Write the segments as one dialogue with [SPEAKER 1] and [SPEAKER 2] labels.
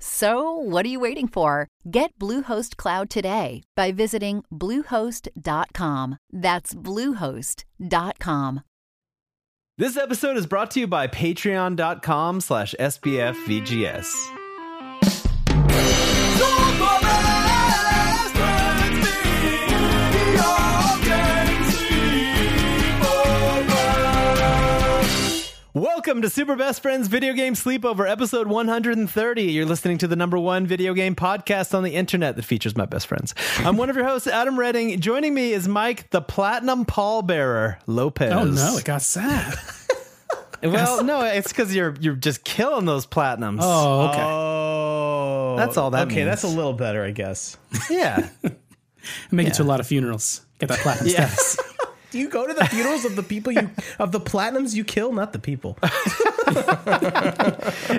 [SPEAKER 1] So, what are you waiting for? Get Bluehost Cloud today by visiting Bluehost.com. That's Bluehost.com.
[SPEAKER 2] This episode is brought to you by patreon.com slash sbfvgs. Welcome to Super Best Friends Video Game Sleepover, episode 130. You're listening to the number one video game podcast on the internet that features my best friends. I'm one of your hosts, Adam Redding. Joining me is Mike, the Platinum Pallbearer Lopez.
[SPEAKER 3] Oh no, it got sad.
[SPEAKER 2] Well, no, it's because you're you're just killing those platinums.
[SPEAKER 3] Oh, okay.
[SPEAKER 4] Uh, Oh,
[SPEAKER 2] That's all that
[SPEAKER 4] Okay,
[SPEAKER 2] means.
[SPEAKER 4] that's a little better, I guess.
[SPEAKER 2] yeah.
[SPEAKER 3] Make it to a lot of funerals. Get that platinum
[SPEAKER 2] Yes.
[SPEAKER 4] Do you go to the funerals of the people you of the platinums you kill, not the people?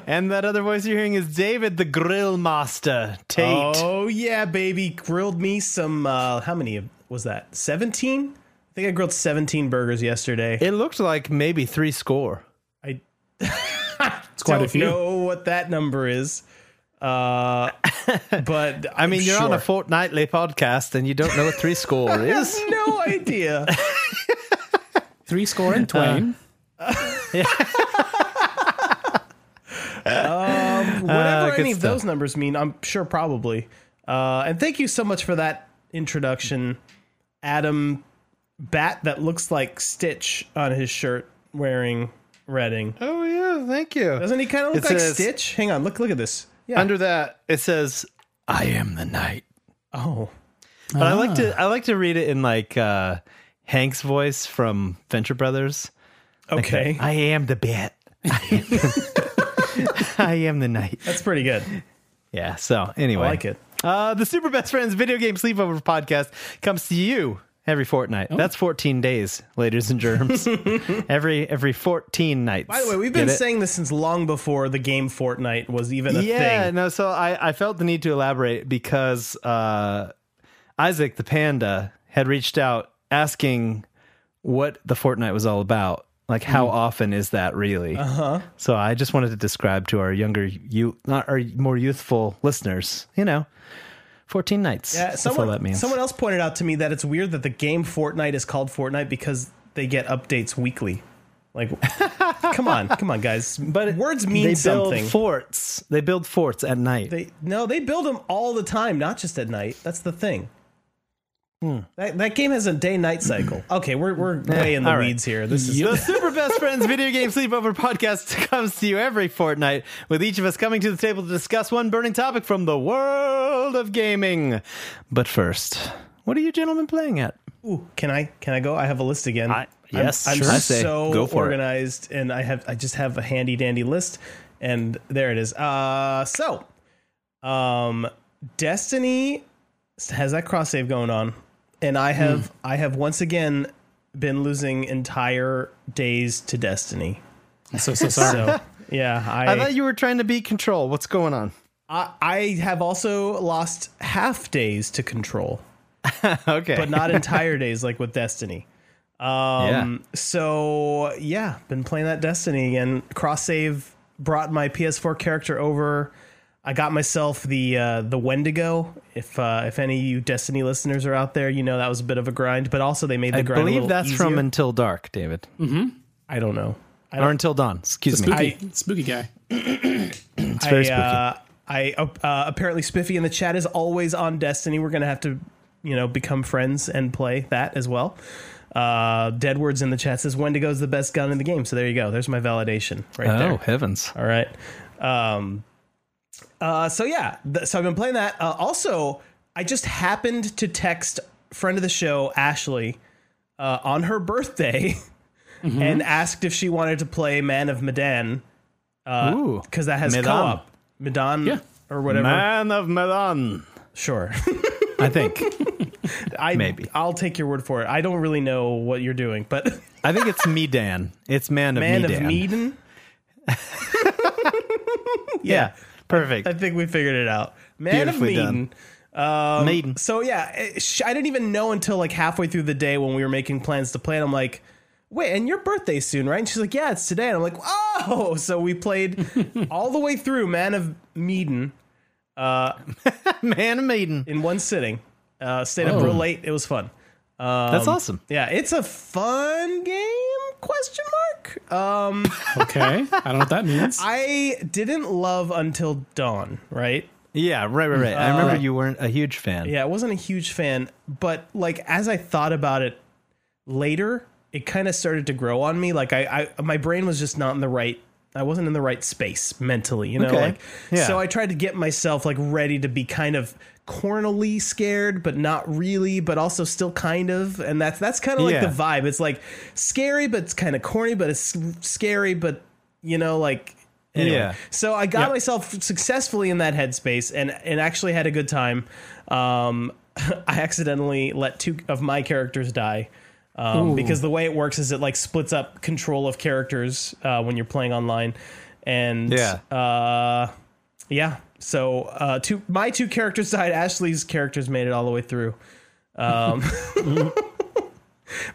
[SPEAKER 2] and that other voice you're hearing is David the Grill Master Tate.
[SPEAKER 4] Oh yeah, baby, grilled me some. Uh, how many was that? Seventeen. I think I grilled seventeen burgers yesterday.
[SPEAKER 2] It looked like maybe three score.
[SPEAKER 4] I
[SPEAKER 3] It's quite
[SPEAKER 4] don't
[SPEAKER 3] a few.
[SPEAKER 4] know what that number is, uh, but
[SPEAKER 2] I mean, you're on a
[SPEAKER 4] full.
[SPEAKER 2] fortnightly podcast and you don't know what three score
[SPEAKER 4] I
[SPEAKER 2] is.
[SPEAKER 4] have no idea.
[SPEAKER 3] Three score and
[SPEAKER 4] Uh,
[SPEAKER 3] twain.
[SPEAKER 4] whatever
[SPEAKER 2] Uh, good
[SPEAKER 4] any of
[SPEAKER 2] stuff.
[SPEAKER 4] those numbers mean, I'm sure probably. Uh, and thank you so much for that introduction, Adam Bat that looks like Stitch on his shirt wearing Redding.
[SPEAKER 2] Oh yeah, thank you.
[SPEAKER 4] Doesn't he kind of look
[SPEAKER 2] It
[SPEAKER 4] like
[SPEAKER 2] says-
[SPEAKER 4] Stitch? Hang on, look look at this. Yeah.
[SPEAKER 2] Under that, it says, "I am the night."
[SPEAKER 4] oh,
[SPEAKER 2] But I like to I like to read it in like uh, Hank's voice from Venture Brothers.
[SPEAKER 4] okay.
[SPEAKER 2] I am the bat. I am the night.
[SPEAKER 4] That's pretty good.
[SPEAKER 2] Yeah. So anyway,
[SPEAKER 4] I like it.
[SPEAKER 2] Uh, the Super Best Friends Video Game Sleepover Podcast comes to you every fortnight.
[SPEAKER 4] Oh.
[SPEAKER 2] That's 14 days, ladies and germs. every every 14 nights.
[SPEAKER 4] By the way, we've
[SPEAKER 2] Get
[SPEAKER 4] been
[SPEAKER 2] it?
[SPEAKER 4] saying this since long before the game Fortnite was even a
[SPEAKER 2] yeah,
[SPEAKER 4] thing.
[SPEAKER 2] no. So I I felt the need to elaborate because uh, Isaac the panda had reached out asking what the Fortnite was all about. Like, how
[SPEAKER 4] Hmm.
[SPEAKER 2] often is that really? Uh huh.
[SPEAKER 4] Uh-huh.
[SPEAKER 2] So I just wanted to describe to our younger, you not our more youthful listeners, you know, fourteen nights.
[SPEAKER 4] Yeah,
[SPEAKER 2] That's
[SPEAKER 4] Uh, someone,
[SPEAKER 2] all that means.
[SPEAKER 4] someone else pointed out to me that it's weird that the game Fortnite is called Fortnite because they get updates weekly. Like, come on, come on, guys. But
[SPEAKER 2] it-
[SPEAKER 4] words
[SPEAKER 2] they
[SPEAKER 4] mean
[SPEAKER 2] build
[SPEAKER 4] something.
[SPEAKER 2] forts. They build forts at night.
[SPEAKER 4] they no, they build them all the time, not just at night. That's the thing.
[SPEAKER 2] Hmm.
[SPEAKER 4] That, that game has a day-night cycle. Okay, we're we're way in the
[SPEAKER 2] all right.
[SPEAKER 4] weeds here. This is
[SPEAKER 2] The Super Best Friends Video Game Sleepover Podcast comes to you every fortnight, with each of us coming to the table to discuss one burning topic from the world of gaming. But first, what are you gentlemen playing at?
[SPEAKER 4] Ooh, can I can I go? I have a list again.
[SPEAKER 2] I-
[SPEAKER 4] I'm-
[SPEAKER 2] yes,
[SPEAKER 4] I'm,
[SPEAKER 2] sure. I say,
[SPEAKER 4] so
[SPEAKER 2] go for it.
[SPEAKER 4] organized, and I have I just have a handy dandy list, and there it is. Uh, so, um, Destiny has that cross save going on, and I
[SPEAKER 2] Hmm.
[SPEAKER 4] have I have once again been losing entire days to Destiny.
[SPEAKER 3] I'm so so sorry.
[SPEAKER 4] So yeah, I
[SPEAKER 2] I thought you were trying to beat Control. What's going on?
[SPEAKER 4] I, I have also lost half days to Control.
[SPEAKER 2] Okay,
[SPEAKER 4] but not entire days like with Destiny. Um, So yeah, been playing that Destiny again. Cross save brought my PS4 character over. I got myself the uh, the Wendigo. If uh, if any of you Destiny listeners are out there, you know that was a bit of a grind. But also they made the
[SPEAKER 2] I
[SPEAKER 4] grind. a
[SPEAKER 2] believe
[SPEAKER 4] little
[SPEAKER 2] that's
[SPEAKER 4] easier. Mm.
[SPEAKER 2] from Until Dark, David,
[SPEAKER 4] I don't know.
[SPEAKER 2] or Until Dawn. Excuse me.
[SPEAKER 3] Spooky, spooky guy.
[SPEAKER 2] it's very spooky.
[SPEAKER 4] I, uh, I uh, apparently Spiffy in the chat is always on Destiny. We're gonna have to, you know, become friends and play that as well. Uh, Dead words in the chat says Wendigo's the best gun in the game. So there you go. There's my validation right
[SPEAKER 2] oh
[SPEAKER 4] there.
[SPEAKER 2] heavens!
[SPEAKER 4] All right. Um, Uh, so yeah, th- so I've been playing that. Uh, also, I just happened to text friend of the show Ashley uh, on her birthday and asked if she wanted to play Man of Medan
[SPEAKER 2] Ooh.
[SPEAKER 4] because Uh, that has
[SPEAKER 2] Medan.
[SPEAKER 4] co-op Medan
[SPEAKER 3] Yeah.
[SPEAKER 4] or whatever.
[SPEAKER 2] Man of Medan.
[SPEAKER 4] Sure,
[SPEAKER 2] I think.
[SPEAKER 4] I
[SPEAKER 2] Maybe.
[SPEAKER 4] I'll take your word for it. I don't really know what you're doing, but
[SPEAKER 2] I think it's Medan. It's Man of
[SPEAKER 4] Man
[SPEAKER 2] Medan.
[SPEAKER 4] of Medan.
[SPEAKER 2] Yeah. Perfect.
[SPEAKER 4] I think we figured it out. Man of
[SPEAKER 2] Beautifully done.
[SPEAKER 4] Medan. Um,
[SPEAKER 2] Medan.
[SPEAKER 4] So yeah, it- sh- I didn't even know until like halfway through the day when we were making plans to play. And I'm like, wait, and your birthday's soon, right? And she's like, yeah, it's today. And I'm like, oh, so we played all the way through Man of Medan
[SPEAKER 2] Man of Medan.
[SPEAKER 4] in one sitting. Uh, stayed up
[SPEAKER 3] Oh.
[SPEAKER 4] real late. It was fun.
[SPEAKER 2] That's
[SPEAKER 4] Um,
[SPEAKER 2] awesome.
[SPEAKER 4] Yeah, it's a fun game? Question mark. Um,
[SPEAKER 3] Okay. I don't know what that means.
[SPEAKER 4] I didn't love Until Dawn, right?
[SPEAKER 2] Yeah, right, right, right. I remember you weren't a huge fan.
[SPEAKER 4] Uh, Yeah, I wasn't a huge fan, but like as I thought about it later, it kind of started to grow on me. Like I, I, my brain was just not in the right. I wasn't in the right space mentally, you know.
[SPEAKER 2] Okay.
[SPEAKER 4] Like,
[SPEAKER 2] Yeah.
[SPEAKER 4] so I tried to get myself like ready to be kind of cornily scared, but not really, but also still kind of. And that's that's kind of like
[SPEAKER 2] Yeah.
[SPEAKER 4] the vibe. It's like scary, but it's kind of corny, but it's scary, but you know, like anyway.
[SPEAKER 2] Yeah.
[SPEAKER 4] So I got
[SPEAKER 2] Yep.
[SPEAKER 4] myself successfully in that headspace and and actually had a good time. Um, I accidentally let two of my characters die. Um, because the way it works is it like splits up control of characters uh, when you're playing online, and
[SPEAKER 2] Yeah.
[SPEAKER 4] uh, yeah. So uh, two my two characters died. Ashley's characters made it all the way through. Um,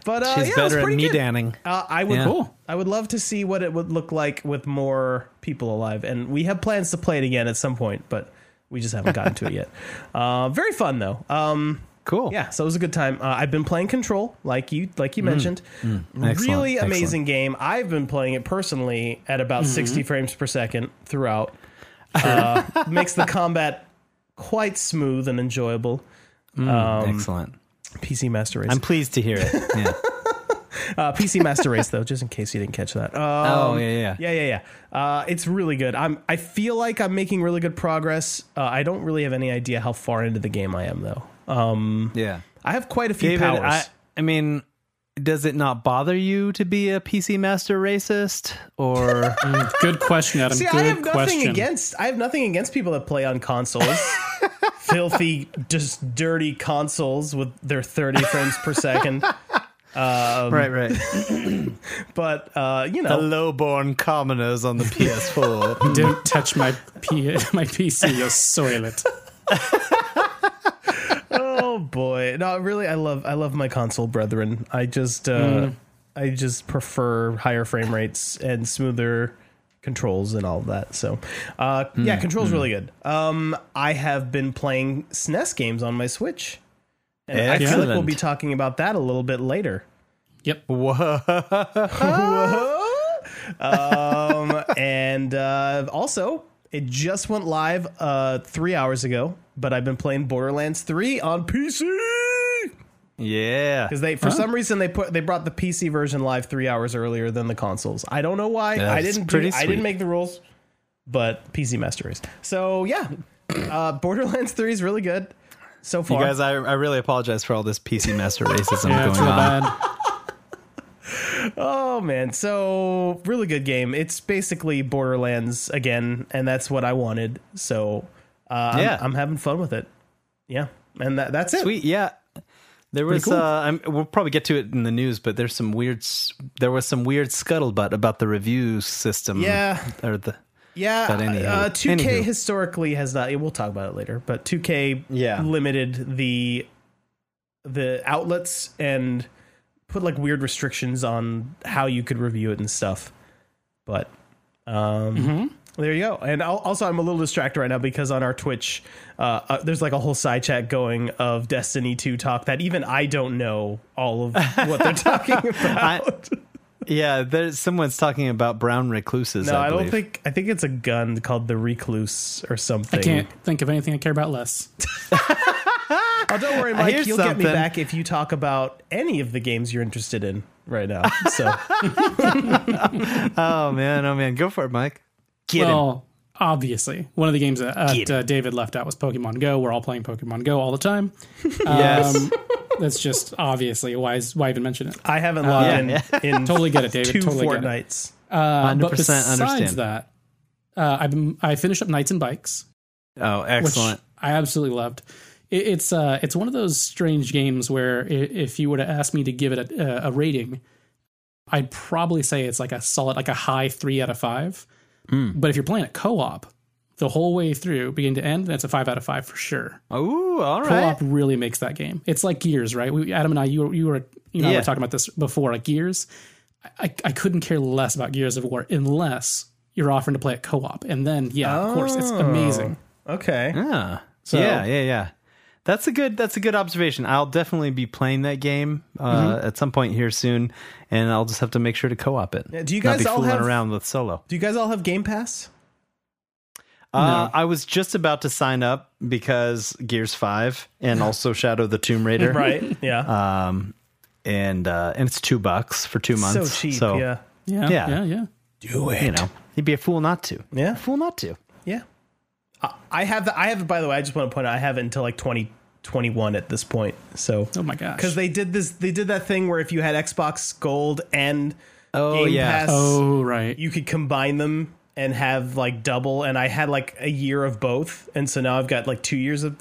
[SPEAKER 4] but uh,
[SPEAKER 2] Mm-hmm. She's
[SPEAKER 4] yeah, it was
[SPEAKER 2] better at
[SPEAKER 4] pretty
[SPEAKER 2] me
[SPEAKER 4] good.
[SPEAKER 2] danning.
[SPEAKER 4] Uh, I would,
[SPEAKER 2] Yeah.
[SPEAKER 3] Cool.
[SPEAKER 4] I would love to see what it would look like with more people alive, and we have plans to play it again at some point, but we just haven't gotten to it yet. Uh, very fun though. Um,
[SPEAKER 2] Cool.
[SPEAKER 4] yeah, so it was a good time. Uh, I've been playing Control, like you, like you mentioned.
[SPEAKER 2] Mm. Excellent,
[SPEAKER 4] Really
[SPEAKER 2] excellent. Mm-hmm.
[SPEAKER 4] amazing game. I've been playing it personally at about sixty frames per second throughout. Uh, makes the combat quite smooth and enjoyable.
[SPEAKER 2] Excellent.
[SPEAKER 4] PC Master Race.
[SPEAKER 2] Um, I'm pleased to hear it. Yeah.
[SPEAKER 4] Uh, PC Master Race, though, just in case you didn't catch that. Um,
[SPEAKER 2] oh, yeah, yeah.
[SPEAKER 4] Yeah, yeah, yeah. Uh, it's really good. I'm. I feel like I'm making really good progress. Uh, I don't really have any idea how far into the game I am though. Um,
[SPEAKER 2] Yeah.
[SPEAKER 4] I have quite a few
[SPEAKER 2] David,
[SPEAKER 4] powers.
[SPEAKER 2] I, I mean, does it not bother you to be a PC master racist or
[SPEAKER 3] Mm, Good question, Adam.
[SPEAKER 4] See,
[SPEAKER 3] Good
[SPEAKER 4] I have nothing
[SPEAKER 3] question.
[SPEAKER 4] against. I have nothing against people that play on consoles. Filthy, just dirty consoles with their 30 frames per second. Um,
[SPEAKER 2] right, right?
[SPEAKER 4] But uh, you
[SPEAKER 2] The
[SPEAKER 4] know,
[SPEAKER 2] lowborn commoners on the PS4.
[SPEAKER 3] Don't touch my P- my PC. You'll soil it.
[SPEAKER 4] oh boy, no, really, I love, I love my console brethren. I just, uh, I just prefer higher frame rates and smoother controls and all of that. So, uh, yeah, controls really good. Um, I have been playing SNES games on my Switch, and I feel like we'll
[SPEAKER 2] Excellent.
[SPEAKER 4] be talking about that a little bit later.
[SPEAKER 3] Yep.
[SPEAKER 4] um, and uh, also, it just went live uh, three hours ago, but I've been playing Borderlands 3 on PC
[SPEAKER 2] yeah.
[SPEAKER 4] because they, for some reason, they put they brought the PC version live three hours earlier than the consoles. I don't know why. I
[SPEAKER 2] That's
[SPEAKER 4] didn't. do-
[SPEAKER 2] pretty
[SPEAKER 4] I
[SPEAKER 2] sweet.
[SPEAKER 4] didn't make the rules, but PC Master Race. So yeah, uh, Borderlands 3 is really good so
[SPEAKER 2] You
[SPEAKER 4] far.
[SPEAKER 2] guys, I, I really apologize for all this PC master racism
[SPEAKER 3] Yeah, it's
[SPEAKER 2] going
[SPEAKER 3] real
[SPEAKER 2] on.
[SPEAKER 3] bad.
[SPEAKER 4] Oh man, so really good game. It's basically Borderlands again, and that's what I wanted. So uh,
[SPEAKER 2] Yeah.
[SPEAKER 4] I'm, I'm having fun with it. Yeah, and that, that's it.
[SPEAKER 2] Sweet, yeah. There was.
[SPEAKER 3] cool.
[SPEAKER 2] Uh, I'm, we'll probably get to it in the news, but there's some weird. s- There was some weird scuttlebutt about the review system.
[SPEAKER 4] Yeah.
[SPEAKER 2] Or the.
[SPEAKER 4] Yeah,
[SPEAKER 2] But anywho.
[SPEAKER 4] uh, 2K
[SPEAKER 2] Anywho.
[SPEAKER 4] historically has not. We'll talk about it later, but 2K
[SPEAKER 2] Yeah.
[SPEAKER 4] limited the the outlets and put like weird restrictions on how you could review it and stuff. But um,
[SPEAKER 3] Mm-hmm.
[SPEAKER 4] there you go. And al- also, I'm a little distracted right now because on our Twitch, uh, uh, there's like a whole side chat going of Destiny 2 talk that even I don't know all of what they're talking about.
[SPEAKER 2] Yeah, there's someone's talking about brown recluses.
[SPEAKER 4] no, I, don't
[SPEAKER 2] believe.
[SPEAKER 4] think. I think it's a gun called the Recluse or something.
[SPEAKER 3] I can't think of anything I care about less.
[SPEAKER 4] Oh, don't worry, Mike.
[SPEAKER 2] hear
[SPEAKER 4] You'll get me
[SPEAKER 2] something.
[SPEAKER 4] back if you talk about any of the games you're interested in right now. So
[SPEAKER 2] Oh man, oh man, go for it, Mike. Get him.
[SPEAKER 3] well, obviously one of the games that, that uh, David left out was Pokemon Go. We're all playing Pokemon Go all the time.
[SPEAKER 2] Yes.
[SPEAKER 3] Um, that's just obviously why is, why even mention it?
[SPEAKER 4] I haven't logged in in
[SPEAKER 3] Totally get it, David.
[SPEAKER 4] two
[SPEAKER 3] totally get it.
[SPEAKER 4] fortnights.
[SPEAKER 3] Uh,
[SPEAKER 2] 100%
[SPEAKER 3] but besides
[SPEAKER 2] understand.
[SPEAKER 3] that, uh, I've been, I finished up Knights and Bikes,
[SPEAKER 2] Oh,
[SPEAKER 3] which
[SPEAKER 2] excellent.
[SPEAKER 3] I absolutely loved. It, it's uh, it's one of those strange games where i- if you were to ask me to give it a, a rating, I'd probably say it's like a solid, like a high three out of five.
[SPEAKER 2] Hmm.
[SPEAKER 3] But if you're playing it co-op the whole way through, beginning to end, that's a five out of five for sure.
[SPEAKER 2] Ooh, all right.
[SPEAKER 3] Co-op really makes that game. It's like Gears, right? We, Adam and I, you were, you were, you know, we
[SPEAKER 2] Yeah.
[SPEAKER 3] were talking about this before. Like Gears, I, I couldn't care less about Gears of War unless you're offering to play it co-op, and then yeah, of course,
[SPEAKER 2] Oh.
[SPEAKER 3] it's amazing.
[SPEAKER 4] Okay.
[SPEAKER 2] Yeah. yeah, yeah, yeah. That's a good. That's a good observation. I'll definitely be playing that game uh,
[SPEAKER 3] Mm-hmm.
[SPEAKER 2] at some point here soon, and I'll just have to make sure to co-op it.
[SPEAKER 4] do you
[SPEAKER 2] Not
[SPEAKER 4] guys
[SPEAKER 2] be
[SPEAKER 4] all
[SPEAKER 2] fooling
[SPEAKER 4] have-
[SPEAKER 2] around with solo?
[SPEAKER 4] Do you guys all have Game Pass?
[SPEAKER 2] Uh, I was just about to sign up because Gears Five and also Shadow the Tomb Raider,
[SPEAKER 4] Yeah.
[SPEAKER 2] Um, and uh, and it's two bucks for two
[SPEAKER 4] so
[SPEAKER 2] months.
[SPEAKER 4] cheap.
[SPEAKER 2] So
[SPEAKER 4] yeah.
[SPEAKER 2] Yeah.
[SPEAKER 3] Yeah, yeah, yeah, yeah.
[SPEAKER 4] Do it.
[SPEAKER 2] you know, he'd be a fool not to.
[SPEAKER 4] Yeah.
[SPEAKER 2] a fool not to.
[SPEAKER 4] Yeah. I, I have the. I have. By the way, I just want to point out I have it until like twenty twenty one at this point. So
[SPEAKER 3] Oh my gosh,
[SPEAKER 4] because they did this, they did that thing where if you had Xbox Gold and
[SPEAKER 2] Oh,
[SPEAKER 4] Game
[SPEAKER 2] yeah.
[SPEAKER 4] Pass,
[SPEAKER 3] oh right,
[SPEAKER 4] you could combine them and have like double. And I had like a year of both, and so now I've got like two years of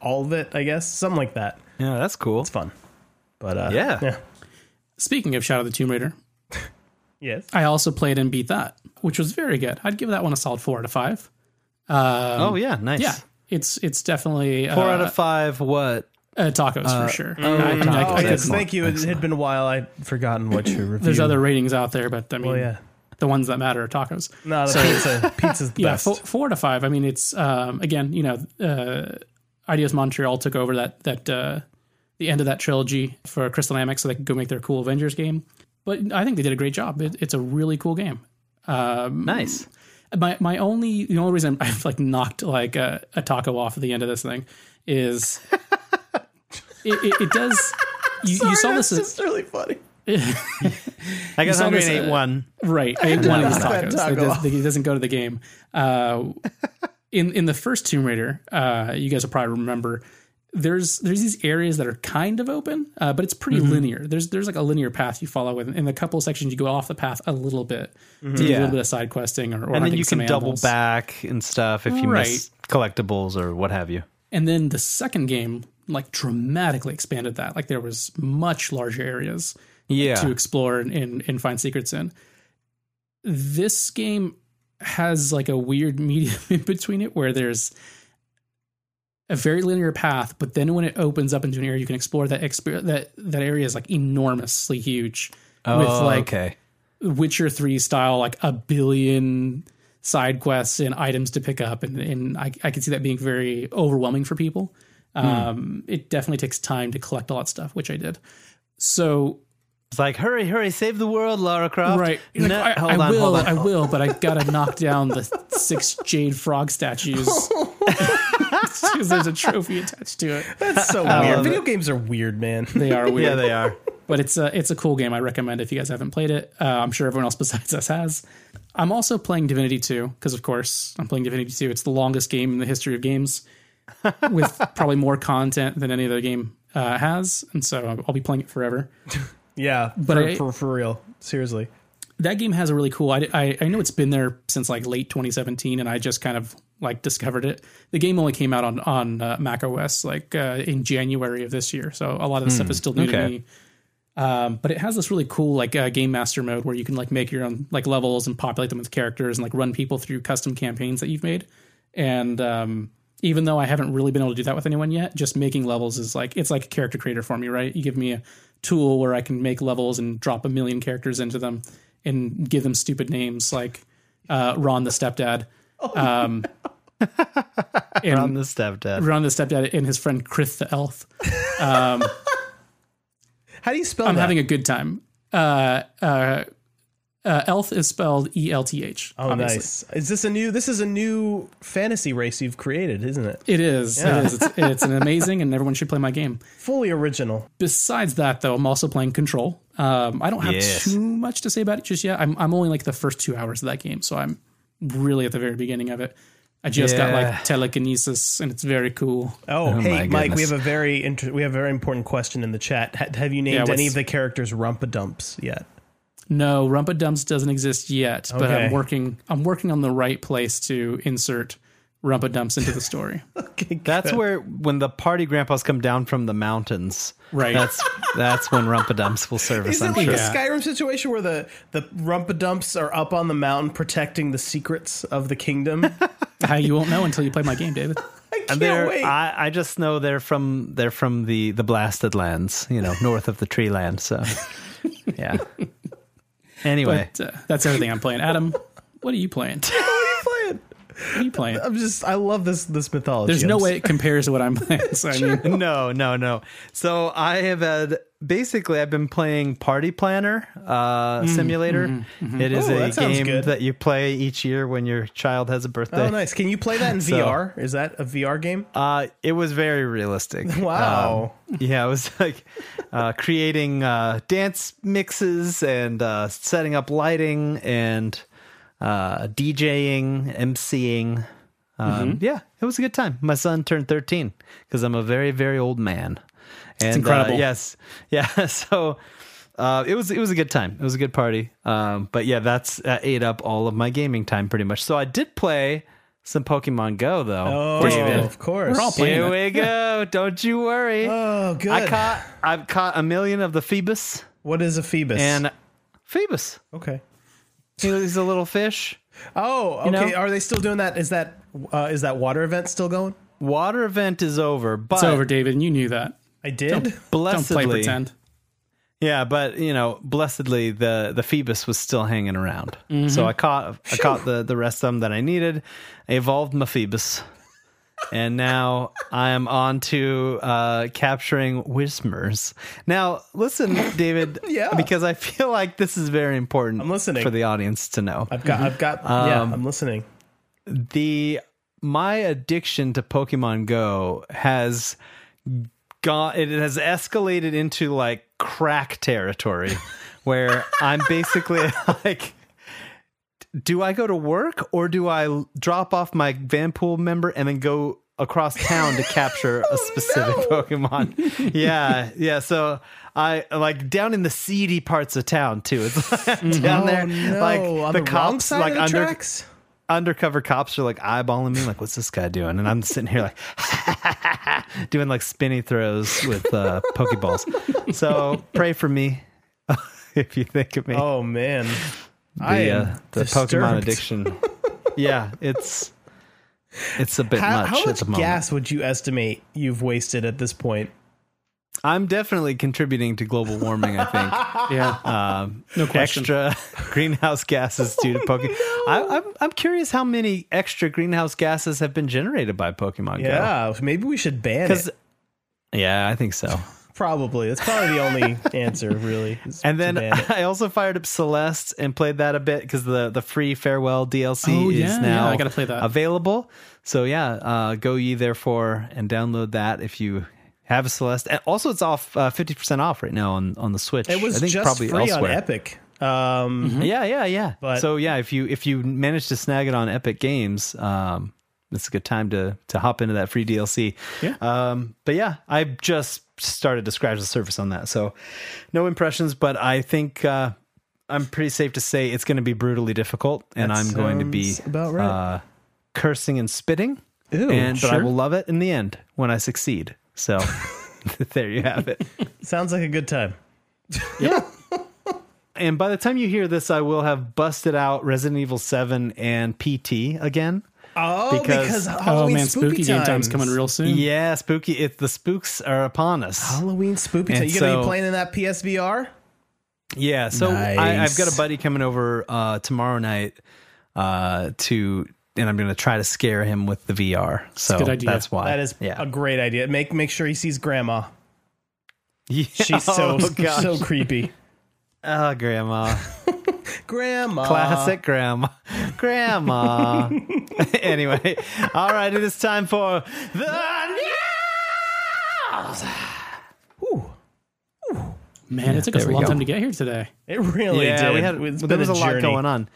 [SPEAKER 4] all of it. I guess something like that.
[SPEAKER 2] Yeah, that's cool.
[SPEAKER 4] It's fun. But uh,
[SPEAKER 2] Yeah.
[SPEAKER 4] yeah,
[SPEAKER 3] Speaking of Shadow of the Tomb Raider,
[SPEAKER 4] yes.
[SPEAKER 3] I also played and beat that, which was very good. I'd give that one a solid four out of five. Um,
[SPEAKER 2] oh yeah, nice.
[SPEAKER 3] yeah, it's it's definitely
[SPEAKER 2] Four
[SPEAKER 3] uh,
[SPEAKER 2] out of five. What?
[SPEAKER 3] uh, tacos for sure. I, I-
[SPEAKER 2] tacos,
[SPEAKER 3] I couldn't-
[SPEAKER 4] Yes,
[SPEAKER 2] Excellent.
[SPEAKER 4] Oh, thank you. It had been a while. I'd forgotten what your review.
[SPEAKER 3] there's other ratings out there, but I mean,
[SPEAKER 4] Oh, yeah.
[SPEAKER 3] the ones that matter are tacos.
[SPEAKER 4] No, the pizza. Pizza's the
[SPEAKER 3] Yeah,
[SPEAKER 4] best.
[SPEAKER 3] four, four to five. I mean, it's um, again, you know, uh, Ideas Montreal took over that that uh, the end of that trilogy for Crystal Dynamics, so they could go make their cool Avengers game. But I think they did a great job. It, it's a really cool game.
[SPEAKER 2] Nice.
[SPEAKER 3] My my only the only reason I've like knocked like a, a taco off at the end of this thing is it, it, it does. You, you saw this
[SPEAKER 4] It's really funny.
[SPEAKER 2] I got
[SPEAKER 3] saw
[SPEAKER 2] hungry
[SPEAKER 3] this,
[SPEAKER 2] and ate
[SPEAKER 3] uh,
[SPEAKER 2] one.
[SPEAKER 3] Right. I ate one of these
[SPEAKER 4] knock that
[SPEAKER 3] tacos.
[SPEAKER 4] taco
[SPEAKER 3] It, does,
[SPEAKER 4] off.
[SPEAKER 3] it doesn't go to the game. Uh, in in the first Tomb Raider, uh, you guys will probably remember. There's there's these areas that are kind of open, uh, but it's pretty
[SPEAKER 2] Mm-hmm.
[SPEAKER 3] linear. There's there's like a linear path you follow with. In a couple of sections, you go off the path a little bit, to do a
[SPEAKER 2] Mm-hmm. Yeah.
[SPEAKER 3] little bit of side questing, or, or
[SPEAKER 2] and then
[SPEAKER 3] hunting
[SPEAKER 2] you
[SPEAKER 3] some
[SPEAKER 2] can double
[SPEAKER 3] animals.
[SPEAKER 2] back and stuff if you miss collectibles or what have you.
[SPEAKER 3] And then the second game like dramatically expanded that. Like there was much larger areas.
[SPEAKER 2] Yeah,
[SPEAKER 3] to explore and, and, and find secrets in. This game has like a weird medium in between it where there's a very linear path, but then when it opens up into an area, you can explore that exp- that that area is like enormously huge
[SPEAKER 2] oh,
[SPEAKER 3] with like
[SPEAKER 2] okay.
[SPEAKER 3] Witcher three style, like a billion side quests and items to pick up, and, and I, I can see that being very overwhelming for people.
[SPEAKER 2] Hmm.
[SPEAKER 3] Um, it definitely takes time to collect all that stuff, which I did. So
[SPEAKER 2] It's like hurry, hurry, save the world, Lara Croft.
[SPEAKER 3] Right. You're
[SPEAKER 2] No,
[SPEAKER 3] like, I,
[SPEAKER 2] hold
[SPEAKER 3] I
[SPEAKER 2] on,
[SPEAKER 3] will,
[SPEAKER 2] hold on.
[SPEAKER 3] I will, but I gotta knock down the six jade frog statues. Because there's a trophy attached to it.
[SPEAKER 4] That's so weird. Video games are weird, man.
[SPEAKER 3] They are weird.
[SPEAKER 2] yeah, they are.
[SPEAKER 3] But it's a, it's a cool game. I recommend if you guys haven't played it. Uh, I'm sure everyone else besides us has. I'm also playing Divinity 2, because of course I'm playing Divinity 2. It's the longest game in the history of games, with probably more content than any other game uh, has. And so I'll be playing it forever.
[SPEAKER 4] Yeah, but
[SPEAKER 3] But
[SPEAKER 4] for,
[SPEAKER 3] I-
[SPEAKER 4] for, for real, seriously.
[SPEAKER 3] that game has a really cool I, I i know it's been there since like late 2017 and i just kind of like discovered it the game only came out on on uh, mac os like uh, in january of this year so a lot of the stuff is still new to
[SPEAKER 2] okay.
[SPEAKER 3] me um, but it has this really cool like uh, game master mode where you can like make your own like levels and populate them with characters and like run people through custom campaigns that you've made and um even though I haven't really been able to do that with anyone yet, just making levels is like it's like a character creator for me, right? You give me a tool where I can make levels and drop a million characters into them and give them stupid names like uh, Ron the stepdad.
[SPEAKER 4] Oh,
[SPEAKER 3] um, and
[SPEAKER 2] On the stepdad.
[SPEAKER 3] Ron the stepdad and his friend Krith the elf.
[SPEAKER 4] How do you spell
[SPEAKER 3] I'm
[SPEAKER 4] that?
[SPEAKER 3] having a good time. Uh, uh, uh, elf is spelled E L T H.
[SPEAKER 4] oh, nice. Is this a new? This is a new fantasy race you've created, isn't it?
[SPEAKER 3] It is. It is. It's, it's an amazing, and everyone should play my game.
[SPEAKER 4] Fully original.
[SPEAKER 3] besides that though i'm also playing control um, i don't have
[SPEAKER 2] Yes.
[SPEAKER 3] too much to say about it just yet I'm, I'm only like the first two hours of that game so i'm really at the very beginning of it. I just got
[SPEAKER 2] Yeah.
[SPEAKER 3] like telekinesis, and it's very cool.
[SPEAKER 4] Oh,
[SPEAKER 2] Oh my
[SPEAKER 4] hey, Mike, we
[SPEAKER 2] goodness.
[SPEAKER 4] have a very inter- we have a very important question in the chat. Ha- have you named
[SPEAKER 3] what's-
[SPEAKER 4] any of the characters Rumpadumps yet?
[SPEAKER 3] No, Rumpa Dumps doesn't exist yet, but
[SPEAKER 4] Okay.
[SPEAKER 3] I'm working. I'm working on the right place to insert Rumpa Dumps into the story.
[SPEAKER 4] Okay,
[SPEAKER 2] That's
[SPEAKER 4] good.
[SPEAKER 2] where when the party grandpas come down from the mountains.
[SPEAKER 3] Right.
[SPEAKER 2] That's that's when Rumpadumps will serve us.
[SPEAKER 4] Is it
[SPEAKER 2] I'm
[SPEAKER 4] like
[SPEAKER 2] sure.
[SPEAKER 4] a
[SPEAKER 3] Yeah.
[SPEAKER 4] Skyrim situation where the the Rumpadumps are up on the mountain protecting the secrets of the kingdom? I
[SPEAKER 3] How you won't know until you play my game, David.
[SPEAKER 4] can't
[SPEAKER 2] They're-
[SPEAKER 4] wait.
[SPEAKER 2] I, I just know they're from they're from the the blasted lands, you know, north of the tree land. So, yeah. Anyway,
[SPEAKER 3] But uh, that's everything I'm playing. Adam, what are you playing? What
[SPEAKER 4] Play it.
[SPEAKER 3] are you playing?
[SPEAKER 4] I'm just I love this this mythology.
[SPEAKER 3] There's no
[SPEAKER 4] I'm
[SPEAKER 3] way it compares to what I'm playing. So I mean,
[SPEAKER 2] no, no, no. So I have had basically I've been playing Party Planner uh, Simulator. It is
[SPEAKER 4] Oh,
[SPEAKER 2] a
[SPEAKER 4] that sounds
[SPEAKER 2] game
[SPEAKER 4] good.
[SPEAKER 2] that you play each year when your child has a birthday.
[SPEAKER 4] Oh, nice. Can you play that in
[SPEAKER 2] So-
[SPEAKER 4] VR? Is that a VR game?
[SPEAKER 2] Uh, it was very realistic.
[SPEAKER 4] Wow.
[SPEAKER 2] Um, yeah, it was like uh, creating uh, dance mixes and uh, setting up lighting and uh, DJing, MCing. Um,
[SPEAKER 4] Mm-hmm.
[SPEAKER 2] Yeah, it was a good time. My son turned 13 because I'm a very, very old man. And, uh,
[SPEAKER 3] incredible.
[SPEAKER 2] yes, yeah. So uh, it was it was a good time. It was a good party. Um, but yeah, that's uh, ate up all of my gaming time pretty much. So I did play some Pokemon Go though.
[SPEAKER 4] Oh,
[SPEAKER 2] David.
[SPEAKER 4] of course.
[SPEAKER 3] We're all Oh, playing
[SPEAKER 2] Here
[SPEAKER 3] it.
[SPEAKER 2] we go. Don't you worry.
[SPEAKER 4] Oh, good.
[SPEAKER 2] I caught I've caught a million of the Phoebus
[SPEAKER 4] what is a Phoebus?
[SPEAKER 2] and Phoebus.
[SPEAKER 4] okay.
[SPEAKER 2] He- He's a little fish.
[SPEAKER 4] Oh, okay.
[SPEAKER 2] know?
[SPEAKER 4] Are they still doing that? Is that uh, is that water event still going?
[SPEAKER 2] Water event is over, but
[SPEAKER 3] it's over, David, and you knew that.
[SPEAKER 4] I did.
[SPEAKER 3] Don't play
[SPEAKER 2] blessedly,
[SPEAKER 3] pretend.
[SPEAKER 2] yeah, but you know, blessedly the the Phoebus was still hanging around.
[SPEAKER 4] Mm-hmm.
[SPEAKER 2] So I caught I caught the the rest of them that I needed. I evolved my Phoebus, and now I am on to uh, capturing Whismers. Now listen, David,
[SPEAKER 4] Yeah.
[SPEAKER 2] because I feel like this is very important.
[SPEAKER 4] I'm listening.
[SPEAKER 2] for the audience to know.
[SPEAKER 4] I've got. I've got. yeah,
[SPEAKER 3] Um,
[SPEAKER 4] I'm listening.
[SPEAKER 2] the my addiction to Pokemon Go has gone it has escalated into like crack territory where I'm basically like do I go to work or do I l- drop off my Vanpool member and then go across town to capture
[SPEAKER 4] Oh,
[SPEAKER 2] a specific Pokemon? Yeah, yeah. So I like down in the seedy parts of town too. It's like, down there, like
[SPEAKER 4] Mm-hmm. Oh, on
[SPEAKER 2] the,
[SPEAKER 4] wrong
[SPEAKER 2] cops,
[SPEAKER 4] side
[SPEAKER 2] like
[SPEAKER 4] of the
[SPEAKER 2] under
[SPEAKER 4] tracks?
[SPEAKER 2] undercover cops are like eyeballing me, like, what's this guy doing? And I'm sitting here like doing like spinny throws with uh, Pokeballs. So pray for me if you think of me.
[SPEAKER 4] Oh man,
[SPEAKER 2] the
[SPEAKER 4] I am
[SPEAKER 2] uh, the Pokemon
[SPEAKER 4] disturbed.
[SPEAKER 2] addiction. yeah, it's it's a bit
[SPEAKER 4] How,
[SPEAKER 2] much
[SPEAKER 4] how
[SPEAKER 2] at
[SPEAKER 4] much
[SPEAKER 2] the moment.
[SPEAKER 4] gas would you estimate you've wasted at this point?
[SPEAKER 2] I'm definitely contributing to global warming. I think
[SPEAKER 3] Yeah. no question.
[SPEAKER 2] extra greenhouse gases due to
[SPEAKER 4] Oh,
[SPEAKER 2] Pokemon. I, I'm I'm curious how many extra greenhouse gases have been generated by Pokemon Go.
[SPEAKER 4] Yeah, maybe we should ban
[SPEAKER 2] Because
[SPEAKER 4] it.
[SPEAKER 2] yeah, I think so.
[SPEAKER 4] Probably. That's probably the only answer, really. is
[SPEAKER 2] And
[SPEAKER 4] to
[SPEAKER 2] then
[SPEAKER 4] ban it.
[SPEAKER 2] I also fired up Celeste and played that a bit because the the free farewell DLC
[SPEAKER 3] Oh,
[SPEAKER 2] is
[SPEAKER 3] yeah,
[SPEAKER 2] now
[SPEAKER 3] yeah, I gotta play that.
[SPEAKER 2] available. So yeah, uh, go ye therefore and download that if you have a Celeste. And also, it's off uh, fifty percent off right now on on the Switch.
[SPEAKER 4] it was
[SPEAKER 2] I think
[SPEAKER 4] just
[SPEAKER 2] probably
[SPEAKER 4] free
[SPEAKER 2] elsewhere.
[SPEAKER 4] on Epic. Um,
[SPEAKER 2] Yeah, yeah, yeah.
[SPEAKER 4] But-
[SPEAKER 2] so yeah, if you if you manage to snag it on Epic Games, um, it's a good time to to hop into that free DLC.
[SPEAKER 3] Yeah.
[SPEAKER 2] Um, but yeah, I just started to scratch the surface on that, so no impressions. But I think uh, I'm pretty safe to say it's going to be brutally difficult, and
[SPEAKER 4] That
[SPEAKER 2] I'm going to be
[SPEAKER 4] sounds about right.
[SPEAKER 2] uh, cursing and spitting.
[SPEAKER 4] Ew,
[SPEAKER 2] and but I
[SPEAKER 3] sure.
[SPEAKER 2] will love it in the end when I succeed. So there you have it.
[SPEAKER 4] Sounds like a good time.
[SPEAKER 2] And by the time you hear this, I will have busted out Resident Evil 7 and PT again.
[SPEAKER 4] Oh,
[SPEAKER 2] Because-
[SPEAKER 4] because,
[SPEAKER 3] Oh
[SPEAKER 4] Halloween
[SPEAKER 3] man,
[SPEAKER 4] spooky,
[SPEAKER 3] spooky game time's coming real soon. Oh,
[SPEAKER 2] Yeah, spooky. It, the spooks are upon us.
[SPEAKER 4] Halloween spooky time.
[SPEAKER 2] And
[SPEAKER 4] You gonna
[SPEAKER 2] so-
[SPEAKER 4] be playing in that PSVR?
[SPEAKER 2] Yeah, so I, I've
[SPEAKER 4] Nice.
[SPEAKER 2] got a buddy coming over uh, tomorrow night uh, to, and I'm going to try to scare him with the VR. So
[SPEAKER 3] good idea.
[SPEAKER 2] that's why.
[SPEAKER 4] That is
[SPEAKER 2] yeah.
[SPEAKER 4] a great idea. Make make sure he sees Grandma.
[SPEAKER 2] Yeah.
[SPEAKER 4] She's so
[SPEAKER 2] oh, gosh.
[SPEAKER 4] so creepy.
[SPEAKER 2] oh, grandma.
[SPEAKER 4] Grandma.
[SPEAKER 2] Classic grandma. Grandma. anyway, all right, it is time for the news.
[SPEAKER 4] Ooh,
[SPEAKER 3] Man, it took us
[SPEAKER 2] there we
[SPEAKER 3] a long
[SPEAKER 2] go.
[SPEAKER 3] time to get here today.
[SPEAKER 4] it really
[SPEAKER 2] yeah,
[SPEAKER 4] Oh, did.
[SPEAKER 2] we had
[SPEAKER 4] It's
[SPEAKER 2] there was a, lot
[SPEAKER 4] journey.
[SPEAKER 2] going on.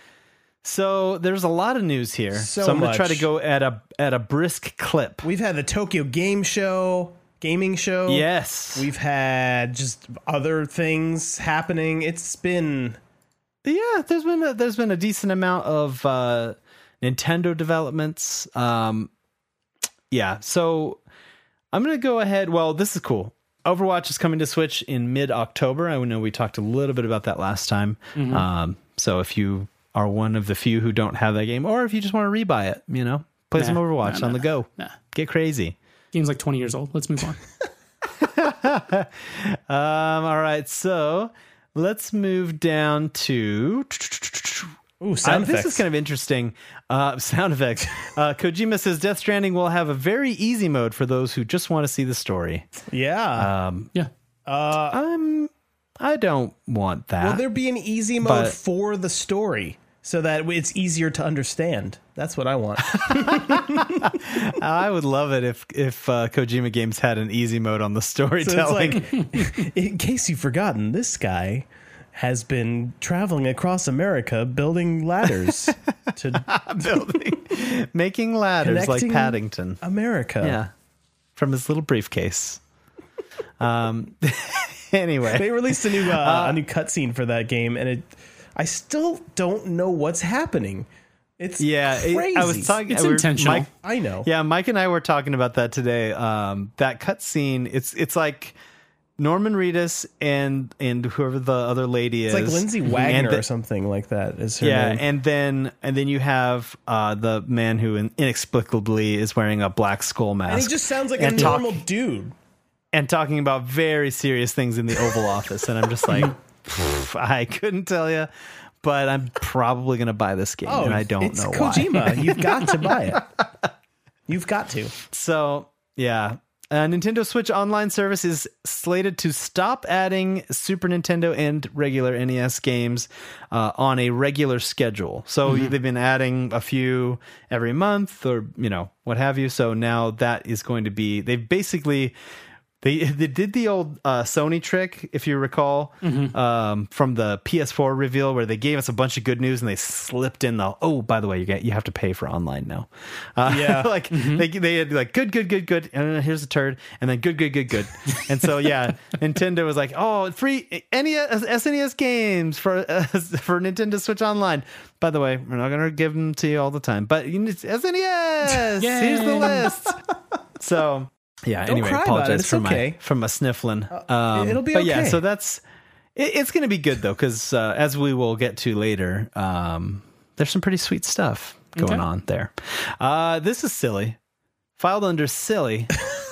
[SPEAKER 2] So there's a lot of news here.
[SPEAKER 4] So
[SPEAKER 2] So, I'm going to try
[SPEAKER 4] much.
[SPEAKER 2] to go at a at a brisk clip.
[SPEAKER 4] We've had the Tokyo Game Show, gaming show.
[SPEAKER 2] yes.
[SPEAKER 4] We've had just other things happening. It's been
[SPEAKER 2] yeah, there's been a, there's been a decent amount of uh, Nintendo developments. Um, yeah, so I'm gonna go ahead. Well, this is cool. Overwatch is coming to Switch in mid October. I know we talked a little bit about that last time. Um, so if you are one of the few who don't have that game, or if you just want to rebuy it, you know, play some
[SPEAKER 3] Nah,
[SPEAKER 2] Overwatch
[SPEAKER 3] nah,
[SPEAKER 2] on the
[SPEAKER 3] nah,
[SPEAKER 2] go.
[SPEAKER 3] nah.
[SPEAKER 2] Get crazy.
[SPEAKER 3] Game's like 20 years old. Let's move on.
[SPEAKER 2] Um, all right, so let's move down to
[SPEAKER 4] ooh sound
[SPEAKER 2] Uh,
[SPEAKER 4] effects.
[SPEAKER 2] This is kind of interesting. Uh, sound effects. Uh, Kojima says Death Stranding will have a very easy mode for those who just want to see the story. Uh,
[SPEAKER 4] yeah.
[SPEAKER 3] Yeah.
[SPEAKER 2] I'm. I don't want that.
[SPEAKER 4] Will there be an easy mode
[SPEAKER 2] but-
[SPEAKER 4] for the story so that it's easier to understand? That's what I want.
[SPEAKER 2] I would love it if if uh, Kojima Games had an easy mode on the
[SPEAKER 4] So
[SPEAKER 2] storytelling.
[SPEAKER 4] it's like, in case you've forgotten, this guy has been traveling across America building ladders to
[SPEAKER 2] building, making ladders
[SPEAKER 4] Connecting-
[SPEAKER 2] like
[SPEAKER 4] Oh.
[SPEAKER 2] Paddington.
[SPEAKER 4] America.
[SPEAKER 2] Yeah, from his little briefcase. Um. anyway,
[SPEAKER 4] They released a new uh, a new cutscene for that game, and it I still don't know what's happening. It's
[SPEAKER 2] yeah, it-
[SPEAKER 4] crazy.
[SPEAKER 2] I was talking.
[SPEAKER 3] It's
[SPEAKER 2] we were-
[SPEAKER 3] intentional.
[SPEAKER 2] Mike-
[SPEAKER 4] I know.
[SPEAKER 2] Yeah, Mike and I were talking about that today. Um, that cutscene, it's it's like Norman Reedus and and whoever the other lady
[SPEAKER 4] it's
[SPEAKER 2] is,
[SPEAKER 4] like Lindsay
[SPEAKER 2] And
[SPEAKER 4] Wagner
[SPEAKER 2] the-
[SPEAKER 4] or something like that. Is her
[SPEAKER 2] Yeah,
[SPEAKER 4] name.
[SPEAKER 2] and then and then you have uh, the man who in- inexplicably is wearing a black skull mask,
[SPEAKER 4] And he just sounds like a
[SPEAKER 2] and talk-
[SPEAKER 4] normal dude.
[SPEAKER 2] and talking about very serious things in the Oval Office, and I'm just like, "Pff, I couldn't tell you, but I'm probably gonna buy this game, and I don't
[SPEAKER 4] Oh, it's
[SPEAKER 2] know why.
[SPEAKER 4] Kojima. You've got to buy it. You've got to.
[SPEAKER 2] So yeah, uh, Nintendo Switch Online service is slated to stop adding Super Nintendo and regular NES games uh, on a regular schedule. So they've been adding a few every month, or you know what have you. So now that is going to be they've basically. They, they did the old uh, Sony trick, if you recall, um, from the PS4 reveal, where they gave us a bunch of good news and they slipped in the oh, by the way, you get you have to pay for online now. Uh,
[SPEAKER 4] Yeah.
[SPEAKER 2] like they they had like good, good, good, good, and then here's a turd, and then good, good, good, good, and so yeah, Nintendo was like, oh, free NES SNES E games for uh, for Nintendo Switch Online. By the way, we're not gonna give them to you all the time, but you need SNES. here's the
[SPEAKER 3] Yay.
[SPEAKER 2] list. So yeah.
[SPEAKER 4] Don't
[SPEAKER 2] anyway,
[SPEAKER 4] cry about it.
[SPEAKER 2] apologize
[SPEAKER 4] It's
[SPEAKER 2] for
[SPEAKER 4] okay. Uh,
[SPEAKER 2] my for my sniffling. Um,
[SPEAKER 4] it'll be
[SPEAKER 2] but yeah,
[SPEAKER 4] okay.
[SPEAKER 2] so that's it, it's going to be good though, because uh, as we will get to later, um, there's some pretty sweet stuff going
[SPEAKER 3] Okay.
[SPEAKER 2] on there. Uh, this is silly, filed under silly.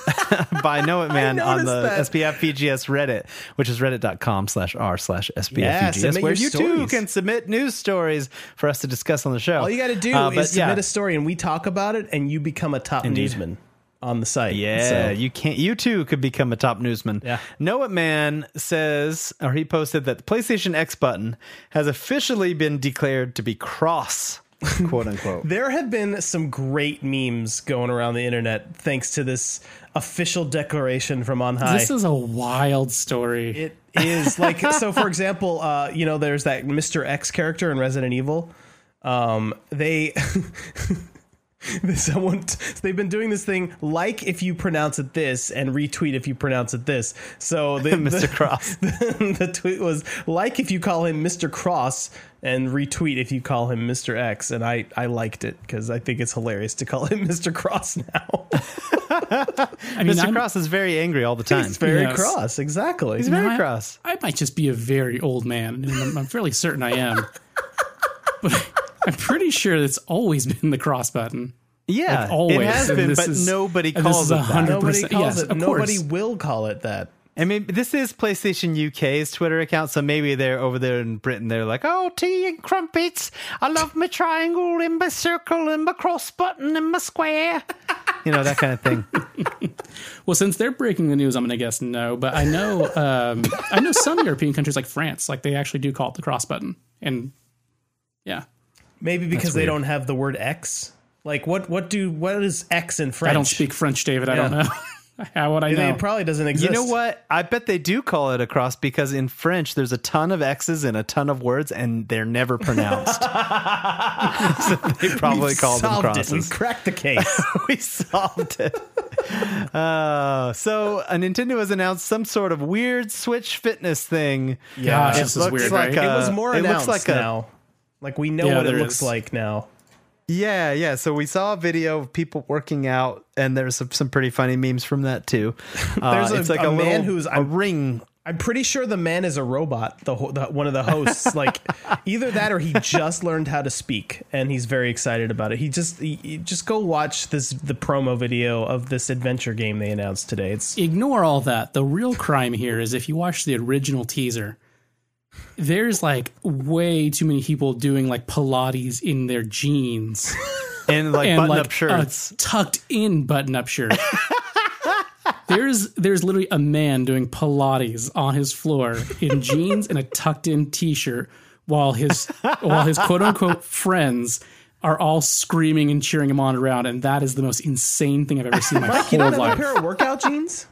[SPEAKER 2] by know it man on the
[SPEAKER 4] noticed
[SPEAKER 2] SBF PGS Reddit, which is reddit.com slash r slash SBF
[SPEAKER 4] Yeah,
[SPEAKER 2] PGS,
[SPEAKER 4] submit
[SPEAKER 2] where
[SPEAKER 4] your
[SPEAKER 2] you too
[SPEAKER 4] stories.
[SPEAKER 2] can submit news stories for us to discuss on the show.
[SPEAKER 4] All you got to do
[SPEAKER 2] Uh, but
[SPEAKER 4] is submit
[SPEAKER 2] yeah.
[SPEAKER 4] a story, and we talk about it, and you become a top newsman on the site.
[SPEAKER 2] Yeah,
[SPEAKER 4] So-
[SPEAKER 2] you can't. You too could become a top newsman.
[SPEAKER 4] Yeah.
[SPEAKER 2] Know It Man says, or he posted that the PlayStation X button has officially been declared to be cross, quote unquote.
[SPEAKER 4] There have been some great memes going around the internet thanks to this official declaration from on high.
[SPEAKER 3] This is a wild story.
[SPEAKER 4] it is like so. For example, uh, you know, there's that Mr. X character in Resident Evil. Um, they someone they've been doing this thing like if you pronounce it this and retweet if you pronounce it this. So the,
[SPEAKER 2] Mr.
[SPEAKER 4] the-
[SPEAKER 2] Cross.
[SPEAKER 4] the tweet was like if you call him Mr. Cross and retweet if you call him Mr. X and I I liked it cuz I think it's hilarious to call him Mr. Cross now.
[SPEAKER 3] I mean,
[SPEAKER 2] Mr.
[SPEAKER 3] I'm-
[SPEAKER 2] Cross is very angry all the time.
[SPEAKER 4] He's very
[SPEAKER 3] Yes.
[SPEAKER 4] cross, exactly.
[SPEAKER 2] He's very
[SPEAKER 3] I-
[SPEAKER 2] cross.
[SPEAKER 3] I might just be a very old man, and I'm, I'm fairly certain I am. but I'm pretty sure it's always been the cross button.
[SPEAKER 2] Yeah,
[SPEAKER 3] Like always.
[SPEAKER 2] it has
[SPEAKER 3] and
[SPEAKER 2] been,
[SPEAKER 3] this
[SPEAKER 2] but
[SPEAKER 3] is-
[SPEAKER 2] nobody
[SPEAKER 3] and this
[SPEAKER 2] calls
[SPEAKER 3] is
[SPEAKER 2] it
[SPEAKER 3] a
[SPEAKER 2] that.
[SPEAKER 3] hundred-
[SPEAKER 4] Nobody
[SPEAKER 3] 100%,
[SPEAKER 4] calls
[SPEAKER 3] yes,
[SPEAKER 4] it.
[SPEAKER 3] of
[SPEAKER 4] Nobody
[SPEAKER 3] course.
[SPEAKER 4] will call it that.
[SPEAKER 2] I mean, this is PlayStation UK's Twitter account, so maybe they're over there in Britain. They're like, "Oh, tea and crumpets. I love my triangle and my circle and my cross button and my square." you know that kind of thing.
[SPEAKER 3] Well, since they're breaking the news, I'm going to guess no. But I know, um, I know some European countries like France, like they actually do call it the cross button, and yeah,
[SPEAKER 4] Maybe because they don't have the word X. Like what what do what is X in French?
[SPEAKER 3] I don't speak French, David. I don't
[SPEAKER 4] Yeah.
[SPEAKER 3] know. How would I know?
[SPEAKER 4] It probably doesn't
[SPEAKER 2] You
[SPEAKER 4] exist.
[SPEAKER 2] know what? I bet they do call it a cross because in French there's a ton of X's and a ton of words and they're never pronounced. so they probably
[SPEAKER 4] We've
[SPEAKER 2] call them
[SPEAKER 4] solved it. We
[SPEAKER 2] crosses.
[SPEAKER 4] cracked the case.
[SPEAKER 2] we solved it. Uh, so a Nintendo has announced some sort of weird Switch fitness thing.
[SPEAKER 3] Gosh,
[SPEAKER 2] It
[SPEAKER 3] this is
[SPEAKER 2] looks
[SPEAKER 3] weird,
[SPEAKER 2] like
[SPEAKER 3] right?
[SPEAKER 2] a-
[SPEAKER 4] it was more
[SPEAKER 2] it looks
[SPEAKER 4] announced
[SPEAKER 2] like a-
[SPEAKER 4] now. like we know
[SPEAKER 3] Yeah,
[SPEAKER 4] what it
[SPEAKER 3] there
[SPEAKER 4] looks
[SPEAKER 3] is.
[SPEAKER 4] like now.
[SPEAKER 2] Yeah, yeah. So we saw a video of people working out, and there's some, some pretty funny memes from that too. Uh,
[SPEAKER 4] There's a-
[SPEAKER 2] it's like
[SPEAKER 4] a
[SPEAKER 2] a,
[SPEAKER 4] man
[SPEAKER 2] little-
[SPEAKER 4] who's-
[SPEAKER 2] a
[SPEAKER 4] I'm-
[SPEAKER 2] ring.
[SPEAKER 4] I'm pretty sure the man is a robot. The, ho- the one of the hosts, like either that or he just learned how to speak, and he's very excited about it. He just he, he- just go watch this the promo video of this adventure game they announced today. It's
[SPEAKER 3] Ignore all that. The real crime here is if you watch the original teaser, there's like way too many people doing like Pilates in their jeans
[SPEAKER 2] and like
[SPEAKER 3] and
[SPEAKER 2] button
[SPEAKER 3] like
[SPEAKER 2] up shirts.
[SPEAKER 3] a tucked in button up shirt. there's there's literally a man doing Pilates on his floor in jeans and a tucked in t shirt while his while his quote unquote friends are all screaming and cheering him on around, and that is the most insane thing I've ever seen in my
[SPEAKER 4] you
[SPEAKER 3] whole
[SPEAKER 4] don't have a
[SPEAKER 3] life.
[SPEAKER 4] pair of workout jeans.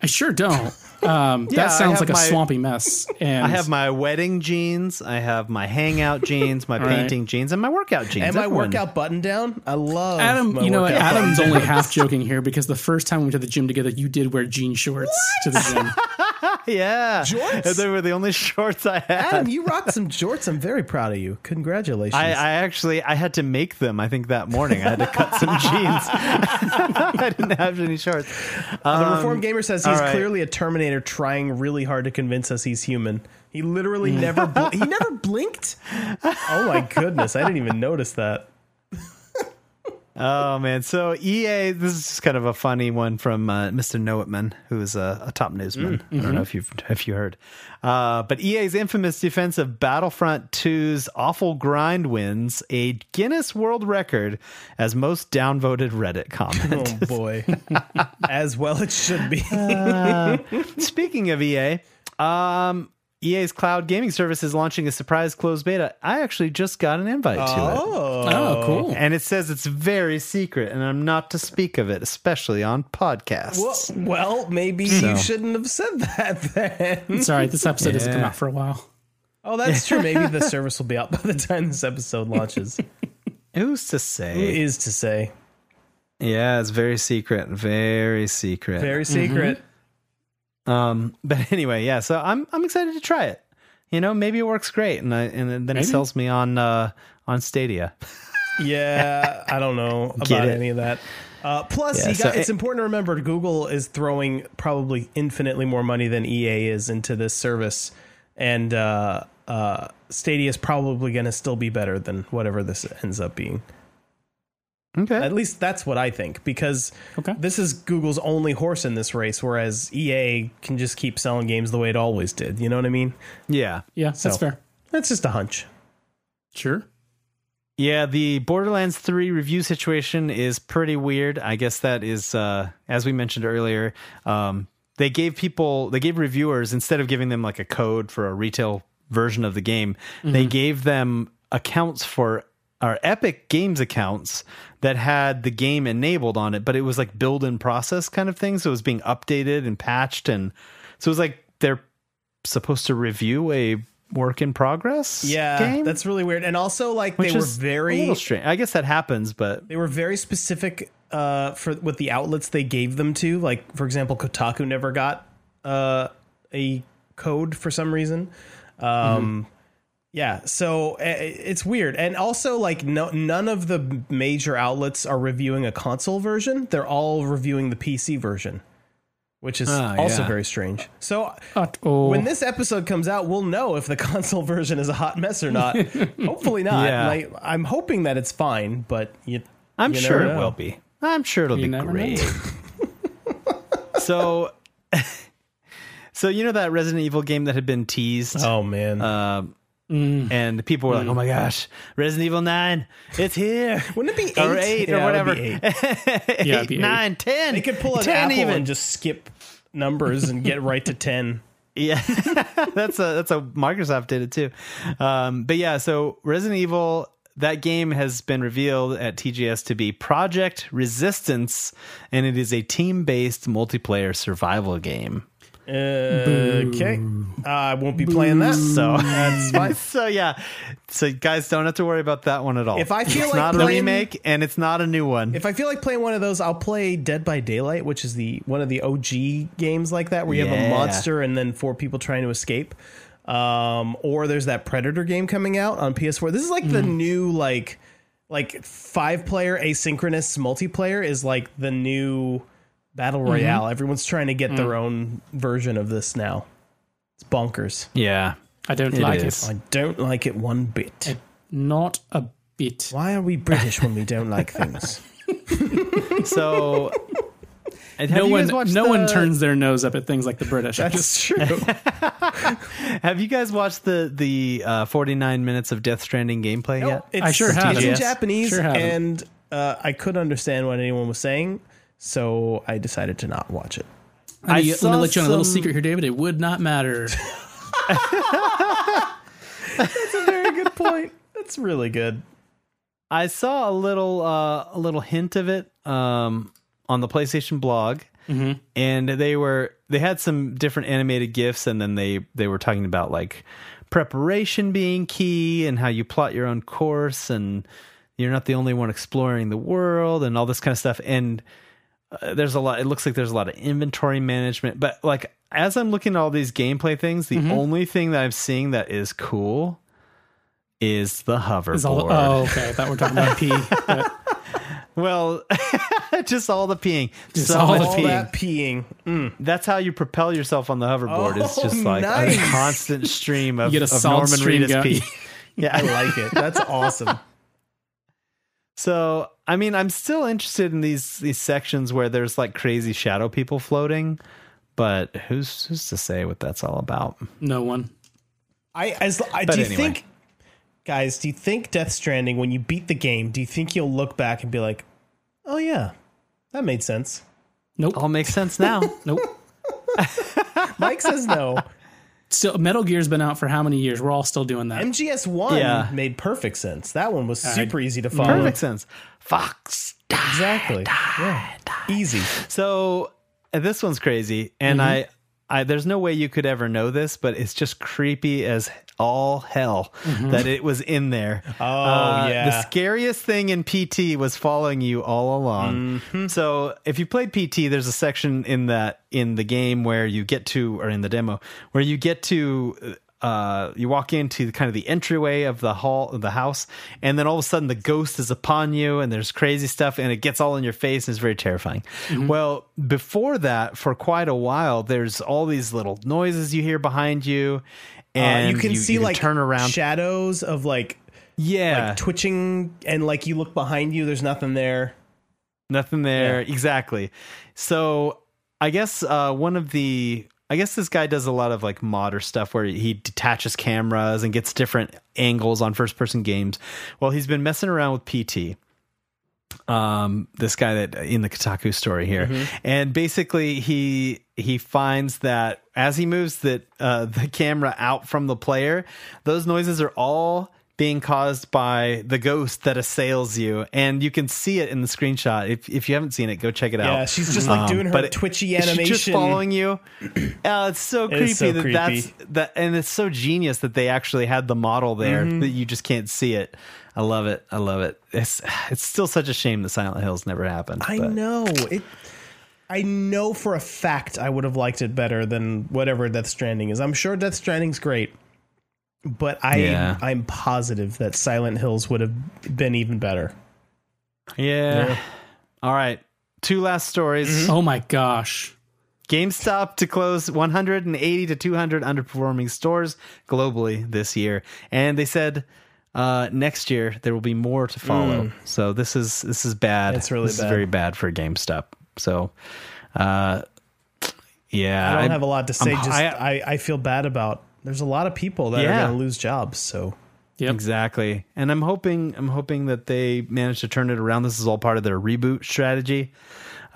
[SPEAKER 3] I sure don't. Um,
[SPEAKER 2] Yeah, I
[SPEAKER 3] that sounds
[SPEAKER 2] have
[SPEAKER 3] like a
[SPEAKER 2] my-
[SPEAKER 3] swampy mess. And
[SPEAKER 2] I have my wedding jeans. I have my hangout jeans, my
[SPEAKER 3] Right.
[SPEAKER 2] painting jeans, and my workout jeans.
[SPEAKER 4] And my
[SPEAKER 2] Everyone-
[SPEAKER 4] workout button down. I love
[SPEAKER 3] Adam,
[SPEAKER 4] my
[SPEAKER 3] you know what?
[SPEAKER 4] workout button
[SPEAKER 3] Adam's
[SPEAKER 4] down.
[SPEAKER 3] only half joking here because the first time we went to the gym together, you did wear jean shorts to the gym.
[SPEAKER 2] Yeah,
[SPEAKER 4] Jorts?
[SPEAKER 2] And They were the only shorts I had.
[SPEAKER 4] Adam, you rocked some jorts. I'm very proud of you. Congratulations.
[SPEAKER 2] I, I actually I had to make them. I think that morning I had to cut some jeans. I didn't have any shorts.
[SPEAKER 4] The Reform Gamer says he's
[SPEAKER 2] Um, all right.
[SPEAKER 4] clearly a Terminator trying really hard to convince us he's human. He literally never bl- he never blinked. Oh my goodness, I didn't even notice that.
[SPEAKER 2] Oh man! So EA, this is just kind of a funny one from uh, Mr. Nowitman, who is a, a top newsman. I don't know if you've if you heard, uh, but EA's infamous defense of Battlefront 2's awful grind wins a Guinness World Record as most downvoted Reddit comment.
[SPEAKER 4] Oh boy. As well it should be.
[SPEAKER 2] Uh, Speaking of EA, um, EA's cloud gaming service is launching a surprise closed beta. I actually just got an invite to it.
[SPEAKER 3] Oh, cool.
[SPEAKER 2] And it says it's very secret, and I'm not to speak of it, especially on podcasts.
[SPEAKER 4] Well, well, maybe you shouldn't have said that then.
[SPEAKER 3] It's all right. This episode doesn't come
[SPEAKER 2] Yeah.
[SPEAKER 3] out for a while.
[SPEAKER 4] Oh, that's true. Maybe the service will be out by the time this episode launches.
[SPEAKER 2] Who's to say?
[SPEAKER 4] is to say.
[SPEAKER 2] Yeah, it's very secret, very secret.
[SPEAKER 4] Very secret.
[SPEAKER 2] um, but anyway, yeah. So I'm I'm excited to try it. You know, maybe it works great, and I, and then it
[SPEAKER 3] Maybe.
[SPEAKER 2] sells me on uh, on Stadia.
[SPEAKER 4] Yeah, I don't know
[SPEAKER 2] Get
[SPEAKER 4] about
[SPEAKER 2] it.
[SPEAKER 4] any of that. Uh, plus,
[SPEAKER 2] Yeah,
[SPEAKER 4] you got,
[SPEAKER 2] so
[SPEAKER 4] it's
[SPEAKER 2] it-
[SPEAKER 4] important to remember Google is throwing probably infinitely more money than EA is into this service, and uh, uh, Stadia is probably going to still be better than whatever this ends up being.
[SPEAKER 2] Okay.
[SPEAKER 4] At least that's what I think because
[SPEAKER 3] Okay.
[SPEAKER 4] this is Google's only horse in this race, whereas EA can just keep selling games the way it always did. You know what I mean?
[SPEAKER 2] Yeah.
[SPEAKER 3] Yeah,
[SPEAKER 4] So.
[SPEAKER 3] that's fair.
[SPEAKER 4] That's just a hunch.
[SPEAKER 3] Sure.
[SPEAKER 2] Yeah, the Borderlands 3 review situation is pretty weird. I guess that is, uh, as we mentioned earlier, um, they gave people, they gave reviewers, instead of giving them like a code for a retail version of the game, they
[SPEAKER 4] Mm-hmm.
[SPEAKER 2] gave them accounts for our Epic Games accounts that had the game enabled on it, but it was like build and process kind of thing. So it was being updated and patched. And so it was like they're supposed to review a work in progress
[SPEAKER 4] Yeah,
[SPEAKER 2] game?
[SPEAKER 4] that's really weird. And also, like
[SPEAKER 2] which
[SPEAKER 4] they were
[SPEAKER 2] is a
[SPEAKER 4] very
[SPEAKER 2] little strange. I guess that happens, but
[SPEAKER 4] they were very specific uh, for with the outlets they gave them to. Like for example, Kotaku never got uh, a code for some reason. Um,
[SPEAKER 2] Mm-hmm.
[SPEAKER 4] Yeah, so uh, it's weird, and also like no, none of the major outlets are reviewing a console version. They're all reviewing the PC version, which is
[SPEAKER 2] Ah,
[SPEAKER 4] also
[SPEAKER 2] yeah.
[SPEAKER 4] very strange. So
[SPEAKER 3] But, oh,
[SPEAKER 4] when this episode comes out, we'll know if the console version is a hot mess or not. Hopefully not.
[SPEAKER 2] Yeah.
[SPEAKER 4] And I, am hoping that it's fine, but you,
[SPEAKER 2] I'm
[SPEAKER 4] you
[SPEAKER 2] sure
[SPEAKER 4] never
[SPEAKER 2] it
[SPEAKER 4] know.
[SPEAKER 2] will be. I'm sure it'll
[SPEAKER 3] You
[SPEAKER 2] be
[SPEAKER 3] never know.
[SPEAKER 2] great. so, so you know that Resident Evil game that had been teased,
[SPEAKER 4] Oh Mm. man,
[SPEAKER 2] um, and people were like, "Oh my gosh, Resident Evil Nine, it's here!"
[SPEAKER 4] wouldn't it be eight
[SPEAKER 2] or eight or
[SPEAKER 4] Yeah, it would
[SPEAKER 2] whatever.
[SPEAKER 4] be eight.
[SPEAKER 2] eight,
[SPEAKER 3] Yeah, it'd be eight.
[SPEAKER 2] nine, ten.
[SPEAKER 4] They could pull an
[SPEAKER 2] ten
[SPEAKER 4] apple
[SPEAKER 2] even.
[SPEAKER 4] and just skip numbers and get right to ten.
[SPEAKER 2] Yeah, that's a that's a Microsoft did it too. Um, but yeah, so Resident Evil That game has been revealed at TGS to be Project Resistance, and it is a team based multiplayer survival game.
[SPEAKER 4] Okay. Uh, I won't be playing that.
[SPEAKER 2] So
[SPEAKER 4] That's fine.
[SPEAKER 2] so yeah, so guys, don't have to worry about that one at all.
[SPEAKER 4] If I feel
[SPEAKER 2] it's
[SPEAKER 4] like
[SPEAKER 2] not a
[SPEAKER 4] playing-
[SPEAKER 2] remake and it's not a new one.
[SPEAKER 4] If I feel like playing one of those, I'll play Dead by Daylight, which is the one of the OG games like that, where you have
[SPEAKER 2] Yeah.
[SPEAKER 4] a monster and then four people trying to escape. Um, or there's that Predator game coming out on PS4. This is like the new like like five player asynchronous multiplayer is like the new battle royale. Everyone's trying to get their own version of this now. It's bonkers.
[SPEAKER 2] yeah,
[SPEAKER 3] I don't
[SPEAKER 2] It
[SPEAKER 3] like
[SPEAKER 2] is.
[SPEAKER 3] it.
[SPEAKER 4] I don't like it one bit.
[SPEAKER 3] Not a bit.
[SPEAKER 4] Why are we British when we don't like things?
[SPEAKER 2] so. and have
[SPEAKER 3] No
[SPEAKER 2] you guys
[SPEAKER 3] one,
[SPEAKER 2] watched
[SPEAKER 3] no one
[SPEAKER 2] the-
[SPEAKER 3] turns their nose up at things like the British. I just-
[SPEAKER 4] That's true.
[SPEAKER 2] Have you guys watched the the uh, 49 minutes of Death Stranding gameplay yet?
[SPEAKER 4] Oh, It's,
[SPEAKER 3] I sure
[SPEAKER 4] It's in
[SPEAKER 2] haven't.
[SPEAKER 4] Japanese,
[SPEAKER 3] Sure haven't.
[SPEAKER 4] and uh, I couldn't understand what anyone was saying, so I decided to not watch it.
[SPEAKER 3] I'm
[SPEAKER 2] I
[SPEAKER 3] going to
[SPEAKER 2] saw
[SPEAKER 3] let you on a little
[SPEAKER 2] some-
[SPEAKER 3] secret here, David. It would not matter.
[SPEAKER 4] Very good point. That's really good.
[SPEAKER 2] I saw a little uh, a little hint of it um, on the PlayStation blog, Mm-hmm. and they were they had some different animated gifs, and then they they were talking about like preparation being key and how you plot your own course, and you're not the only one exploring the world, and all this kind of stuff. And uh, there's a lot. It looks like there's a lot of inventory management, but like as I'm looking at all these gameplay things, the only thing that I'm seeing that is cool is the hoverboard.
[SPEAKER 3] It's all- oh, okay. I thought we were talking about pee. but
[SPEAKER 2] Well, just all the peeing.
[SPEAKER 3] Just
[SPEAKER 2] so
[SPEAKER 3] all
[SPEAKER 2] much
[SPEAKER 3] the
[SPEAKER 4] All
[SPEAKER 2] peeing.
[SPEAKER 4] that peeing.
[SPEAKER 2] That's how you propel yourself on the hoverboard. It's
[SPEAKER 4] Oh,
[SPEAKER 2] just like a
[SPEAKER 4] nice.
[SPEAKER 2] constant stream of,
[SPEAKER 3] You get a
[SPEAKER 2] of
[SPEAKER 3] solid
[SPEAKER 2] Norman
[SPEAKER 3] stream
[SPEAKER 2] Reedus
[SPEAKER 3] going.
[SPEAKER 2] pee.
[SPEAKER 4] I
[SPEAKER 2] yeah.
[SPEAKER 4] like it. That's awesome.
[SPEAKER 2] So, I mean, I'm still interested in these these sections where there's like crazy shadow people floating, but who's who's to say what that's all about?
[SPEAKER 3] no one.
[SPEAKER 4] I as I
[SPEAKER 2] But
[SPEAKER 4] do you
[SPEAKER 2] anyway.
[SPEAKER 4] think, guys. Do you think Death Stranding, when you beat the game, do you think you'll look back and be like, "Oh yeah, that made sense"?
[SPEAKER 3] Nope.
[SPEAKER 2] All makes sense now.
[SPEAKER 3] Nope.
[SPEAKER 4] Mike says no.
[SPEAKER 3] Still, Metal Gear's been out for how many years? We're all still doing that.
[SPEAKER 4] MGS One
[SPEAKER 2] Yeah.
[SPEAKER 4] made perfect sense. That one was super easy to follow.
[SPEAKER 2] Perfect sense. Fox.
[SPEAKER 4] Exactly. Yeah. Easy.
[SPEAKER 2] So uh, this one's crazy, and I, I there's no way you could ever know this, but it's just creepy as all hell that it was in there. Oh
[SPEAKER 4] yeah.
[SPEAKER 2] the scariest thing in PT was following you all along.
[SPEAKER 4] Mm-hmm.
[SPEAKER 2] So if you played PT, there's a section in that in the game where you get to, or in the demo, where you get to. Uh, you walk into kind of the entryway of the hall of the house, and then all of a sudden the ghost is upon you, and there's crazy stuff, and it gets all in your face, and it's very terrifying.
[SPEAKER 4] Mm-hmm.
[SPEAKER 2] Well, before that, for quite a while, there's all these little noises you hear behind you, and
[SPEAKER 4] uh, you can see like
[SPEAKER 2] turn around, Uh.
[SPEAKER 4] shadows of like
[SPEAKER 2] yeah,
[SPEAKER 4] like twitching and like you look behind you there's nothing there
[SPEAKER 2] Nothing there. Exactly. So I guess uh, one of the I guess this guy does a lot of like modder stuff where he detaches cameras and gets different angles on first person games. Well, he's been messing around with PT um, this guy that in the Kotaku story here,
[SPEAKER 4] Mm-hmm.
[SPEAKER 2] and basically he he finds that as he moves that uh, the camera out from the player, those noises are all being caused by the ghost that assails you, and you can see it in the screenshot. If if you haven't seen it, go check it out.
[SPEAKER 4] yeah she's just like
[SPEAKER 2] Um,
[SPEAKER 4] doing her
[SPEAKER 2] but it-
[SPEAKER 4] twitchy
[SPEAKER 2] she's
[SPEAKER 4] animation
[SPEAKER 2] just following you. Uh, it's so creepy
[SPEAKER 4] is so
[SPEAKER 2] that
[SPEAKER 4] creepy.
[SPEAKER 2] that's that, and it's so genius that they actually had the model there
[SPEAKER 4] Mm-hmm.
[SPEAKER 2] that you just can't see it. I love it. I love it. It's it's still such a shame that Silent Hills never happened.
[SPEAKER 4] i
[SPEAKER 2] but-
[SPEAKER 4] know it i know for a fact i would have liked it better than whatever death stranding is i'm sure death stranding's great but i
[SPEAKER 2] Yeah.
[SPEAKER 4] i'm positive that silent hills would have been even better
[SPEAKER 2] Yeah. All right. Two last stories.
[SPEAKER 4] Mm-hmm.
[SPEAKER 3] Oh my gosh.
[SPEAKER 2] GameStop to close 180 to 200 underperforming stores globally this year, and they said uh, next year there will be more to follow. So this is this is bad.
[SPEAKER 4] Mm. It's really
[SPEAKER 2] this is
[SPEAKER 4] bad.
[SPEAKER 2] very bad for GameStop. So, uh, yeah,
[SPEAKER 4] i don't have a lot to say
[SPEAKER 2] I'm-
[SPEAKER 4] just
[SPEAKER 2] I-
[SPEAKER 4] I, I feel bad about there's a lot of people that
[SPEAKER 2] Yeah.
[SPEAKER 4] are going to lose jobs so
[SPEAKER 3] Yep.
[SPEAKER 2] Exactly. And I'm hoping I'm hoping that they manage to turn it around. This is all part of their reboot strategy.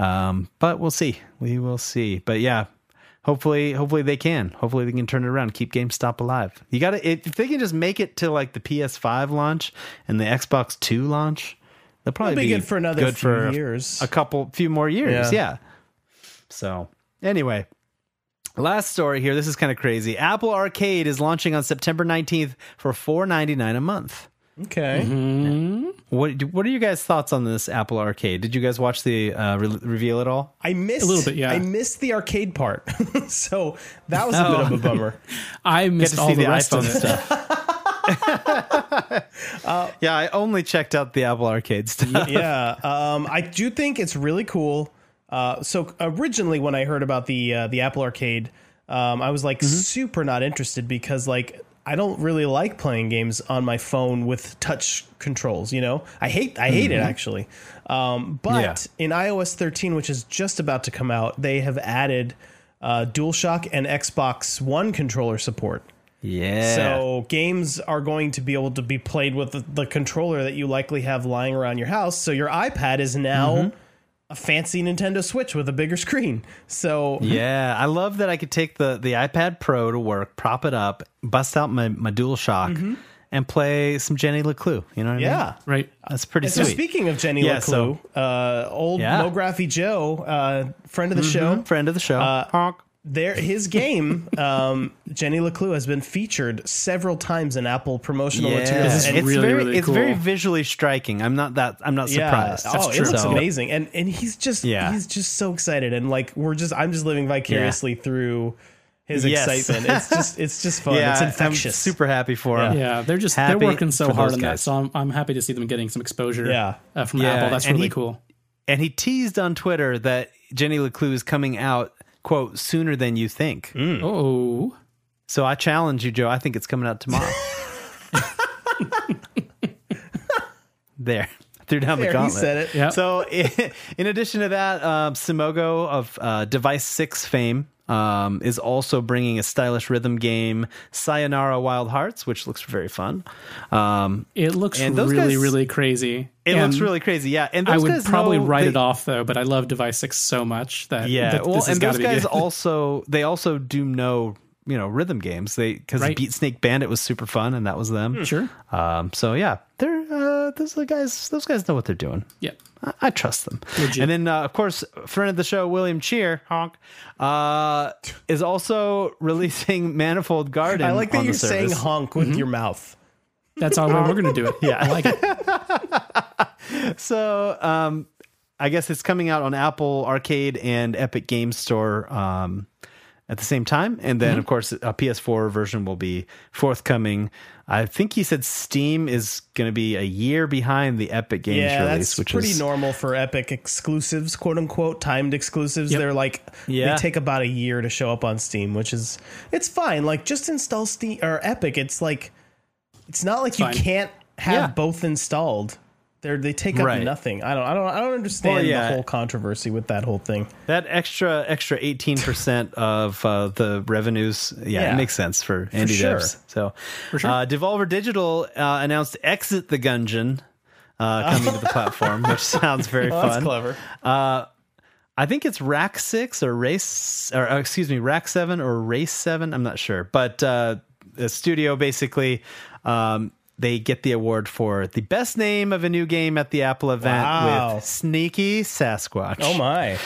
[SPEAKER 2] Um, but we'll see. We will see. But yeah, hopefully hopefully they can hopefully they can turn it around keep gamestop alive you gotta if if they can just make it to like the ps5 launch and the xbox 2 launch they'll probably
[SPEAKER 4] It'll be good for another
[SPEAKER 2] good
[SPEAKER 4] few
[SPEAKER 2] for
[SPEAKER 4] years.
[SPEAKER 2] a couple few more years
[SPEAKER 4] Yeah.
[SPEAKER 2] yeah. so anyway last story here this is kind of crazy apple arcade is launching on september 19th for 4.99 a month
[SPEAKER 4] Okay.
[SPEAKER 2] what do- what are you guys thoughts on this apple arcade did you guys watch the uh, re- reveal at all
[SPEAKER 4] I missed
[SPEAKER 3] A little bit, yeah.
[SPEAKER 4] I missed the arcade part, so that was a
[SPEAKER 2] Oh.
[SPEAKER 4] bit of a bummer.
[SPEAKER 3] I missed
[SPEAKER 2] to
[SPEAKER 3] all
[SPEAKER 2] see
[SPEAKER 3] the,
[SPEAKER 2] the
[SPEAKER 3] rest of
[SPEAKER 2] iPhone
[SPEAKER 3] it.
[SPEAKER 2] yeah i only checked out the apple arcade stuff
[SPEAKER 4] yeah, um, I do think it's really cool. Uh, so originally, when I heard about the uh, the Apple Arcade, um, I was like super not interested because like I don't really like playing games on my phone with touch controls. You know, I hate I hate it actually. Um, but in iOS 13, which is just about to come out, they have added uh, DualShock and Xbox One controller support.
[SPEAKER 2] yeah
[SPEAKER 4] So games are going to be able to be played with the, the controller that you likely have lying around your house. So your iPad is now
[SPEAKER 2] Mm-hmm.
[SPEAKER 4] a fancy Nintendo Switch with a bigger screen. So
[SPEAKER 2] Yeah, I love that I could take the the iPad Pro to work, prop it up, bust out my my DualShock, and play some Jenny LeClue. You know what I mean?
[SPEAKER 4] yeah.
[SPEAKER 3] Right.
[SPEAKER 2] that's pretty
[SPEAKER 4] So
[SPEAKER 2] sweet.
[SPEAKER 4] speaking of Jenny
[SPEAKER 2] Yeah,
[SPEAKER 4] yeah,
[SPEAKER 2] so-
[SPEAKER 4] uh, old
[SPEAKER 2] Yeah. Mm-hmm.
[SPEAKER 4] Mo Graphy Joe, uh, friend of the show,
[SPEAKER 2] Friend of the show, honk.
[SPEAKER 4] there his game, um, Jenny LeClue has been featured several times in Apple promotional materials.
[SPEAKER 3] This is
[SPEAKER 4] And
[SPEAKER 2] it's
[SPEAKER 3] really,
[SPEAKER 2] very
[SPEAKER 3] really
[SPEAKER 2] it's very
[SPEAKER 3] cool.
[SPEAKER 2] visually striking. I'm not that I'm not surprised.
[SPEAKER 4] Oh, it looks
[SPEAKER 2] So-
[SPEAKER 4] amazing, and and he's just
[SPEAKER 2] Yeah.
[SPEAKER 4] he's just so excited, and like we're just I'm just living vicariously through his
[SPEAKER 2] Yes.
[SPEAKER 4] excitement. It's just it's just fun.
[SPEAKER 2] Yeah,
[SPEAKER 4] it's
[SPEAKER 2] I'm
[SPEAKER 4] infectious.
[SPEAKER 2] super happy for him.
[SPEAKER 3] Yeah, they're just
[SPEAKER 2] Happy
[SPEAKER 3] they're working so
[SPEAKER 2] for
[SPEAKER 3] hard
[SPEAKER 2] those
[SPEAKER 3] on
[SPEAKER 2] guys.
[SPEAKER 3] that. So I'm, I'm happy to see them getting some exposure.
[SPEAKER 4] Yeah.
[SPEAKER 3] uh, from
[SPEAKER 2] Yeah,
[SPEAKER 3] Apple. That's
[SPEAKER 2] and
[SPEAKER 3] really
[SPEAKER 2] he-
[SPEAKER 3] cool.
[SPEAKER 2] And he teased on Twitter that Jenny LeClue is coming out quote sooner than you think.
[SPEAKER 3] Oh,
[SPEAKER 2] So I challenge you, Joe. I think it's coming out tomorrow. there. Threw down the
[SPEAKER 4] There, he
[SPEAKER 2] gauntlet.
[SPEAKER 4] said it.
[SPEAKER 3] Yep.
[SPEAKER 2] So, i- in addition to that, um, Simogo of uh, Device 6 fame um, is also bringing a stylish rhythm game, Sayonara Wild Hearts, which looks very fun. Um,
[SPEAKER 3] it looks
[SPEAKER 2] And those
[SPEAKER 3] really
[SPEAKER 2] guys-
[SPEAKER 3] really crazy.
[SPEAKER 2] it
[SPEAKER 3] And
[SPEAKER 2] looks really crazy. Yeah. And
[SPEAKER 3] I
[SPEAKER 2] those
[SPEAKER 3] would
[SPEAKER 2] guys
[SPEAKER 3] probably
[SPEAKER 2] know
[SPEAKER 3] write
[SPEAKER 2] they-
[SPEAKER 3] it off though, but I love Device Six so much that
[SPEAKER 2] Yeah,
[SPEAKER 3] that
[SPEAKER 2] well,
[SPEAKER 3] this has
[SPEAKER 2] and
[SPEAKER 3] got
[SPEAKER 2] those
[SPEAKER 3] to be
[SPEAKER 2] guys
[SPEAKER 3] good.
[SPEAKER 2] also they also do know you know rhythm games. They because
[SPEAKER 3] Right.
[SPEAKER 2] Beat Snake Bandit was super fun, and that was them.
[SPEAKER 3] Sure.
[SPEAKER 2] Um. So yeah, they're uh, those are guys. Those guys know what they're doing.
[SPEAKER 3] yeah.
[SPEAKER 2] I, I trust them.
[SPEAKER 3] Legit.
[SPEAKER 2] And then uh, of course, friend of the show William Cheer honk uh, is also releasing Manifold Garden.
[SPEAKER 4] I like that
[SPEAKER 2] on
[SPEAKER 4] you're
[SPEAKER 2] the
[SPEAKER 4] saying Mm-hmm.
[SPEAKER 2] service.
[SPEAKER 4] honk with your mouth.
[SPEAKER 3] That's how we're going to do it. Yeah, I like it.
[SPEAKER 2] So um, I guess it's coming out on Apple Arcade and Epic Game Store um, at the same time, and
[SPEAKER 4] Mm-hmm.
[SPEAKER 2] then of course a PS4 version will be forthcoming. I think he said Steam is going to be a year behind the Epic Games
[SPEAKER 4] Yeah,
[SPEAKER 2] release,
[SPEAKER 4] that's
[SPEAKER 2] which
[SPEAKER 4] pretty
[SPEAKER 2] is
[SPEAKER 4] normal for Epic exclusives, quote unquote, timed exclusives. They're like
[SPEAKER 2] Yeah.
[SPEAKER 4] they take about a year to show up on Steam, which is it's fine. Like just install Steam or Epic. It's like it's not like you
[SPEAKER 3] fine.
[SPEAKER 4] can't have
[SPEAKER 2] Yeah.
[SPEAKER 4] both installed. They're they take up
[SPEAKER 2] Right.
[SPEAKER 4] nothing. I don't I don't I don't understand
[SPEAKER 2] yeah.
[SPEAKER 4] the whole controversy with that whole thing.
[SPEAKER 2] that extra extra eighteen percent of uh, the revenues. Yeah,
[SPEAKER 4] Yeah.
[SPEAKER 2] it makes sense for Andy
[SPEAKER 4] sure.
[SPEAKER 2] Devs. So, uh, Devolver Digital uh, announced Exit the Gungeon. Uh, coming to the platform, which sounds very fun.
[SPEAKER 4] clever.
[SPEAKER 2] I think it's rack six or race, or uh, excuse me, rack seven or race seven. I'm not sure, but uh, the studio basically um, they get the award for the best name of a new game at the Apple event
[SPEAKER 4] Wow.
[SPEAKER 2] with Sneaky Sasquatch.
[SPEAKER 4] Oh my.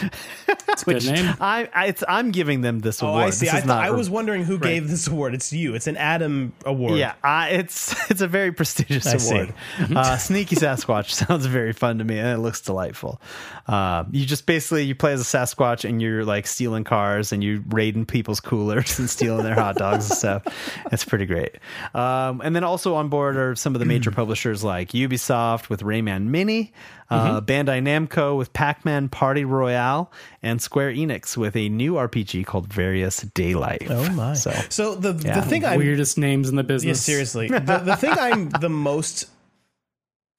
[SPEAKER 3] It's a good name.
[SPEAKER 2] I, I it's, I'm giving them this
[SPEAKER 4] Oh,
[SPEAKER 2] award.
[SPEAKER 4] I see.
[SPEAKER 2] This
[SPEAKER 4] I,
[SPEAKER 2] is
[SPEAKER 4] thought
[SPEAKER 2] not
[SPEAKER 4] I was wondering who gave this award. It's you. It's an Adam award.
[SPEAKER 2] Yeah, I, it's it's a very prestigious
[SPEAKER 4] I see. Mm-hmm.
[SPEAKER 2] award. Uh, Sneaky Sasquatch sounds very fun to me, and it looks delightful. Uh, you just basically you play as a Sasquatch, and you're like stealing cars, and you raiding people's coolers and stealing their hot dogs and stuff. It's pretty great. Um, and then also on board are some of the
[SPEAKER 4] Mm.
[SPEAKER 2] major publishers like Ubisoft with Rayman Mini, uh,
[SPEAKER 4] Mm-hmm.
[SPEAKER 2] Bandai Namco with Pac-Man Party Royale, and Square Enix with a new RPG called Various Daylight.
[SPEAKER 4] Oh my.
[SPEAKER 2] So
[SPEAKER 4] So, the the thing I'm
[SPEAKER 3] Weirdest names in the business.
[SPEAKER 4] Yeah, seriously. the, the thing I'm the most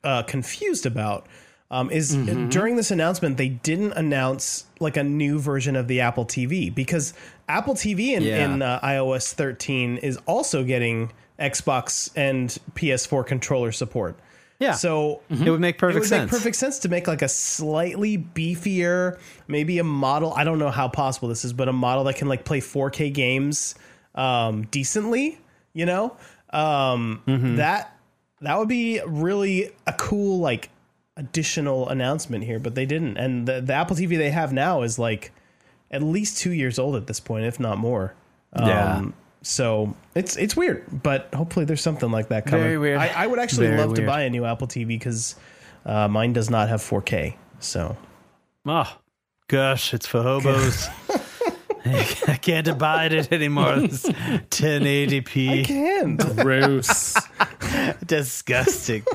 [SPEAKER 4] uh, confused about um, is
[SPEAKER 2] Mm-hmm.
[SPEAKER 4] during this announcement they didn't announce like a new version of the Apple TV because Apple TV in,
[SPEAKER 2] Yeah.
[SPEAKER 4] in uh, iOS 13 is also getting Xbox and PS4 controller support.
[SPEAKER 2] Yeah. Mm-hmm.
[SPEAKER 4] So
[SPEAKER 2] It would make perfect
[SPEAKER 4] Mm-hmm. it would
[SPEAKER 2] sense.
[SPEAKER 4] Make perfect sense to make like a slightly beefier, maybe a model. I don't know how possible this is, but a model that can like play 4K games um, decently. You know, um,
[SPEAKER 2] Mm-hmm.
[SPEAKER 4] that that would be really a cool like additional announcement here, but they didn't. And the, the Apple TV they have now is like at least two years old at this point, if not more. Um,
[SPEAKER 2] Yeah.
[SPEAKER 4] So it's it's weird, but hopefully there's something like that coming.
[SPEAKER 2] Very weird.
[SPEAKER 4] I, I would actually
[SPEAKER 2] Very
[SPEAKER 4] love to
[SPEAKER 2] weird.
[SPEAKER 4] buy a new Apple TV because uh, mine does not have 4K. So
[SPEAKER 2] Oh, gosh, it's for hobos. I can't abide it anymore. It's 1080p.
[SPEAKER 4] can.
[SPEAKER 3] Gross.
[SPEAKER 2] Disgusting.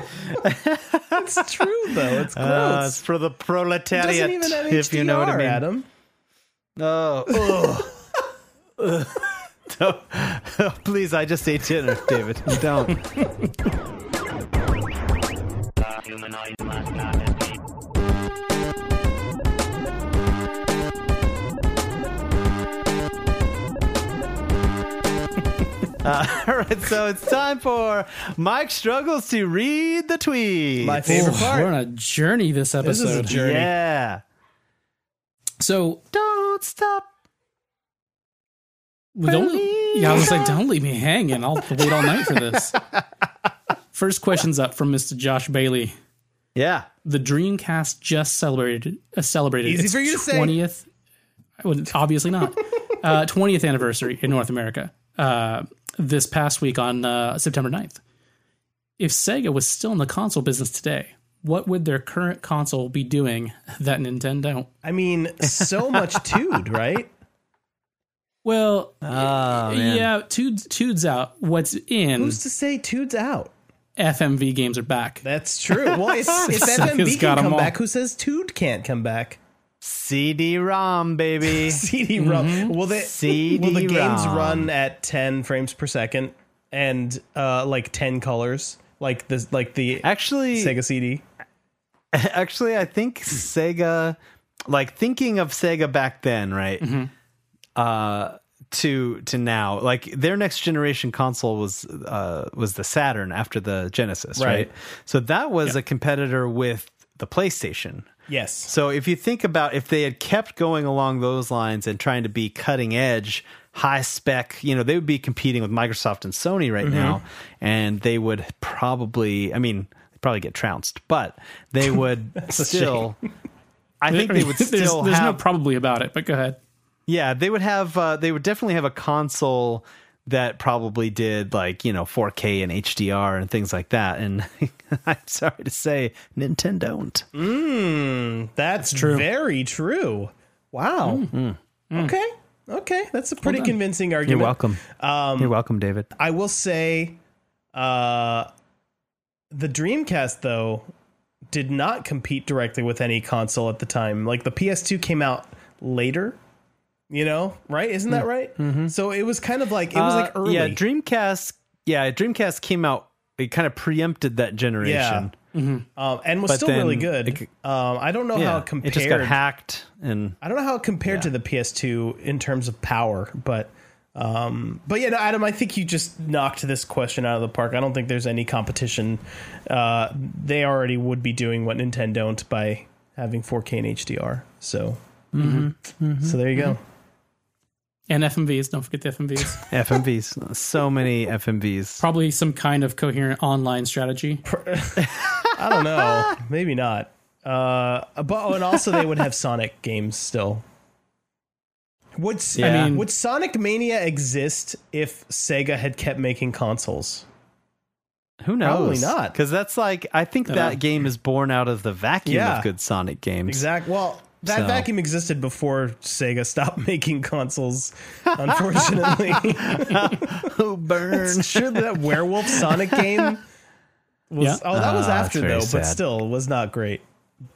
[SPEAKER 4] it's true though. It's gross.
[SPEAKER 2] Uh, it's for the
[SPEAKER 4] it
[SPEAKER 2] proletariat,
[SPEAKER 4] doesn't even have HDR,
[SPEAKER 2] if you know what I mean.
[SPEAKER 4] Adam.
[SPEAKER 2] Oh, ugh. No. please! I just ate dinner, David. You Don't. Uh, all right, so it's time for Mike struggles to read the tweet.
[SPEAKER 4] My favorite
[SPEAKER 3] Ooh,
[SPEAKER 4] part.
[SPEAKER 3] We're on a journey this episode.
[SPEAKER 4] This is a journey.
[SPEAKER 2] yeah,
[SPEAKER 3] So
[SPEAKER 2] don't stop.
[SPEAKER 3] don't.
[SPEAKER 2] Believe
[SPEAKER 3] Yeah, I was like, don't leave me hanging. I'll wait all night for this. First question's up from Mr. Josh Bailey.
[SPEAKER 2] Yeah,
[SPEAKER 3] The Dreamcast just celebrated uh, celebrated
[SPEAKER 4] Easy
[SPEAKER 3] its
[SPEAKER 4] for you to say.
[SPEAKER 3] 20th. I wouldn't- obviously not. Uh, 20th anniversary in North America uh, this past week on uh, September 9th. If Sega was still in the console business today, what would their current console be doing that Nintendo? don't?
[SPEAKER 4] I mean, so much dude, right?
[SPEAKER 3] Well,
[SPEAKER 2] Oh, man.
[SPEAKER 3] yeah, Tude's, Tude's out. What's in
[SPEAKER 4] Who's to say Tude's out?
[SPEAKER 3] FMV games are back.
[SPEAKER 4] That's true. Well, if, if
[SPEAKER 3] Sucker's
[SPEAKER 4] FMV
[SPEAKER 3] got 'em
[SPEAKER 4] can come
[SPEAKER 3] all.
[SPEAKER 4] back, who says Tude can't come back?
[SPEAKER 2] CD-ROM, baby.
[SPEAKER 4] CD
[SPEAKER 2] Mm-hmm.
[SPEAKER 4] ROM. Will they?
[SPEAKER 2] CD-ROM.
[SPEAKER 4] Will the games run at ten frames per second and uh, like ten colors, like the like the
[SPEAKER 2] Actually,
[SPEAKER 4] Sega CD?
[SPEAKER 2] actually, I think Sega, like thinking of Sega back then, right? Uh, to to now, like their next generation console was uh was the Saturn after the Genesis, right?
[SPEAKER 4] Right.
[SPEAKER 2] So that was a competitor with the PlayStation.
[SPEAKER 4] Yes.
[SPEAKER 2] So if you think about if they had kept going along those lines and trying to be cutting edge, high spec, you know, they would be competing with Microsoft and Sony right
[SPEAKER 3] Mm-hmm.
[SPEAKER 2] now, and they would probably, I mean, they'd probably get trounced, but they would still. I think they would
[SPEAKER 3] there's,
[SPEAKER 2] still
[SPEAKER 3] there's
[SPEAKER 2] have
[SPEAKER 3] no probably about it, but go ahead.
[SPEAKER 2] yeah, they would have. Uh, they would definitely have a console that probably did like you know 4K and HDR and things like that. And I'm sorry to say, Nintendo don't.
[SPEAKER 3] Mm-hmm.
[SPEAKER 4] That's true. Very true. Wow.
[SPEAKER 2] Mm-hmm.
[SPEAKER 4] Okay. Okay. That's a pretty convincing argument.
[SPEAKER 2] Um, You're welcome, David.
[SPEAKER 4] I will say, uh, the Dreamcast though did not compete directly with any console at the time. Like the PS2 came out later, you know, right? Isn't that right? So it was kind of like it was like
[SPEAKER 2] Mm. Mm-hmm. Uh,
[SPEAKER 4] early.
[SPEAKER 2] Yeah, Dreamcast. Yeah, Dreamcast came out. It kind of preempted that generation.
[SPEAKER 4] um, and was
[SPEAKER 2] but
[SPEAKER 4] still really
[SPEAKER 2] then
[SPEAKER 4] good.
[SPEAKER 2] it c-
[SPEAKER 4] um, I don't know
[SPEAKER 2] Yeah,
[SPEAKER 4] how it compared.
[SPEAKER 2] it just got hacked, and
[SPEAKER 4] I don't know how it compared to the PS2 in terms of power, but um, but yeah, no, Adam, I think you just knocked this question out of the park. I don't think there's any competition. Uh, they already would be doing what Nintendo don't by having 4K and HDR. So Mm-hmm. so there you go.
[SPEAKER 3] And FMVs, don't forget the FMVs.
[SPEAKER 2] FMVs. so many FMVs.
[SPEAKER 3] probably some kind of coherent online strategy.
[SPEAKER 4] I don't know, maybe not. Uh, but oh, and also they would have Sonic games still. Would S-
[SPEAKER 2] Yeah.
[SPEAKER 3] I mean,
[SPEAKER 4] would Sonic Mania exist if Sega had kept making consoles?
[SPEAKER 2] Who knows?
[SPEAKER 4] Probably not. Uh.
[SPEAKER 2] Because that's like I think that game is born out of the vacuum
[SPEAKER 4] Yeah.
[SPEAKER 2] of good Sonic games.
[SPEAKER 4] Exact. Well, that
[SPEAKER 2] So-
[SPEAKER 4] vacuum existed before Sega stopped making consoles. Unfortunately,
[SPEAKER 2] Oh, burn.
[SPEAKER 4] sure that Werewolf Sonic game. Was,
[SPEAKER 3] Yeah.
[SPEAKER 4] Oh, that was
[SPEAKER 2] Ah,
[SPEAKER 4] after
[SPEAKER 2] that's very
[SPEAKER 4] though,
[SPEAKER 2] sad.
[SPEAKER 4] but still was not great.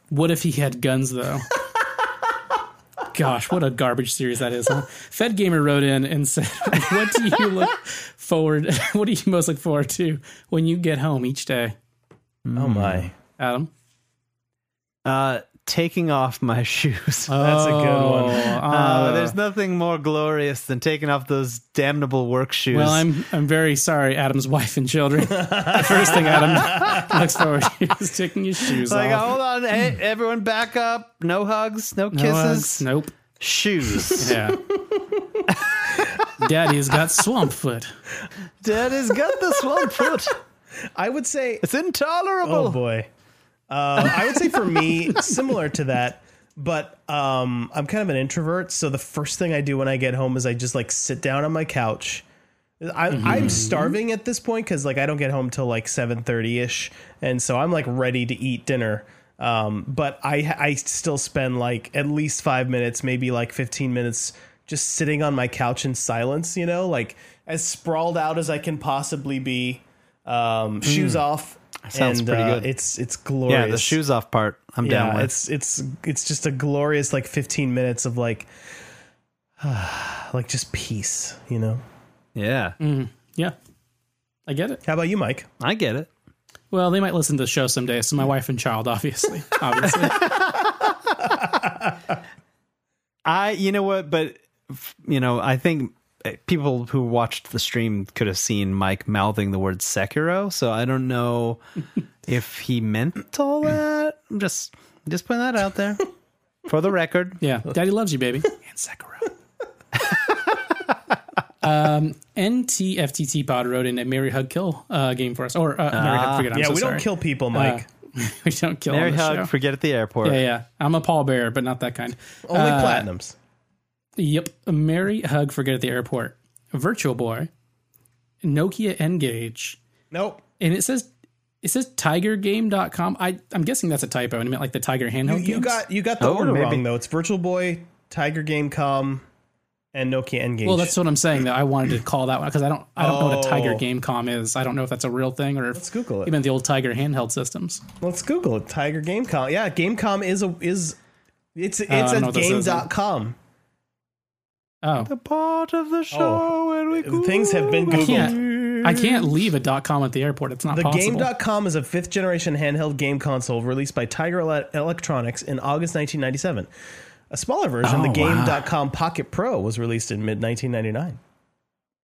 [SPEAKER 3] What if he had guns though? Gosh, what a garbage series that is, huh? Fed Gamer wrote in and said, What do you look forward what do you most look forward to
[SPEAKER 4] Mm-hmm.
[SPEAKER 3] when you get home each day?
[SPEAKER 4] Oh my!
[SPEAKER 3] Adam?
[SPEAKER 2] Uh, taking off my shoes.
[SPEAKER 4] That's a good one.
[SPEAKER 3] Oh,
[SPEAKER 2] Uh, there's nothing more glorious than taking off those damnable work shoes.
[SPEAKER 3] Well, I'm I'm very sorry, Adam's wife and children. the first thing Adam looks forward to is taking his shoes
[SPEAKER 2] It's like, oh,
[SPEAKER 3] off.
[SPEAKER 2] hold on, hey, everyone, back up. No hugs, no
[SPEAKER 3] No
[SPEAKER 2] kisses,
[SPEAKER 3] hugs, nope.
[SPEAKER 2] shoes.
[SPEAKER 3] Yeah. Daddy's got swamp foot.
[SPEAKER 2] Dad has got this one foot.
[SPEAKER 4] I would say
[SPEAKER 2] It's intolerable.
[SPEAKER 4] Oh boy. Uh, I would say for me, similar to that, but um, I'm kind of an introvert. So the first thing I do when I get home is I just like sit down on my couch. I,
[SPEAKER 2] Mm-hmm.
[SPEAKER 4] I'm starving at this point because like I don't get home till like 7:30 ish, and so I'm like ready to eat dinner. Um, but I I still spend like at least five minutes, maybe like 15 minutes, just sitting on my couch in silence. You know, like as sprawled out as I can possibly be. Um, Shoes off.
[SPEAKER 2] Hmm. sounds
[SPEAKER 4] and,
[SPEAKER 2] pretty
[SPEAKER 4] uh,
[SPEAKER 2] good.
[SPEAKER 4] it's it's glorious.
[SPEAKER 2] yeah, the shoes off part. I'm down
[SPEAKER 4] Yeah,
[SPEAKER 2] with.
[SPEAKER 4] it's it's it's just a glorious like 15 minutes of like, like just peace. You know.
[SPEAKER 2] yeah,
[SPEAKER 3] Yeah. I get it.
[SPEAKER 4] How about you, Mike?
[SPEAKER 2] I get it.
[SPEAKER 3] Well, they might listen to the show someday, so my wife and child, obviously. Obviously.
[SPEAKER 2] I, you know what, but f- you know, I think uh, people who watched the stream could have seen Mike mouthing the word Sekiro, so I don't know if he meant all that. I'm just just putting that out there for the record.
[SPEAKER 3] Yeah. Daddy loves you, baby. And Sekiro. um, NTFTT Pod wrote in a Mary Hug Kill uh, game for us. Or uh, Mary Hug, forget it, I'm
[SPEAKER 4] Ah, yeah,
[SPEAKER 3] so
[SPEAKER 4] we
[SPEAKER 3] sorry.
[SPEAKER 4] don't kill
[SPEAKER 3] Uh,
[SPEAKER 4] people, Mike.
[SPEAKER 3] we don't kill
[SPEAKER 2] Mary
[SPEAKER 3] on the
[SPEAKER 2] hug,
[SPEAKER 3] show.
[SPEAKER 2] forget at the airport.
[SPEAKER 3] yeah, yeah. I'm a pallbearer, but not that kind.
[SPEAKER 4] Only
[SPEAKER 3] uh,
[SPEAKER 4] platinums.
[SPEAKER 3] Yep. Mary Hug, forget at the airport. Virtual Boy. Nokia N-Gage.
[SPEAKER 4] Nope.
[SPEAKER 3] And it says it says tigergame.com. I, I'm guessing that's a typo. And it meant like the Tiger handheld
[SPEAKER 4] You
[SPEAKER 3] games.
[SPEAKER 4] got you got the
[SPEAKER 2] Oh,
[SPEAKER 4] order
[SPEAKER 2] maybe.
[SPEAKER 4] wrong though. It's Virtual Boy, Tiger Game Com, and Nokia Engage.
[SPEAKER 3] Well, that's what I'm saying. That I wanted to call that one because I don't, I don't know what a Tiger
[SPEAKER 4] Oh.
[SPEAKER 3] GameCom is. I don't know if that's a real thing or if
[SPEAKER 4] Let's Google it.
[SPEAKER 3] Even the old Tiger handheld systems.
[SPEAKER 4] Let's Google it. Tiger Game Com. Yeah, Gamecom is a is it's it's
[SPEAKER 3] Uh, don't know
[SPEAKER 4] a
[SPEAKER 3] what this is.
[SPEAKER 4] game.com.
[SPEAKER 3] Oh,
[SPEAKER 2] The part of the show
[SPEAKER 4] Oh,
[SPEAKER 2] where we go.
[SPEAKER 4] Things have been
[SPEAKER 3] I
[SPEAKER 4] Googled.
[SPEAKER 3] can't. I can't leave a dot com at the airport. It's not
[SPEAKER 4] The
[SPEAKER 3] possible.
[SPEAKER 4] game.com is a fifth generation handheld game console released by Tiger Ele- Electronics in August 1997. A smaller version,
[SPEAKER 3] Oh,
[SPEAKER 4] the
[SPEAKER 3] wow.
[SPEAKER 4] game.com Pocket Pro was released in mid 1999.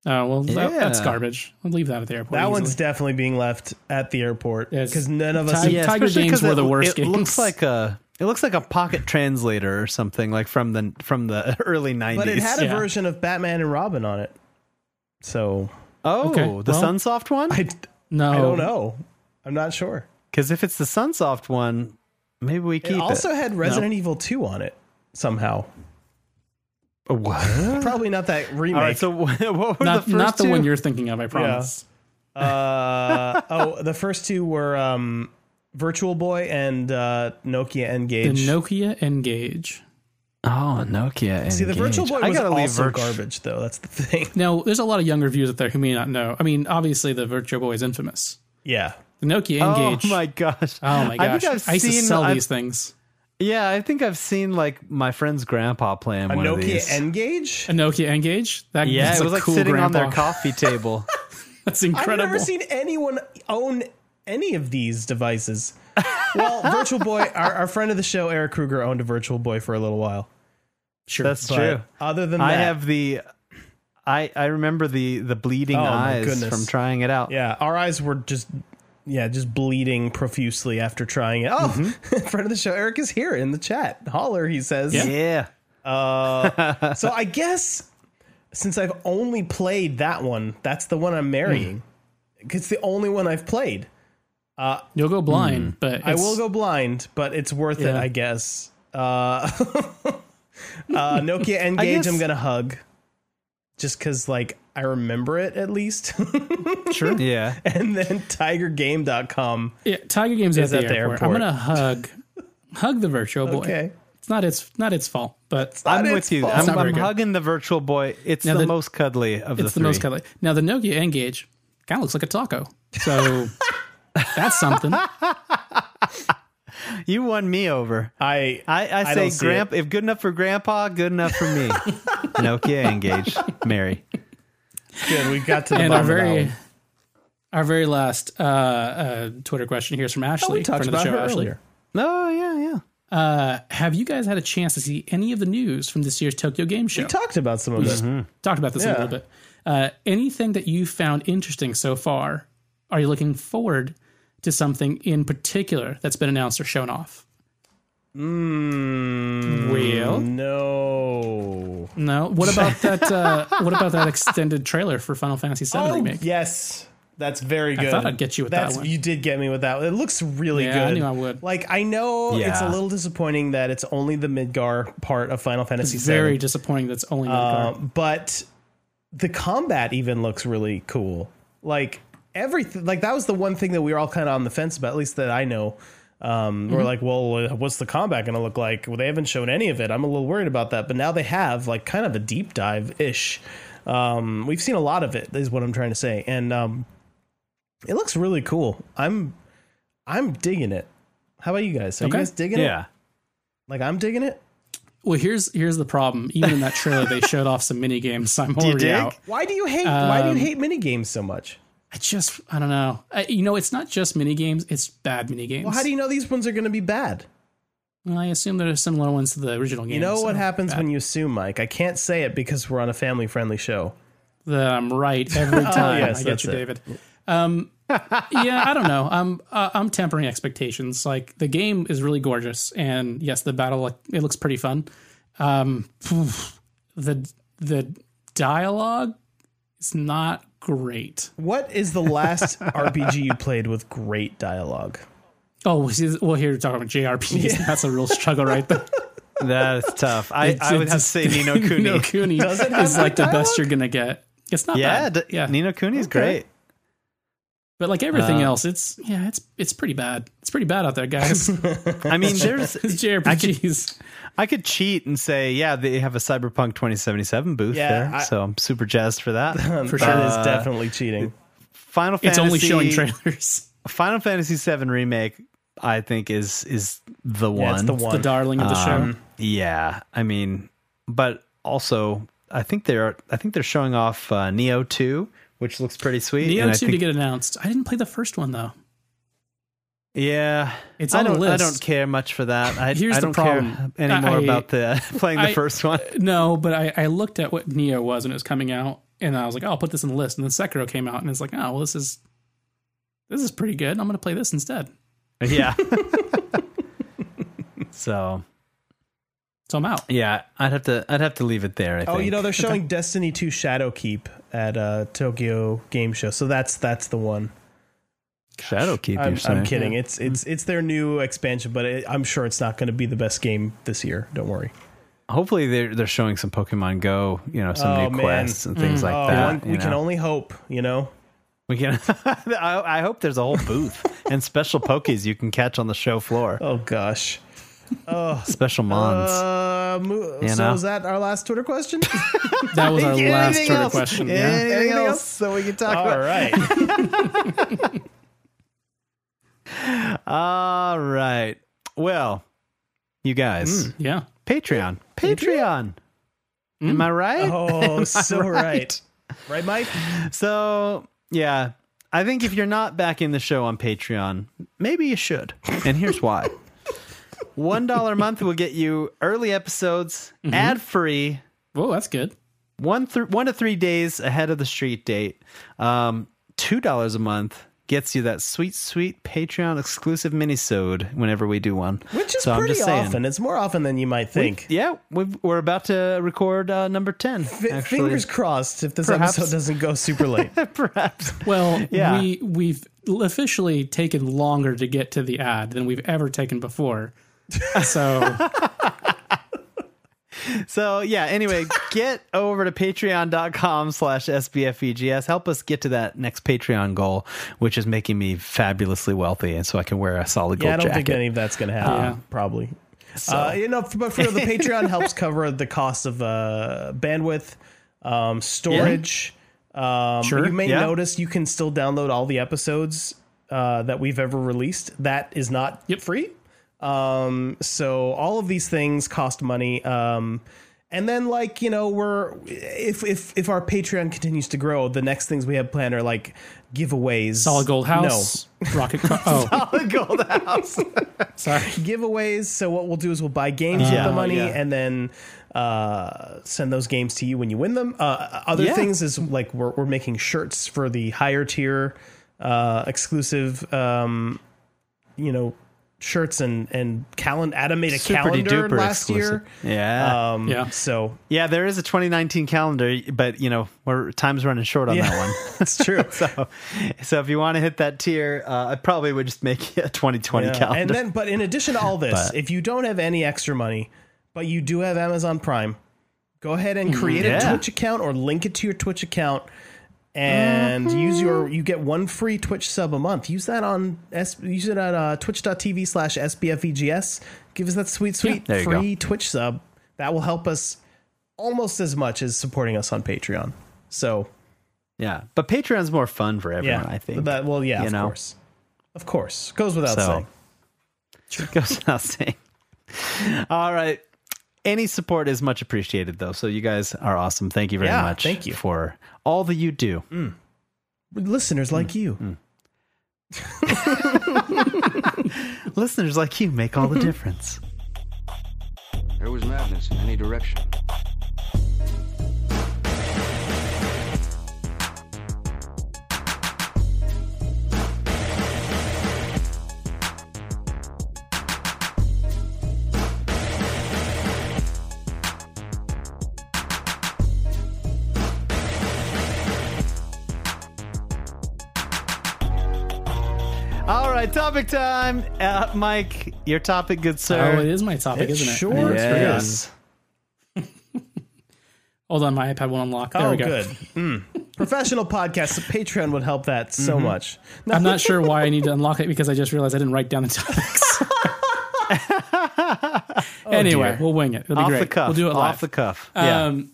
[SPEAKER 3] oh well, that,
[SPEAKER 2] Yeah.
[SPEAKER 3] that's garbage. I'll leave that at the airport.
[SPEAKER 4] That
[SPEAKER 3] easily.
[SPEAKER 4] one's definitely being left at the airport
[SPEAKER 3] Yes.
[SPEAKER 4] because none of us
[SPEAKER 3] Ti-
[SPEAKER 2] Yeah,
[SPEAKER 3] Tiger
[SPEAKER 2] especially
[SPEAKER 3] games
[SPEAKER 2] 'cause
[SPEAKER 3] were
[SPEAKER 2] it-
[SPEAKER 3] the worst
[SPEAKER 2] It
[SPEAKER 3] games.
[SPEAKER 2] looks like a it looks like a pocket translator or something like from the from the early 90s.
[SPEAKER 4] But it had a
[SPEAKER 3] Yeah.
[SPEAKER 4] version of Batman and Robin on it. So
[SPEAKER 2] oh,
[SPEAKER 3] Okay,
[SPEAKER 2] the
[SPEAKER 3] well-
[SPEAKER 2] Sunsoft one?
[SPEAKER 4] I,
[SPEAKER 3] no.
[SPEAKER 4] I don't know. I'm not sure.
[SPEAKER 2] Because if it's the Sunsoft one, maybe we keep
[SPEAKER 4] It
[SPEAKER 2] it.
[SPEAKER 4] also had Resident Evil 2 on it somehow.
[SPEAKER 2] what?
[SPEAKER 4] Probably not that remake.
[SPEAKER 2] All right. So what were
[SPEAKER 3] Not
[SPEAKER 2] the
[SPEAKER 3] the,
[SPEAKER 2] first
[SPEAKER 3] not the
[SPEAKER 2] two?
[SPEAKER 3] one you're thinking of. I promise.
[SPEAKER 4] uh, oh, the first two were um, Virtual Boy and uh, Nokia
[SPEAKER 3] The
[SPEAKER 4] N-Gage.
[SPEAKER 3] Nokia Engage.
[SPEAKER 2] Oh, Nokia.
[SPEAKER 4] See, the Virtual Boy
[SPEAKER 2] I
[SPEAKER 4] was
[SPEAKER 2] gotta leave
[SPEAKER 4] also
[SPEAKER 2] virtu-
[SPEAKER 4] garbage, though. That's the thing.
[SPEAKER 3] Now, there's a lot of young reviewers out there who may not know. I mean, obviously, the Virtual Boy is infamous.
[SPEAKER 4] Yeah.
[SPEAKER 3] The Nokia
[SPEAKER 2] Oh
[SPEAKER 3] Engage.
[SPEAKER 2] my gosh!
[SPEAKER 3] Oh my
[SPEAKER 2] I
[SPEAKER 3] gosh!
[SPEAKER 2] think I've
[SPEAKER 3] used to
[SPEAKER 2] seen.
[SPEAKER 3] sell
[SPEAKER 2] I've-
[SPEAKER 3] these things.
[SPEAKER 2] yeah, I think I've seen like my friend's grandpa playing
[SPEAKER 4] A
[SPEAKER 2] one of
[SPEAKER 4] Nokia
[SPEAKER 2] these.
[SPEAKER 4] N-Gage?
[SPEAKER 3] A Nokia Engage. That
[SPEAKER 2] yeah,
[SPEAKER 3] that's
[SPEAKER 2] it
[SPEAKER 3] a
[SPEAKER 2] was like
[SPEAKER 3] cool
[SPEAKER 2] sitting on their
[SPEAKER 3] grandpa.
[SPEAKER 2] coffee table.
[SPEAKER 3] That's
[SPEAKER 4] I've
[SPEAKER 3] incredible.
[SPEAKER 4] never seen anyone own any of these devices. Well, Virtual Boy, our, our friend of the show, Eric Kruger, owned a Virtual Boy for a little while.
[SPEAKER 3] sure.
[SPEAKER 2] That's
[SPEAKER 4] But
[SPEAKER 2] true.
[SPEAKER 4] Other than that,
[SPEAKER 2] I have the. I I remember the the bleeding
[SPEAKER 4] Oh, my
[SPEAKER 2] eyes
[SPEAKER 4] goodness.
[SPEAKER 2] from trying it out.
[SPEAKER 4] yeah, our eyes were just, yeah, just bleeding profusely after trying it. Oh,
[SPEAKER 3] Mm-hmm.
[SPEAKER 4] friend of the show, Eric is here in the chat. Holler, he says.
[SPEAKER 2] yeah.
[SPEAKER 4] Uh, so I guess since I've only played that one, that's the one I'm marrying.
[SPEAKER 3] Mm-hmm.
[SPEAKER 4] It's the only one I've played.
[SPEAKER 3] You'll go blind, but it's,
[SPEAKER 4] I will go blind, but it's worth it,
[SPEAKER 3] Yeah.
[SPEAKER 4] I guess. Uh, uh, Nokia Engage,
[SPEAKER 2] guess-
[SPEAKER 4] I'm gonna hug, just because like I remember it at least.
[SPEAKER 2] Sure. Yeah.
[SPEAKER 4] and then TigerGame.com.
[SPEAKER 3] Yeah, Tiger Games is at the, airport. I'm gonna hug, hug the Virtual Boy.
[SPEAKER 4] Okay,
[SPEAKER 3] It's not its not its fault, but it's,
[SPEAKER 4] Not
[SPEAKER 2] I'm
[SPEAKER 4] its
[SPEAKER 2] with you.
[SPEAKER 4] fault.
[SPEAKER 2] I'm,
[SPEAKER 3] not very
[SPEAKER 2] I'm
[SPEAKER 3] good.
[SPEAKER 2] hugging the virtual boy. It's the,
[SPEAKER 3] the-
[SPEAKER 2] most cuddly of the
[SPEAKER 3] the,
[SPEAKER 2] three.
[SPEAKER 3] most color. Now the Nokia Engage kind of looks like a taco, so that's something.
[SPEAKER 2] You won me over.
[SPEAKER 4] I
[SPEAKER 2] I, I say
[SPEAKER 4] don't see
[SPEAKER 2] grandpa. If good enough for grandpa, good enough for me. Nokia engage. Mary.
[SPEAKER 4] it. Good, we got to the
[SPEAKER 3] And
[SPEAKER 4] bottom
[SPEAKER 3] our
[SPEAKER 4] of that
[SPEAKER 3] very
[SPEAKER 4] one.
[SPEAKER 3] our very last uh, uh, Twitter question here is from Ashley.
[SPEAKER 4] we talked
[SPEAKER 3] friend of
[SPEAKER 4] about
[SPEAKER 3] the show,
[SPEAKER 4] her
[SPEAKER 3] Ashley.
[SPEAKER 4] earlier.
[SPEAKER 2] Oh yeah, yeah.
[SPEAKER 3] Uh, have you guys had a chance to see any of the news from this year's Tokyo Game Show?
[SPEAKER 4] We talked about some of
[SPEAKER 3] We
[SPEAKER 4] it.
[SPEAKER 3] just talked about this a
[SPEAKER 4] Yeah.
[SPEAKER 3] little bit. Uh, anything that you found interesting so far? Are you looking forward to something in particular that's been announced or shown off? Well,
[SPEAKER 4] Hmm, No.
[SPEAKER 3] no. What about that? Uh, what about that extended trailer for Final Fantasy VII remake?
[SPEAKER 4] Oh, yes. That's very good.
[SPEAKER 3] thought I'd get you with that
[SPEAKER 4] That's,
[SPEAKER 3] one.
[SPEAKER 4] You did get me with that. one. It looks really
[SPEAKER 3] Yeah,
[SPEAKER 4] good.
[SPEAKER 3] I knew I would.
[SPEAKER 4] Like I know it's a
[SPEAKER 2] Yeah.
[SPEAKER 4] little disappointing that it's only the Midgar part of Final Fantasy
[SPEAKER 3] It's very
[SPEAKER 4] VII,
[SPEAKER 3] disappointing. That's only
[SPEAKER 4] uh,
[SPEAKER 3] Midgar.
[SPEAKER 4] but the combat even looks really cool. Like everything. Like that was the one thing that we were all kind of on the fence about. At least that I know. Um, We're like, well, uh, what's the combat going to look like? Well, they haven't shown any of it. I'm a little worried about that. But now they have like kind of a deep dive ish. Um, we've seen a lot of it, is what I'm trying to say, and um, it looks really cool. I'm I'm digging it. How about you guys? Are
[SPEAKER 3] Okay.
[SPEAKER 4] you guys digging it?
[SPEAKER 2] Yeah.
[SPEAKER 4] Like I'm digging it.
[SPEAKER 3] Well, here's here's the problem. Even in that trailer, they showed off some mini games. I'm
[SPEAKER 2] you
[SPEAKER 3] already
[SPEAKER 2] dig?
[SPEAKER 3] out.
[SPEAKER 4] Why do you hate? why do you hate minigames so much?
[SPEAKER 3] I just I don't know. I, you know, it's not just mini games; it's bad mini games.
[SPEAKER 4] Well, how do you know these ones are going to be bad?
[SPEAKER 3] Well, I assume there are similar ones to the original game.
[SPEAKER 4] You know what
[SPEAKER 3] so
[SPEAKER 4] happens when you assume, Mike? I can't say it because we're on a family friendly show.
[SPEAKER 3] that I'm right every time.
[SPEAKER 4] Oh, yes,
[SPEAKER 3] I get
[SPEAKER 4] that's
[SPEAKER 3] you,
[SPEAKER 4] it.
[SPEAKER 3] David. Um, yeah, I don't know. I'm uh, I'm tempering expectations. Like the game is really gorgeous, and yes, the battle like, it looks pretty fun. Um, the the dialogue is not great.
[SPEAKER 4] What is the last RPG you played with great dialogue?
[SPEAKER 3] Oh, well, see, well here we're talking about JRPGs. That's a real struggle right there.
[SPEAKER 2] That's tough. I, I would have to say Nino Kuni.
[SPEAKER 3] Nino Kuni
[SPEAKER 4] Does it have
[SPEAKER 3] is like
[SPEAKER 4] good
[SPEAKER 3] the best
[SPEAKER 4] dialogue?
[SPEAKER 3] you're gonna get. It's not
[SPEAKER 2] yeah,
[SPEAKER 3] bad.
[SPEAKER 2] d-
[SPEAKER 3] yeah.
[SPEAKER 2] Nino Kuni's great.
[SPEAKER 3] But like everything
[SPEAKER 2] Uh,
[SPEAKER 3] else, it's yeah, it's it's pretty bad. It's pretty bad out there, guys. it's
[SPEAKER 2] I mean, there's
[SPEAKER 3] JRPGs.
[SPEAKER 2] I could cheat and say, yeah, they have a Cyberpunk 2077 booth
[SPEAKER 4] Yeah,
[SPEAKER 2] there,
[SPEAKER 4] I-
[SPEAKER 2] so I'm super jazzed for that.
[SPEAKER 4] For sure. That is definitely cheating.
[SPEAKER 2] Final
[SPEAKER 3] It's
[SPEAKER 2] Uh, Fantasy,
[SPEAKER 3] only showing trailers.
[SPEAKER 2] Final Fantasy VII remake, I think is is the one. Um,
[SPEAKER 4] Yeah, it's the one.
[SPEAKER 3] The darling of the show.
[SPEAKER 2] Yeah, I mean, but also I think they're I think they're showing off uh, Neo 2, which looks pretty sweet.
[SPEAKER 3] Neo
[SPEAKER 2] and I
[SPEAKER 3] two to
[SPEAKER 2] think-
[SPEAKER 3] get announced. I didn't play the first one though.
[SPEAKER 2] Yeah,
[SPEAKER 3] It's
[SPEAKER 2] I
[SPEAKER 3] on the
[SPEAKER 2] don't. I
[SPEAKER 3] list.
[SPEAKER 2] don't care much for that. I,
[SPEAKER 3] Here's
[SPEAKER 2] I
[SPEAKER 3] the
[SPEAKER 2] don't
[SPEAKER 3] problem.
[SPEAKER 2] care anymore
[SPEAKER 3] I-
[SPEAKER 2] about the playing the
[SPEAKER 3] I-
[SPEAKER 2] first one.
[SPEAKER 3] No, but I, I looked at what Neo was when it was coming out, and I was like, oh, I'll put this in the list. And then Sekiro came out, and it's like, oh, well, this is this is pretty good. I'm gonna play this instead.
[SPEAKER 2] Yeah. so
[SPEAKER 3] So I'm out.
[SPEAKER 2] yeah, I'd have to I'd have to leave it there. I
[SPEAKER 4] Oh,
[SPEAKER 2] think.
[SPEAKER 4] you know, they're showing Destiny 2 Shadow Keep at uh, Tokyo Game Show. So that's that's the one.
[SPEAKER 2] Shadow Keep.
[SPEAKER 4] I'm,
[SPEAKER 2] you're saying.
[SPEAKER 4] I'm kidding. It's
[SPEAKER 2] Mm.
[SPEAKER 4] it's it's their new expansion, but it, I'm sure it's not going to be the best game this year. Don't worry.
[SPEAKER 2] Hopefully they're they're showing some Pokemon Go. You know, some
[SPEAKER 4] Oh,
[SPEAKER 2] new
[SPEAKER 4] man.
[SPEAKER 2] quests and things like
[SPEAKER 4] Oh,
[SPEAKER 2] that.
[SPEAKER 4] one-
[SPEAKER 2] you
[SPEAKER 4] we can
[SPEAKER 2] know.
[SPEAKER 4] only hope, you know?
[SPEAKER 2] we can. I, I hope there's a whole booth and special Pokés you can catch on the show floor.
[SPEAKER 4] Oh, gosh.
[SPEAKER 2] Special Mons.
[SPEAKER 4] Uh, mo-
[SPEAKER 2] You
[SPEAKER 4] so
[SPEAKER 2] know?
[SPEAKER 4] is that our last Twitter question?
[SPEAKER 3] That was our last
[SPEAKER 2] Anything
[SPEAKER 3] Twitter
[SPEAKER 2] else?
[SPEAKER 3] question. Yeah.
[SPEAKER 2] Anything, else? So we can talk
[SPEAKER 4] All
[SPEAKER 2] about.
[SPEAKER 4] right.
[SPEAKER 2] All right. Well, you guys,
[SPEAKER 3] Yeah.
[SPEAKER 2] Patreon, Patreon. Am I right?
[SPEAKER 4] Oh, so
[SPEAKER 2] right?
[SPEAKER 4] right. Right, Mike?
[SPEAKER 2] So, yeah, I think if you're not backing the show on Patreon, maybe you should. And here's why $1 a month will get you early episodes,
[SPEAKER 4] Mm-hmm.
[SPEAKER 2] ad free,
[SPEAKER 3] Whoa, that's good.
[SPEAKER 2] one, th- one to three days ahead of the street date. Um, $2 a month gets you that sweet, sweet Patreon exclusive minisode whenever we do one.
[SPEAKER 4] Which is
[SPEAKER 2] So I'm
[SPEAKER 4] pretty
[SPEAKER 2] just saying.
[SPEAKER 4] often. It's more often than you might think.
[SPEAKER 2] Yeah, we've, we're about to record uh, number 10.
[SPEAKER 4] F-
[SPEAKER 2] actually.
[SPEAKER 4] Fingers crossed if this
[SPEAKER 2] Perhaps.
[SPEAKER 4] episode doesn't go super late.
[SPEAKER 2] Perhaps.
[SPEAKER 3] Well,
[SPEAKER 2] Yeah.
[SPEAKER 3] we we've officially taken longer to get to the ad than we've ever taken before. So
[SPEAKER 2] So yeah, anyway, get over to patreon.com slash SBFEGS. E Help us get to that next Patreon goal, which is making me fabulously wealthy and so I can wear a solid gold
[SPEAKER 4] yeah, I don't
[SPEAKER 2] jacket.
[SPEAKER 4] think any of that's going to happen.
[SPEAKER 3] Yeah.
[SPEAKER 4] Probably. Uh, you know, f- but for the Patreon helps cover the cost of uh, bandwidth, um, storage. Um,
[SPEAKER 3] Sure,
[SPEAKER 4] You may
[SPEAKER 2] yeah.
[SPEAKER 4] notice you can still download all the episodes uh, that we've ever released. That is not free. Um, so all of these things cost money. Um, And then like, you know, we're if if if our Patreon continues to grow, the next things we have planned are like giveaways.
[SPEAKER 3] Solid Gold House, Rocket Car. Oh,
[SPEAKER 2] Solid Gold House.
[SPEAKER 3] sorry.
[SPEAKER 4] No. Giveaways. So what we'll do is we'll buy games
[SPEAKER 2] Uh, Yeah.
[SPEAKER 4] with the money
[SPEAKER 2] Yeah.
[SPEAKER 4] and then uh, send those games to you when you win them. Uh, other
[SPEAKER 2] Yeah.
[SPEAKER 4] things is like we're we're making shirts for the higher tier uh, exclusive um, you know shirts and and calendar animated calendar last year.
[SPEAKER 2] Yeah.
[SPEAKER 4] Um,
[SPEAKER 3] Yeah.
[SPEAKER 4] So
[SPEAKER 2] yeah, there is a 2019 calendar, but you know, we're time's running short on that one.
[SPEAKER 4] that's true.
[SPEAKER 2] So, so if you want to hit that tier, uh, I probably would just make it a 2020
[SPEAKER 4] Yeah.
[SPEAKER 2] calendar.
[SPEAKER 4] And then, but in addition to all this, if you don't have any extra money, but you do have Amazon Prime, go ahead and create
[SPEAKER 2] Mm, Yeah.
[SPEAKER 4] a Twitch account or link it to your Twitch account and
[SPEAKER 2] Mm-hmm.
[SPEAKER 4] use your you get one free twitch sub a month use that on S, use it at uh, twitch.tv slash sbfegs E give us that sweet sweet
[SPEAKER 2] There you go.
[SPEAKER 4] free twitch sub that will help us almost as much as supporting us on patreon so
[SPEAKER 2] yeah, but Patreon's more fun for everyone,
[SPEAKER 4] yeah
[SPEAKER 2] I think.
[SPEAKER 4] that, well yeah
[SPEAKER 2] you
[SPEAKER 4] of
[SPEAKER 2] know?
[SPEAKER 4] course of course goes without
[SPEAKER 2] So-
[SPEAKER 4] saying
[SPEAKER 2] goes without saying. All right. Any support is much appreciated, though. So you guys are awesome. Thank you very
[SPEAKER 4] Yeah,
[SPEAKER 2] much.
[SPEAKER 4] thank you. Mm.
[SPEAKER 2] for all that you do.
[SPEAKER 4] listeners like
[SPEAKER 2] Mm.
[SPEAKER 4] you
[SPEAKER 2] Listeners like you make all the difference.
[SPEAKER 5] There was madness in any direction.
[SPEAKER 2] All right, topic time. Uh, Mike, your topic, good sir.
[SPEAKER 3] Oh, it is my topic,
[SPEAKER 4] It
[SPEAKER 3] isn't it?
[SPEAKER 4] sure
[SPEAKER 3] I mean,
[SPEAKER 4] is.
[SPEAKER 3] it's pretty
[SPEAKER 2] Yeah.
[SPEAKER 3] good. Hold on, my iPad will unlock. There
[SPEAKER 4] oh,
[SPEAKER 3] we go.
[SPEAKER 4] good. Mm. Professional podcast. Patreon would help that so much. No,
[SPEAKER 3] I'm not sure why I need to unlock it because I just realized I didn't write down the topics. anyway,
[SPEAKER 4] dear.
[SPEAKER 3] we'll wing it. It'll be
[SPEAKER 2] Oh, Off
[SPEAKER 3] great.
[SPEAKER 2] the cuff.
[SPEAKER 3] We'll do it live.
[SPEAKER 2] Off the cuff. Yeah.
[SPEAKER 3] Um,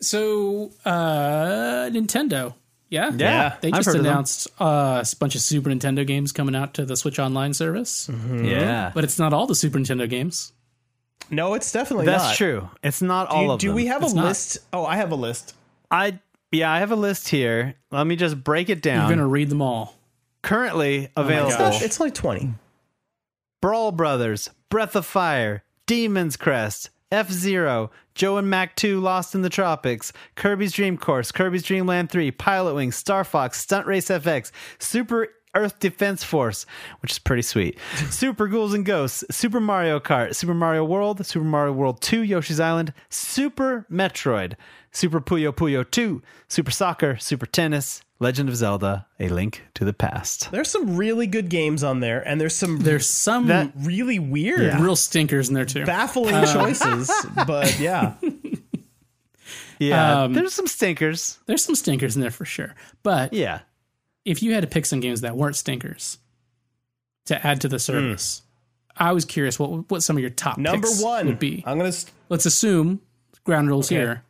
[SPEAKER 3] so uh, Nintendo, yeah,
[SPEAKER 2] Yeah,
[SPEAKER 3] they
[SPEAKER 2] I've
[SPEAKER 3] just
[SPEAKER 2] heard of them.
[SPEAKER 3] announced uh, a bunch of Super Nintendo games coming out to the Switch Online service,
[SPEAKER 2] Mm-hmm. yeah.
[SPEAKER 3] but it's not all the Super Nintendo games.
[SPEAKER 4] no, it's definitely
[SPEAKER 2] That's
[SPEAKER 4] not.
[SPEAKER 2] true. It's not
[SPEAKER 4] Do,
[SPEAKER 2] all of
[SPEAKER 4] do
[SPEAKER 2] them.
[SPEAKER 4] we have
[SPEAKER 3] It's
[SPEAKER 4] a
[SPEAKER 3] not.
[SPEAKER 4] list? Oh, I have a list.
[SPEAKER 2] I yeah, I have a list here. Let me just break it
[SPEAKER 3] You're
[SPEAKER 2] down.
[SPEAKER 3] gonna Oh read them all.
[SPEAKER 2] Currently
[SPEAKER 4] It's,
[SPEAKER 2] available:
[SPEAKER 4] not, it's only twenty.
[SPEAKER 2] Brawl Brothers, Breath of Fire, Demon's Crest, F Zero, Joe and Mac Two, Lost in the Tropics, Kirby's Dream Course, Kirby's Dream Land Three, Pilot Wing, Star Fox, Stunt Race FX, Super. Earth Defense Force, which is pretty sweet. Super Ghouls and Ghosts, Super Mario Kart, Super Mario World, Super Mario World 2, Yoshi's Island, Super Metroid, Super Puyo Puyo 2, Super Soccer, Super Tennis, Legend of Zelda, A Link to the Past.
[SPEAKER 4] There's some really good games on there, and there's some
[SPEAKER 3] There's some
[SPEAKER 2] That-
[SPEAKER 4] really weird,
[SPEAKER 3] real stinkers in there too.
[SPEAKER 4] baffling choices. But yeah,
[SPEAKER 2] Yeah, Uh, there's some stinkers.
[SPEAKER 3] There's some stinkers in there for sure. But
[SPEAKER 2] Yeah,
[SPEAKER 3] if you had to pick some games that weren't stinkers to add to the service, I was curious what what some of your top
[SPEAKER 4] number
[SPEAKER 3] picks
[SPEAKER 4] one
[SPEAKER 3] would be.
[SPEAKER 4] I'm gonna. St-
[SPEAKER 3] Let's assume ground rules
[SPEAKER 4] Okay.
[SPEAKER 3] here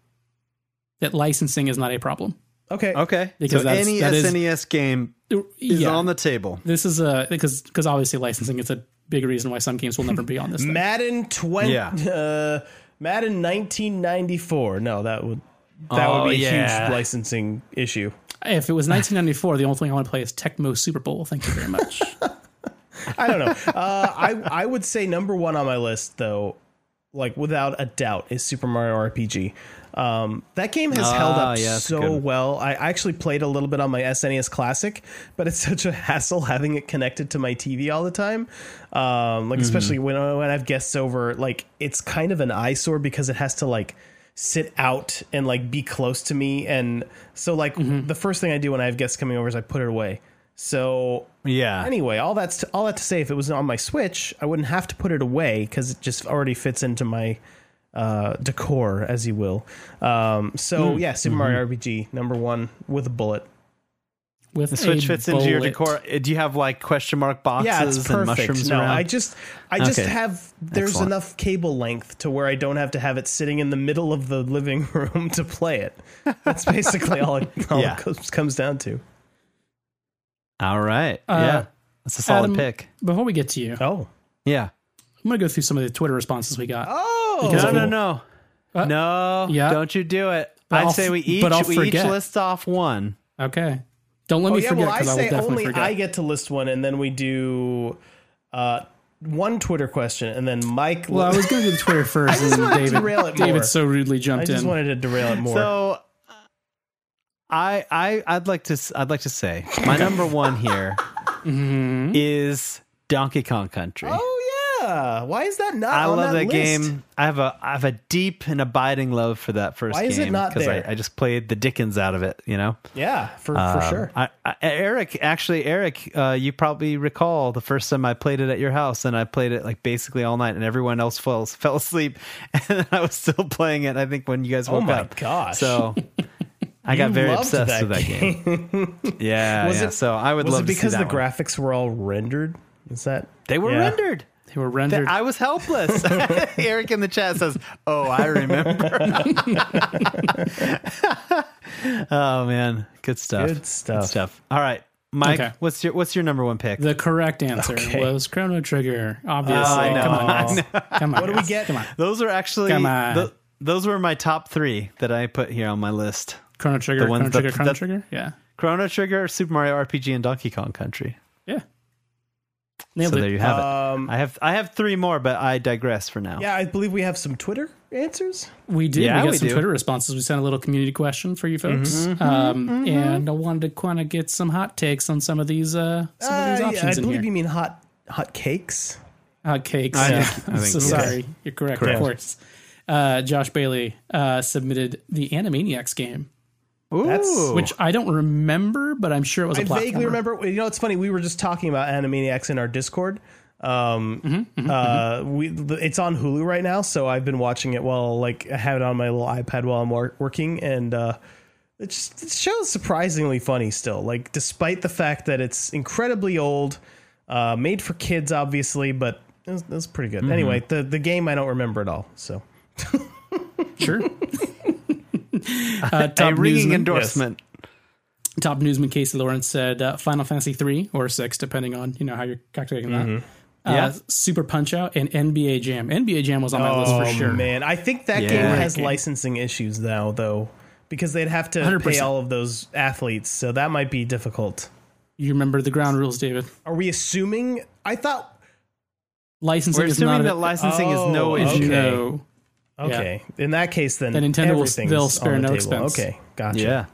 [SPEAKER 3] that licensing is not a problem.
[SPEAKER 4] okay.
[SPEAKER 2] okay.
[SPEAKER 3] Because
[SPEAKER 2] so
[SPEAKER 3] that's-
[SPEAKER 2] any
[SPEAKER 3] that is-
[SPEAKER 2] SNES game is
[SPEAKER 3] Yeah.
[SPEAKER 2] on the table.
[SPEAKER 3] this is a because because obviously licensing is a big reason why some games will never be on this. thing.
[SPEAKER 4] Madden twenty.
[SPEAKER 2] Yeah.
[SPEAKER 4] Uh, Madden 1994. No, that would that
[SPEAKER 2] Oh,
[SPEAKER 4] would be a
[SPEAKER 2] yeah.
[SPEAKER 4] huge licensing issue.
[SPEAKER 3] If it was 1994, the only thing I want to play is Tecmo Super Bowl. Thank you very much.
[SPEAKER 4] I don't know. Uh, I I would say number one on my list though, like without a doubt, is Super Mario RPG. Um, that game has held
[SPEAKER 2] Ah,
[SPEAKER 4] up
[SPEAKER 2] yeah, that's a good
[SPEAKER 4] so
[SPEAKER 2] one.
[SPEAKER 4] well. I I actually played a little bit on my SNES Classic, but it's such a hassle having it connected to my TV all the time. Um,
[SPEAKER 2] Mm-hmm.
[SPEAKER 4] like especially when I- when I have guests over, like it's kind of an eyesore because it has to like sit out and like be close to me, and so like
[SPEAKER 2] Mm-hmm.
[SPEAKER 4] the first thing I do when I have guests coming over is I put it away. So
[SPEAKER 2] Yeah,
[SPEAKER 4] Anyway, all that's all that to say, if it was on my Switch, I wouldn't have to put it away because it just already fits into my uh, decor, as you will. Um,
[SPEAKER 2] Hmm.
[SPEAKER 4] so yeah, Super
[SPEAKER 2] Mm-hmm.
[SPEAKER 4] Mario RPG number one with a bullet.
[SPEAKER 3] With
[SPEAKER 2] the Switch
[SPEAKER 3] a
[SPEAKER 2] fits into your
[SPEAKER 3] bullet.
[SPEAKER 2] decor. Uh, Do you have like question mark boxes
[SPEAKER 4] Yeah, it's
[SPEAKER 2] and
[SPEAKER 4] perfect.
[SPEAKER 2] mushrooms
[SPEAKER 4] No,
[SPEAKER 2] around?
[SPEAKER 4] I just I just
[SPEAKER 2] Okay.
[SPEAKER 4] have there's
[SPEAKER 2] Excellent.
[SPEAKER 4] enough cable length to where I don't have to have it sitting in the middle of the living room to play it. That's basically all it, all
[SPEAKER 2] Yeah.
[SPEAKER 4] it comes, comes down to.
[SPEAKER 2] All right. yeah, that's a solid
[SPEAKER 3] uh, Adam,
[SPEAKER 2] pick.
[SPEAKER 3] Before we get to you, I'm
[SPEAKER 4] Oh,
[SPEAKER 2] Yeah.
[SPEAKER 3] going to go through some of the Twitter responses we got.
[SPEAKER 4] oh,
[SPEAKER 3] Because
[SPEAKER 2] No,
[SPEAKER 3] of-
[SPEAKER 2] no, no. no,
[SPEAKER 3] Uh, yeah.
[SPEAKER 2] don't you do it.
[SPEAKER 3] But
[SPEAKER 2] I'd
[SPEAKER 3] I'll
[SPEAKER 2] say we
[SPEAKER 3] f- but I'll
[SPEAKER 2] each we each
[SPEAKER 3] forget.
[SPEAKER 2] list off one.
[SPEAKER 3] Okay. Don't let
[SPEAKER 4] Oh
[SPEAKER 3] me
[SPEAKER 4] yeah,
[SPEAKER 3] forget
[SPEAKER 4] well I
[SPEAKER 3] because I,
[SPEAKER 4] say
[SPEAKER 3] will definitely
[SPEAKER 4] only
[SPEAKER 3] forget.
[SPEAKER 4] I get to list one, and then we do uh, one Twitter question, and then Mike.
[SPEAKER 3] well, I was going to do the Twitter first, and
[SPEAKER 4] wanted to
[SPEAKER 3] David,
[SPEAKER 4] derail it more.
[SPEAKER 3] David so rudely
[SPEAKER 4] I
[SPEAKER 3] jumped
[SPEAKER 4] just
[SPEAKER 3] in.
[SPEAKER 4] wanted to derail it more.
[SPEAKER 2] So I I I'd like to s- I'd like to say my number one here
[SPEAKER 3] Mhm.
[SPEAKER 2] is Donkey Kong Country.
[SPEAKER 4] oh yeah, why is that not?
[SPEAKER 2] I
[SPEAKER 4] on
[SPEAKER 2] love that,
[SPEAKER 4] list?
[SPEAKER 2] game. I have a I have a deep and abiding love for that first
[SPEAKER 4] Why
[SPEAKER 2] game
[SPEAKER 4] is it not there?
[SPEAKER 2] I, I just played the Dickens out of it, you know.
[SPEAKER 4] Yeah, for for
[SPEAKER 2] Um,
[SPEAKER 4] sure.
[SPEAKER 2] I, I, Eric, actually, Eric, uh, you probably recall the first time I played it at your house, and I played it like basically all night, and everyone else fell fell asleep, and then I was still playing it. I think when you guys
[SPEAKER 4] Oh
[SPEAKER 2] woke
[SPEAKER 4] my
[SPEAKER 2] up.
[SPEAKER 4] gosh.
[SPEAKER 2] So I got
[SPEAKER 4] You
[SPEAKER 2] very
[SPEAKER 4] loved
[SPEAKER 2] obsessed
[SPEAKER 4] that
[SPEAKER 2] with that game. yeah,
[SPEAKER 4] Was
[SPEAKER 2] yeah.
[SPEAKER 4] it-
[SPEAKER 2] so I would
[SPEAKER 4] was
[SPEAKER 2] love
[SPEAKER 4] it
[SPEAKER 2] to see
[SPEAKER 4] because
[SPEAKER 2] that one.
[SPEAKER 4] the graphics were all rendered? Is that
[SPEAKER 2] They were
[SPEAKER 4] Yeah.
[SPEAKER 2] rendered.
[SPEAKER 3] They were rendered.
[SPEAKER 2] I was helpless. Eric in the chat says, "Oh, I remember." oh man, good stuff.
[SPEAKER 4] Good stuff.
[SPEAKER 2] stuff. All right, Mike,
[SPEAKER 3] Okay.
[SPEAKER 2] what's your what's your number one pick?
[SPEAKER 3] the correct answer
[SPEAKER 4] Okay.
[SPEAKER 3] was Chrono Trigger. Obviously,
[SPEAKER 2] I know.
[SPEAKER 3] come on, guys. come on. What
[SPEAKER 4] do we get?
[SPEAKER 3] Come on.
[SPEAKER 2] those are actually
[SPEAKER 3] Come on.
[SPEAKER 2] tho- those were my top three that I put here on my list:
[SPEAKER 3] Chrono Trigger.
[SPEAKER 2] The ones
[SPEAKER 3] Chrono
[SPEAKER 2] that-
[SPEAKER 3] Trigger. Chrono
[SPEAKER 2] that-
[SPEAKER 3] Trigger. Yeah.
[SPEAKER 2] Chrono Trigger, Super Mario RPG, and Donkey Kong Country.
[SPEAKER 3] Yeah. Nailed
[SPEAKER 2] so
[SPEAKER 3] it.
[SPEAKER 2] there you have
[SPEAKER 4] Um,
[SPEAKER 2] it. I have I have three more, but I digress for now.
[SPEAKER 4] yeah, I believe we have some Twitter answers.
[SPEAKER 3] We did.
[SPEAKER 2] Yeah,
[SPEAKER 3] we got
[SPEAKER 2] we
[SPEAKER 3] some
[SPEAKER 2] do. Mm-hmm.
[SPEAKER 3] Twitter responses. We sent a little community question for you folks, um, and I wanted to kind of get some hot takes on some of these uh, some of these
[SPEAKER 4] Uh, yeah, I
[SPEAKER 3] options in
[SPEAKER 4] believe
[SPEAKER 3] here.
[SPEAKER 4] you mean hot hot cakes.
[SPEAKER 3] Hot cakes.
[SPEAKER 2] I
[SPEAKER 3] yeah.
[SPEAKER 2] think- I think
[SPEAKER 3] so
[SPEAKER 2] so.
[SPEAKER 3] sorry, you're correct, Of course. Uh, Josh Bailey uh, submitted the Animaniacs game,
[SPEAKER 2] Ooh.
[SPEAKER 4] that's-
[SPEAKER 3] which I don't remember, but I'm sure it was a
[SPEAKER 4] I
[SPEAKER 3] platformer.
[SPEAKER 4] vaguely remember. You know, it's funny. We were just talking about Animaniacs in our Discord. Um,
[SPEAKER 3] Mm-hmm,
[SPEAKER 4] uh, we it's on Hulu right now, so I've been watching it while like I have it on my little iPad while I'm wor- working, and uh, it just the show is surprisingly funny still. Like despite the fact that it's incredibly old, uh, made for kids, obviously, but it was, it was pretty
[SPEAKER 3] Mm-hmm.
[SPEAKER 4] good. Anyway, the the game I don't remember at all. So
[SPEAKER 3] Sure. uh,
[SPEAKER 2] a
[SPEAKER 3] top,
[SPEAKER 2] ringing
[SPEAKER 3] newsman,
[SPEAKER 2] endorsement.
[SPEAKER 3] top newsman Casey Lawrence said uh, Final Fantasy three or six, depending on you know how you're calculating that.
[SPEAKER 2] Mm-hmm. Yeah.
[SPEAKER 3] Uh, Super Punch Out and NBA Jam. NBA Jam was on my list
[SPEAKER 2] Oh,
[SPEAKER 3] for sure.
[SPEAKER 4] man, I think that
[SPEAKER 2] Yeah.
[SPEAKER 4] game
[SPEAKER 2] Great
[SPEAKER 4] has
[SPEAKER 3] Um, game.
[SPEAKER 4] licensing issues now, though, because they'd have to pay
[SPEAKER 3] 100%.
[SPEAKER 4] all of those athletes, so that might be difficult.
[SPEAKER 3] You remember the ground rules, David.
[SPEAKER 4] Are we assuming? I thought
[SPEAKER 3] Licensing
[SPEAKER 2] We're
[SPEAKER 3] is
[SPEAKER 2] assuming
[SPEAKER 3] not a-
[SPEAKER 2] that licensing is no
[SPEAKER 4] Oh,
[SPEAKER 2] issue.
[SPEAKER 4] okay.
[SPEAKER 3] no.
[SPEAKER 4] okay. In that case, then
[SPEAKER 3] Then Nintendo will-
[SPEAKER 4] everything's
[SPEAKER 3] they'll spare
[SPEAKER 4] on the
[SPEAKER 3] no
[SPEAKER 4] table.
[SPEAKER 3] expense.
[SPEAKER 4] Okay, gotcha.
[SPEAKER 2] Yeah.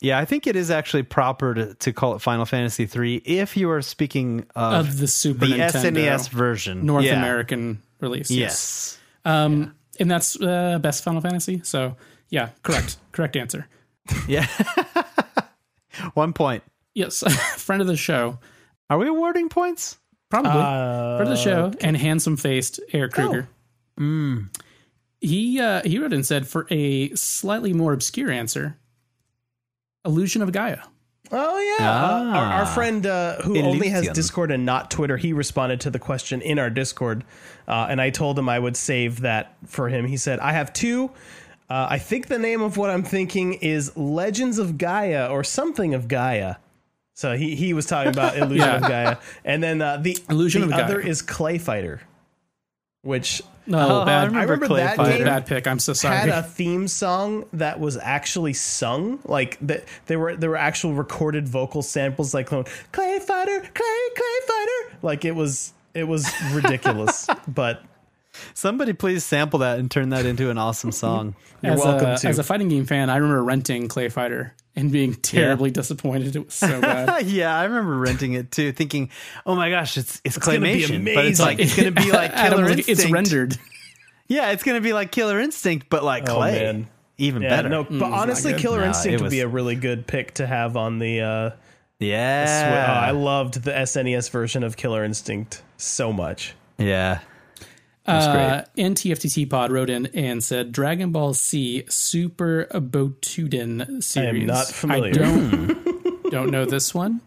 [SPEAKER 2] Yeah, I think it is actually proper to, to call it Final Fantasy III if you are speaking of,
[SPEAKER 3] Of the Super
[SPEAKER 2] the
[SPEAKER 3] Nintendo
[SPEAKER 2] SNES version.
[SPEAKER 3] North
[SPEAKER 2] Yeah.
[SPEAKER 3] American release.
[SPEAKER 2] Yes.
[SPEAKER 3] Um, and that's uh, best Final Fantasy. So yeah, correct, correct answer.
[SPEAKER 2] One point.
[SPEAKER 3] Yes, friend of the show,
[SPEAKER 2] Are we awarding points?
[SPEAKER 3] probably
[SPEAKER 2] Uh,
[SPEAKER 3] friend of the show, and handsome faced Eric
[SPEAKER 2] Oh.
[SPEAKER 3] Kruger.
[SPEAKER 2] Mm.
[SPEAKER 3] He uh, he wrote and said for a slightly more obscure answer, illusion of Gaia.
[SPEAKER 4] Oh yeah. Uh, our, our
[SPEAKER 2] Ah.
[SPEAKER 4] friend uh, who only has
[SPEAKER 2] Elysian.
[SPEAKER 4] Discord and not Twitter, he responded to the question in our Discord, uh, and I told him I would save that for him. He said, "I have two. Uh, I think the name of what I'm thinking is Legends of Gaia or something of Gaia." So he he was talking about Illusion of
[SPEAKER 3] Yeah.
[SPEAKER 4] Gaia, and then uh, the
[SPEAKER 3] Illusion
[SPEAKER 4] the
[SPEAKER 3] of Gaia.
[SPEAKER 4] other is Clay Fighter, which
[SPEAKER 3] No,
[SPEAKER 2] Oh, I
[SPEAKER 3] bad,
[SPEAKER 2] remember
[SPEAKER 4] I remember
[SPEAKER 2] Clay
[SPEAKER 4] that
[SPEAKER 2] Fighter.
[SPEAKER 4] game
[SPEAKER 3] bad pick. I'm so sorry.
[SPEAKER 4] had a theme song that was actually sung. Like that, there were there were actual recorded vocal samples, like going, "Clay Fighter, Clay, Clay Fighter." Like it was it was ridiculous. but
[SPEAKER 2] Somebody please sample that and turn that into an awesome song.
[SPEAKER 4] you're
[SPEAKER 3] as
[SPEAKER 4] welcome
[SPEAKER 3] a,
[SPEAKER 4] to.
[SPEAKER 3] As a fighting game fan, I remember renting Clay Fighter and being terribly disappointed. It was so bad.
[SPEAKER 2] yeah, I remember renting it too, thinking, "Oh my gosh, it's it's,
[SPEAKER 4] gonna be
[SPEAKER 2] claymation." but it's like it's going to be like
[SPEAKER 3] Adam
[SPEAKER 2] Killer
[SPEAKER 3] was like,
[SPEAKER 2] Instinct.
[SPEAKER 3] It's rendered.
[SPEAKER 2] Yeah, it's going to be like Killer Instinct, but like
[SPEAKER 4] Oh,
[SPEAKER 2] clay.
[SPEAKER 4] man.
[SPEAKER 2] Even
[SPEAKER 4] yeah,
[SPEAKER 2] better.
[SPEAKER 4] no, but honestly,
[SPEAKER 3] Mm, good.
[SPEAKER 4] Killer
[SPEAKER 2] No,
[SPEAKER 4] Instinct
[SPEAKER 2] it
[SPEAKER 4] would be
[SPEAKER 2] was-
[SPEAKER 4] a really good pick to have on the. Uh, Swi- oh,
[SPEAKER 2] Yeah.
[SPEAKER 4] I loved the SNES version of Killer Instinct so much.
[SPEAKER 2] yeah.
[SPEAKER 3] Uh, NTFTT Pod wrote in and said Dragon Ball C Super Botuden series.
[SPEAKER 4] not familiar.
[SPEAKER 3] I don't,
[SPEAKER 2] Hmm.
[SPEAKER 3] don't know this one.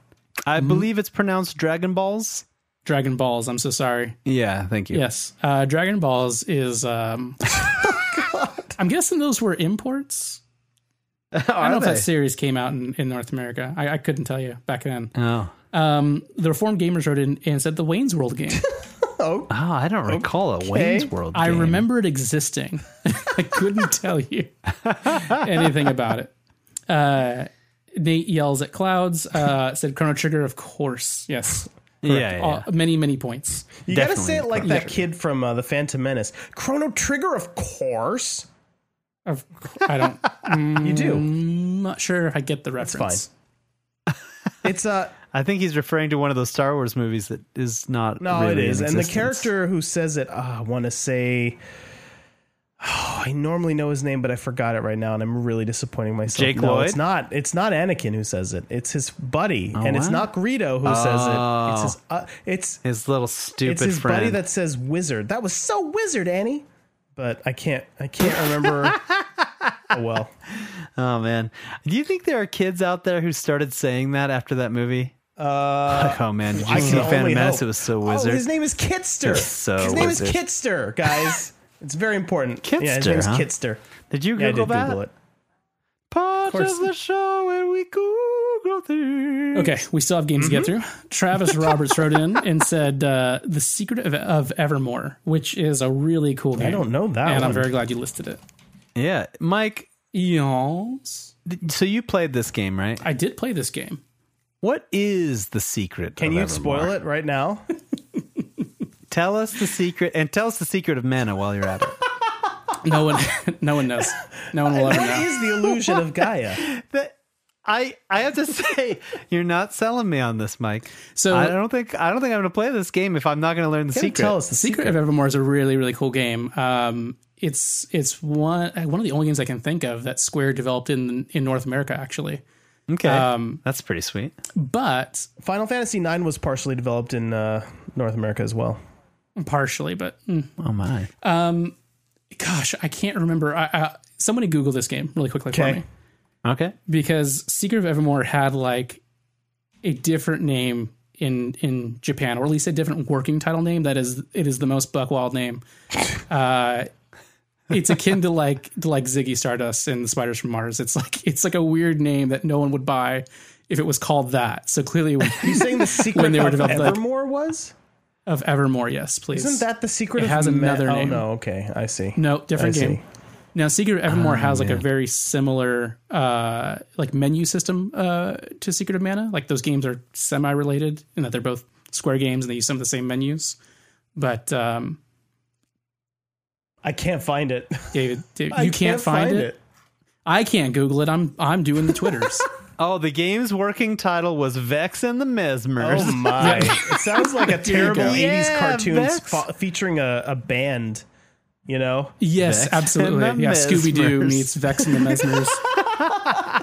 [SPEAKER 2] I believe it's pronounced Dragon Balls.
[SPEAKER 3] Dragon Balls. I'm so sorry.
[SPEAKER 2] Yeah, thank you.
[SPEAKER 3] Yes, uh, Dragon Balls is. Um, I'm guessing those were imports.
[SPEAKER 2] Oh,
[SPEAKER 3] I don't know if that series came out in, in North America. I, I couldn't tell you back then.
[SPEAKER 2] Oh.
[SPEAKER 3] Um, the Reformed Gamers wrote in and said the Wayne's World game.
[SPEAKER 4] oh,
[SPEAKER 2] Oh, I don't recall a Wayne's World.
[SPEAKER 3] I
[SPEAKER 2] game.
[SPEAKER 3] remember it existing. I couldn't tell you anything about it. Uh, Nate yells at clouds. Uh, said Chrono Trigger, of course. Yes.
[SPEAKER 2] Yeah, yeah, yeah.
[SPEAKER 3] All- many, many points.
[SPEAKER 4] you gotta
[SPEAKER 2] Definitely
[SPEAKER 4] say it like
[SPEAKER 2] Chrono
[SPEAKER 4] that kid from uh, the Phantom Menace. Chrono Trigger, of course.
[SPEAKER 3] Of, I don't. mm,
[SPEAKER 4] You
[SPEAKER 2] Mm.
[SPEAKER 4] do.
[SPEAKER 3] I'm not sure if I get the reference.
[SPEAKER 4] fine. It's uh
[SPEAKER 2] I think he's referring to one of those Star Wars movies that is not.
[SPEAKER 4] no,
[SPEAKER 2] really
[SPEAKER 4] it is,
[SPEAKER 2] in
[SPEAKER 4] and the
[SPEAKER 2] existence.
[SPEAKER 4] character who says it. ah, I want to say. Oh, I normally know his name, but I forgot it right now, and I'm really disappointing myself.
[SPEAKER 2] Jake
[SPEAKER 4] no,
[SPEAKER 2] Lloyd? Oh,
[SPEAKER 4] It's not. It's not Anakin who says it. It's his buddy, and it's
[SPEAKER 2] wow.
[SPEAKER 4] not Greedo who says it. It's his. Uh, it's
[SPEAKER 2] his little stupid
[SPEAKER 4] it's his
[SPEAKER 2] friend.
[SPEAKER 4] buddy that says wizard. That was so wizard, Annie. But I can't. I can't remember. oh well.
[SPEAKER 2] oh man, do you think there are kids out there who started saying that after that movie?
[SPEAKER 4] Uh,
[SPEAKER 2] Like, oh man, did you
[SPEAKER 4] I
[SPEAKER 2] see
[SPEAKER 4] can
[SPEAKER 2] Phantom
[SPEAKER 4] only
[SPEAKER 2] Menace?
[SPEAKER 4] hope.
[SPEAKER 2] It was so
[SPEAKER 4] Oh,
[SPEAKER 2] wizard.
[SPEAKER 4] his name is Kitster.
[SPEAKER 2] It's so
[SPEAKER 4] his name
[SPEAKER 2] wizard.
[SPEAKER 4] is Kitster, guys. it's very important. yeah, his
[SPEAKER 2] Kitster,
[SPEAKER 4] name is
[SPEAKER 2] huh?
[SPEAKER 4] Kitster.
[SPEAKER 2] did you
[SPEAKER 4] Yeah, I
[SPEAKER 2] Google
[SPEAKER 4] did
[SPEAKER 2] that?
[SPEAKER 4] Google it.
[SPEAKER 2] Part of,
[SPEAKER 3] course.
[SPEAKER 2] the show where we Google things.
[SPEAKER 3] Okay, we still have games to get
[SPEAKER 4] Mm-hmm.
[SPEAKER 3] through. Travis Roberts wrote in and said uh, "The Secret of, of Evermore," which is a really cool game.
[SPEAKER 4] I don't know that.
[SPEAKER 3] and
[SPEAKER 4] one.
[SPEAKER 3] I'm very glad you listed it.
[SPEAKER 2] Yeah, Mike.
[SPEAKER 3] Yes,
[SPEAKER 2] th- So you played this game, right?
[SPEAKER 3] I did play this game.
[SPEAKER 2] What is the secret?
[SPEAKER 4] Can you spoil it right now?
[SPEAKER 2] Tell us the secret, and tell us the secret of mana while you're at it.
[SPEAKER 3] No one, no one knows. No one will ever
[SPEAKER 4] What
[SPEAKER 3] know.
[SPEAKER 4] is the illusion of Gaia?
[SPEAKER 2] that I I have to say you're not selling me on this, Mike.
[SPEAKER 3] So-
[SPEAKER 2] I don't think I don't think I'm going to play this game if I'm not going to learn the
[SPEAKER 4] Secret.
[SPEAKER 2] secret.
[SPEAKER 4] Tell us the
[SPEAKER 3] Secret of Evermore is a really really cool game. Um, it's it's one uh, one of the only games I can think of that Square developed in in North America actually.
[SPEAKER 2] Okay, that's pretty sweet.
[SPEAKER 3] But
[SPEAKER 4] Final Fantasy IX was partially developed in uh, North America as well.
[SPEAKER 3] partially, but mm, um,
[SPEAKER 2] Oh my!
[SPEAKER 3] gosh, I can't remember. I, I, somebody Google this game really quickly for
[SPEAKER 4] Okay.
[SPEAKER 3] me
[SPEAKER 2] Okay,
[SPEAKER 3] because Secret of Evermore had like a different name in in Japan, or at least a different working title name. That is, it is the most Buckwild name. Uh, it's akin to like to like Ziggy Stardust and the Spiders from Mars. It's like it's like a weird name that no one would buy if it was called that. So clearly,
[SPEAKER 4] You saying the secret
[SPEAKER 3] they were
[SPEAKER 4] of
[SPEAKER 3] developed, like-
[SPEAKER 4] Evermore was?
[SPEAKER 3] of Evermore, yes, please.
[SPEAKER 4] Isn't that the secret?
[SPEAKER 3] It
[SPEAKER 4] of
[SPEAKER 3] has
[SPEAKER 4] Ma-
[SPEAKER 3] another
[SPEAKER 4] oh,
[SPEAKER 3] name.
[SPEAKER 4] no, okay, I see.
[SPEAKER 3] No, different
[SPEAKER 4] I see.
[SPEAKER 3] game. Now, Secret of Evermore has like a very similar uh, like menu system uh, to Secret of Mana. Like those games are semi-related in that they're both Square games and they use some of the same menus. But um,
[SPEAKER 4] I can't find it.
[SPEAKER 3] David, David
[SPEAKER 4] I
[SPEAKER 3] you can't, find, it. I can't Google it. I'm I'm doing the twitters.
[SPEAKER 2] Oh, the game's working title was Vex and the Mesmers.
[SPEAKER 4] Oh my! it sounds like a terrible
[SPEAKER 3] go.
[SPEAKER 4] '80s
[SPEAKER 2] Yeah,
[SPEAKER 4] cartoon
[SPEAKER 2] Vex.
[SPEAKER 4] fo- featuring a, a band. You know,
[SPEAKER 3] yes,
[SPEAKER 2] Vex and
[SPEAKER 3] absolutely.
[SPEAKER 2] the
[SPEAKER 3] Yeah, Scooby Doo
[SPEAKER 2] Mesmers.
[SPEAKER 3] meets Vex and the Mesmers.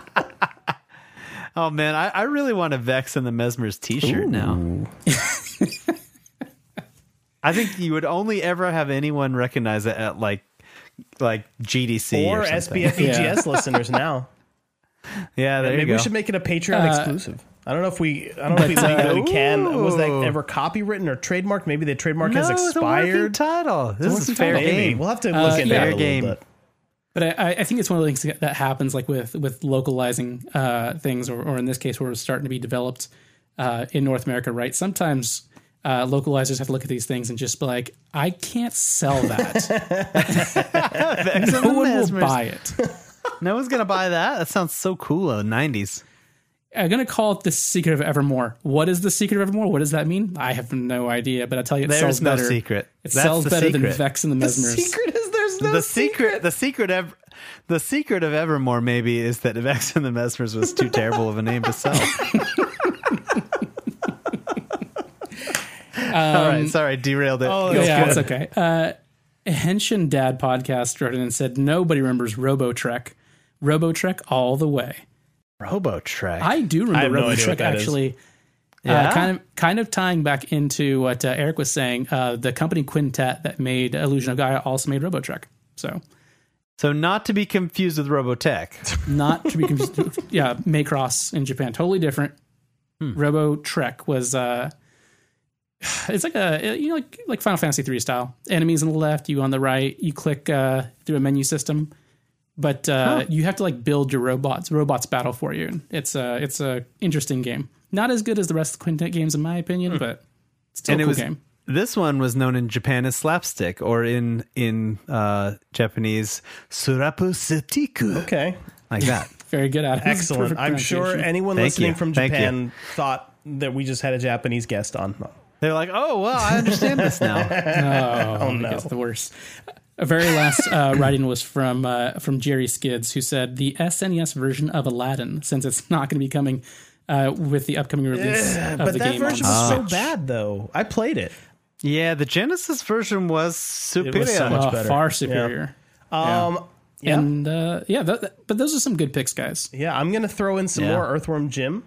[SPEAKER 2] Oh man, I, I really want a Vex and the Mesmers T-shirt now. I think you would only ever have anyone recognize it at like like GDC or,
[SPEAKER 4] or
[SPEAKER 2] something.
[SPEAKER 4] SBF EGS listeners now.
[SPEAKER 2] Yeah, there you
[SPEAKER 4] Maybe
[SPEAKER 2] go.
[SPEAKER 4] we should make it a Patreon exclusive. I don't know if we, I don't know if we legally can. Was that ever copywritten or trademarked? Maybe the trademark has
[SPEAKER 2] no, it's a working
[SPEAKER 4] expired.
[SPEAKER 2] title. This
[SPEAKER 4] Working
[SPEAKER 2] is fair
[SPEAKER 4] title. Maybe.
[SPEAKER 2] game.
[SPEAKER 4] We'll have to look
[SPEAKER 2] yeah.
[SPEAKER 4] into that a
[SPEAKER 2] Fair
[SPEAKER 4] little
[SPEAKER 2] game.
[SPEAKER 4] bit.
[SPEAKER 3] But I- I, I think it's one of the things that happens, like with with localizing uh, things, or, or in this case, where it's starting to be developed uh, in North America, right? Sometimes uh, localizers have to look at these things and just be like, "I can't sell that.
[SPEAKER 2] Vex and
[SPEAKER 3] no
[SPEAKER 2] the
[SPEAKER 3] one will
[SPEAKER 2] Mesmers.
[SPEAKER 3] buy it."
[SPEAKER 2] No one's gonna buy that. That sounds so cool. in The nineties.
[SPEAKER 3] I'm gonna call it the secret of Evermore. What is the secret of Evermore? What does that mean? I have no idea, but I tell you, it sells
[SPEAKER 2] There's no
[SPEAKER 3] better.
[SPEAKER 2] secret.
[SPEAKER 3] It
[SPEAKER 2] That's
[SPEAKER 3] sells
[SPEAKER 2] the
[SPEAKER 3] better than
[SPEAKER 2] secret.
[SPEAKER 3] Vex and the Mesmers.
[SPEAKER 4] is there's no
[SPEAKER 2] the secret, the secret, ev- the secret of Evermore maybe is that Vex and the Mesmers was too terrible of a name to sell. All right, sorry, I derailed it.
[SPEAKER 4] Oh,
[SPEAKER 3] yeah,
[SPEAKER 4] that's
[SPEAKER 3] that's
[SPEAKER 4] good.
[SPEAKER 3] okay. Uh, Henshin Dad podcast wrote in and said nobody remembers Robotrek. Robotrek all the way.
[SPEAKER 2] Robo Trek.
[SPEAKER 3] I do
[SPEAKER 4] I have
[SPEAKER 3] remember
[SPEAKER 4] no idea what
[SPEAKER 3] Robotrek
[SPEAKER 4] that is.
[SPEAKER 3] actually.
[SPEAKER 2] Yeah?
[SPEAKER 3] Uh, kind of, kind of tying back into what uh, Eric was saying. Uh, the company Quintet that made Illusion of Gaia also made Robotrek. So
[SPEAKER 2] so not to be confused with Robotech.
[SPEAKER 3] not to be confused. yeah, Maycross in Japan, totally different. Robo Trek was uh, it's like a eh, you know like like Final Fantasy three style. Enemies on the left, you on the right. You click uh, through a menu system, but uh, you have to like build your robots. Robots battle for you. It's a it's a interesting game. Not as good as the rest of the Quintet games in my opinion, but still
[SPEAKER 2] And it
[SPEAKER 3] a cool
[SPEAKER 2] was-
[SPEAKER 3] game.
[SPEAKER 2] this one was known in Japan as slapstick, or in in uh, Japanese surapu sutiku,
[SPEAKER 4] Okay.
[SPEAKER 2] like that.
[SPEAKER 3] Very good at it.
[SPEAKER 4] Excellent.
[SPEAKER 3] Perfect
[SPEAKER 4] I'm sure
[SPEAKER 3] pronunciation.
[SPEAKER 4] anyone
[SPEAKER 2] Thank
[SPEAKER 4] listening
[SPEAKER 2] you.
[SPEAKER 4] from
[SPEAKER 2] Thank you.
[SPEAKER 4] Japan thought that we just had a Japanese guest on.
[SPEAKER 2] They're like, oh well, I understand this now.
[SPEAKER 3] Oh, no. It's the worst. A very last uh, writing was from uh, from Jerry Skids, who said the SNES version of Aladdin, since it's not going to be coming uh, with the upcoming release of
[SPEAKER 4] But
[SPEAKER 3] the
[SPEAKER 4] that
[SPEAKER 3] game. on
[SPEAKER 4] version was so
[SPEAKER 3] Switch.
[SPEAKER 4] bad, though. I played it.
[SPEAKER 2] yeah, the Genesis version was superior.
[SPEAKER 4] so much
[SPEAKER 3] Oh,
[SPEAKER 4] better.
[SPEAKER 3] far superior.
[SPEAKER 4] Um, yeah.
[SPEAKER 3] And uh, yeah, th- th- but those are some good picks, guys.
[SPEAKER 4] Yeah, I'm gonna throw in some
[SPEAKER 2] Yeah.
[SPEAKER 4] more Earthworm Jim.